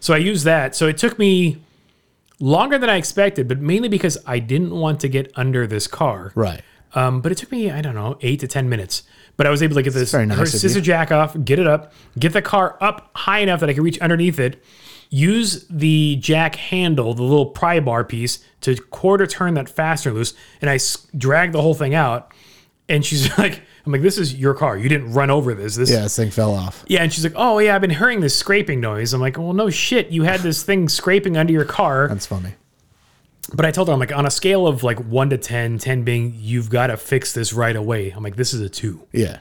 So I used that. So it took me longer than I expected, but mainly because I didn't want to get under this car.
Right.
Um, but it took me, I don't know, eight to 10 minutes. But I was able to get this
very nice
her
of you.
scissor jack off, get it up, get the car up high enough that I could reach underneath it, use the jack handle, the little pry bar piece, to quarter turn that fastener loose. And I s- drag the whole thing out. And she's like, I'm like, this is your car. You didn't run over this. This
Yeah, this thing fell off.
yeah, and she's like, "Oh yeah, I've been hearing this scraping noise." I'm like, "Well, no shit, you had this thing scraping under your car."
That's funny.
But I told her, I'm like, on a scale of like one to 10, 10 being you've got to fix this right away. I'm like, this is a two.
Yeah.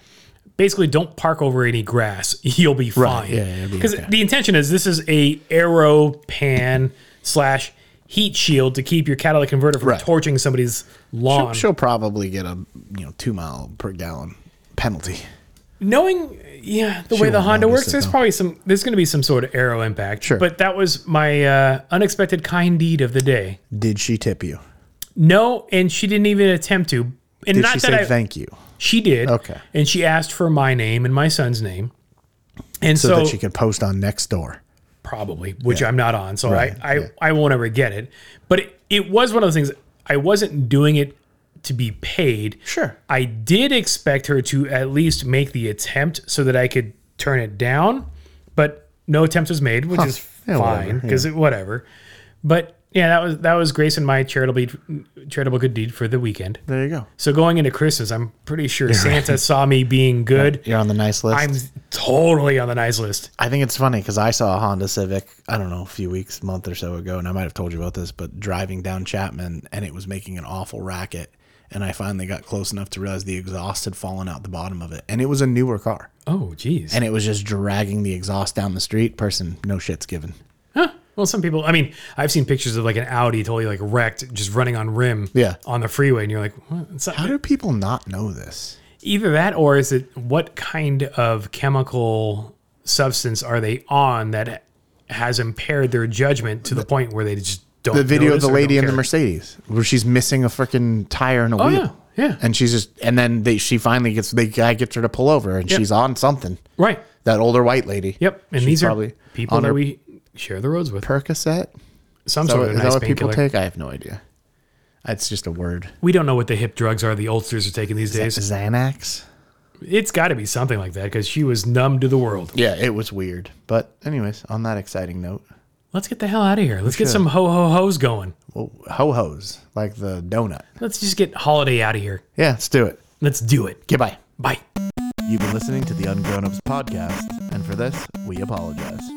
Basically, don't park over any grass. You'll be fine.
yeah, yeah, it'll be
because
okay.
the intention is this is a aero pan slash heat shield to keep your catalytic converter from
Right.
torching somebody's lawn.
She'll probably get a you know two mile per gallon penalty.
knowing yeah the way the
won't
honda
notice
works
it,
there's
though.
probably some there's going to be some sort of arrow impact
Sure.
but that was my uh, unexpected kind deed of the day
Did she tip you?
no and she didn't even attempt to and
Did
not
she
that
say
I,
thank you
she did
Okay.
and she asked for my name and my son's name and
so
so,
that she could post on next door?
probably which i'm not on so
Right,
i I, I won't ever get it but it, it was one of those things i wasn't doing it to be paid
Sure.
I did expect her to at least make the attempt so that I could turn it down, but no attempt was made, which is
Yeah, whatever,
fine because it whatever. But yeah, that was that was Grace and my charitable charitable good deed for the weekend.
There you go.
So going into Christmas, I'm pretty sure Santa saw me being good.
You're on the nice list.
I'm totally on the nice list.
I think it's funny because I saw a Honda Civic, I don't know, a few weeks, month or so ago, and I might have told you about this, but driving down Chapman and it was making an awful racket. And I finally got close enough to realize the exhaust had fallen out the bottom of it. And it was a newer car.
Oh, geez.
And it was just dragging the exhaust down the street. Person, no shit's given.
Well, some people. I mean, I've seen pictures of like an Audi totally like wrecked, just running on rim.
Yeah.
On the freeway, and you're like, what? It's not,
How do people not know this?
Either that, or is it what kind of chemical substance are they on that has impaired their judgment to the point where they just don't?
The video of
notice
the
or
lady in
don't care?
the
Oh,
Mercedes where she's missing a freaking tire and a wheel.
yeah, yeah.
And she's just, and then they, she finally gets, the guy gets her to pull over and she's on something.
right?
That older white lady.
Yep. And
She's
these are
probably
people
on
that
her-
we share the roads with.
Percocet.
Some
Is that
sort
what,
of
is that
nice
what people
painkiller.
take? I have no idea. It's just a word.
We don't know what the hip drugs are the oldsters are taking these days.
Xanax.
It's got to be something like that because she was numb to the world.
Yeah, it was weird. But anyways, on that exciting note,
Let's get the hell out of here. Let's get some ho ho hos going.
well, ho hos like the donut.
Let's just get holiday out of here.
Yeah, let's do it.
Let's do it.
Goodbye.
Bye.
You've been listening to the Ungrown Ups podcast, and for this, we apologize.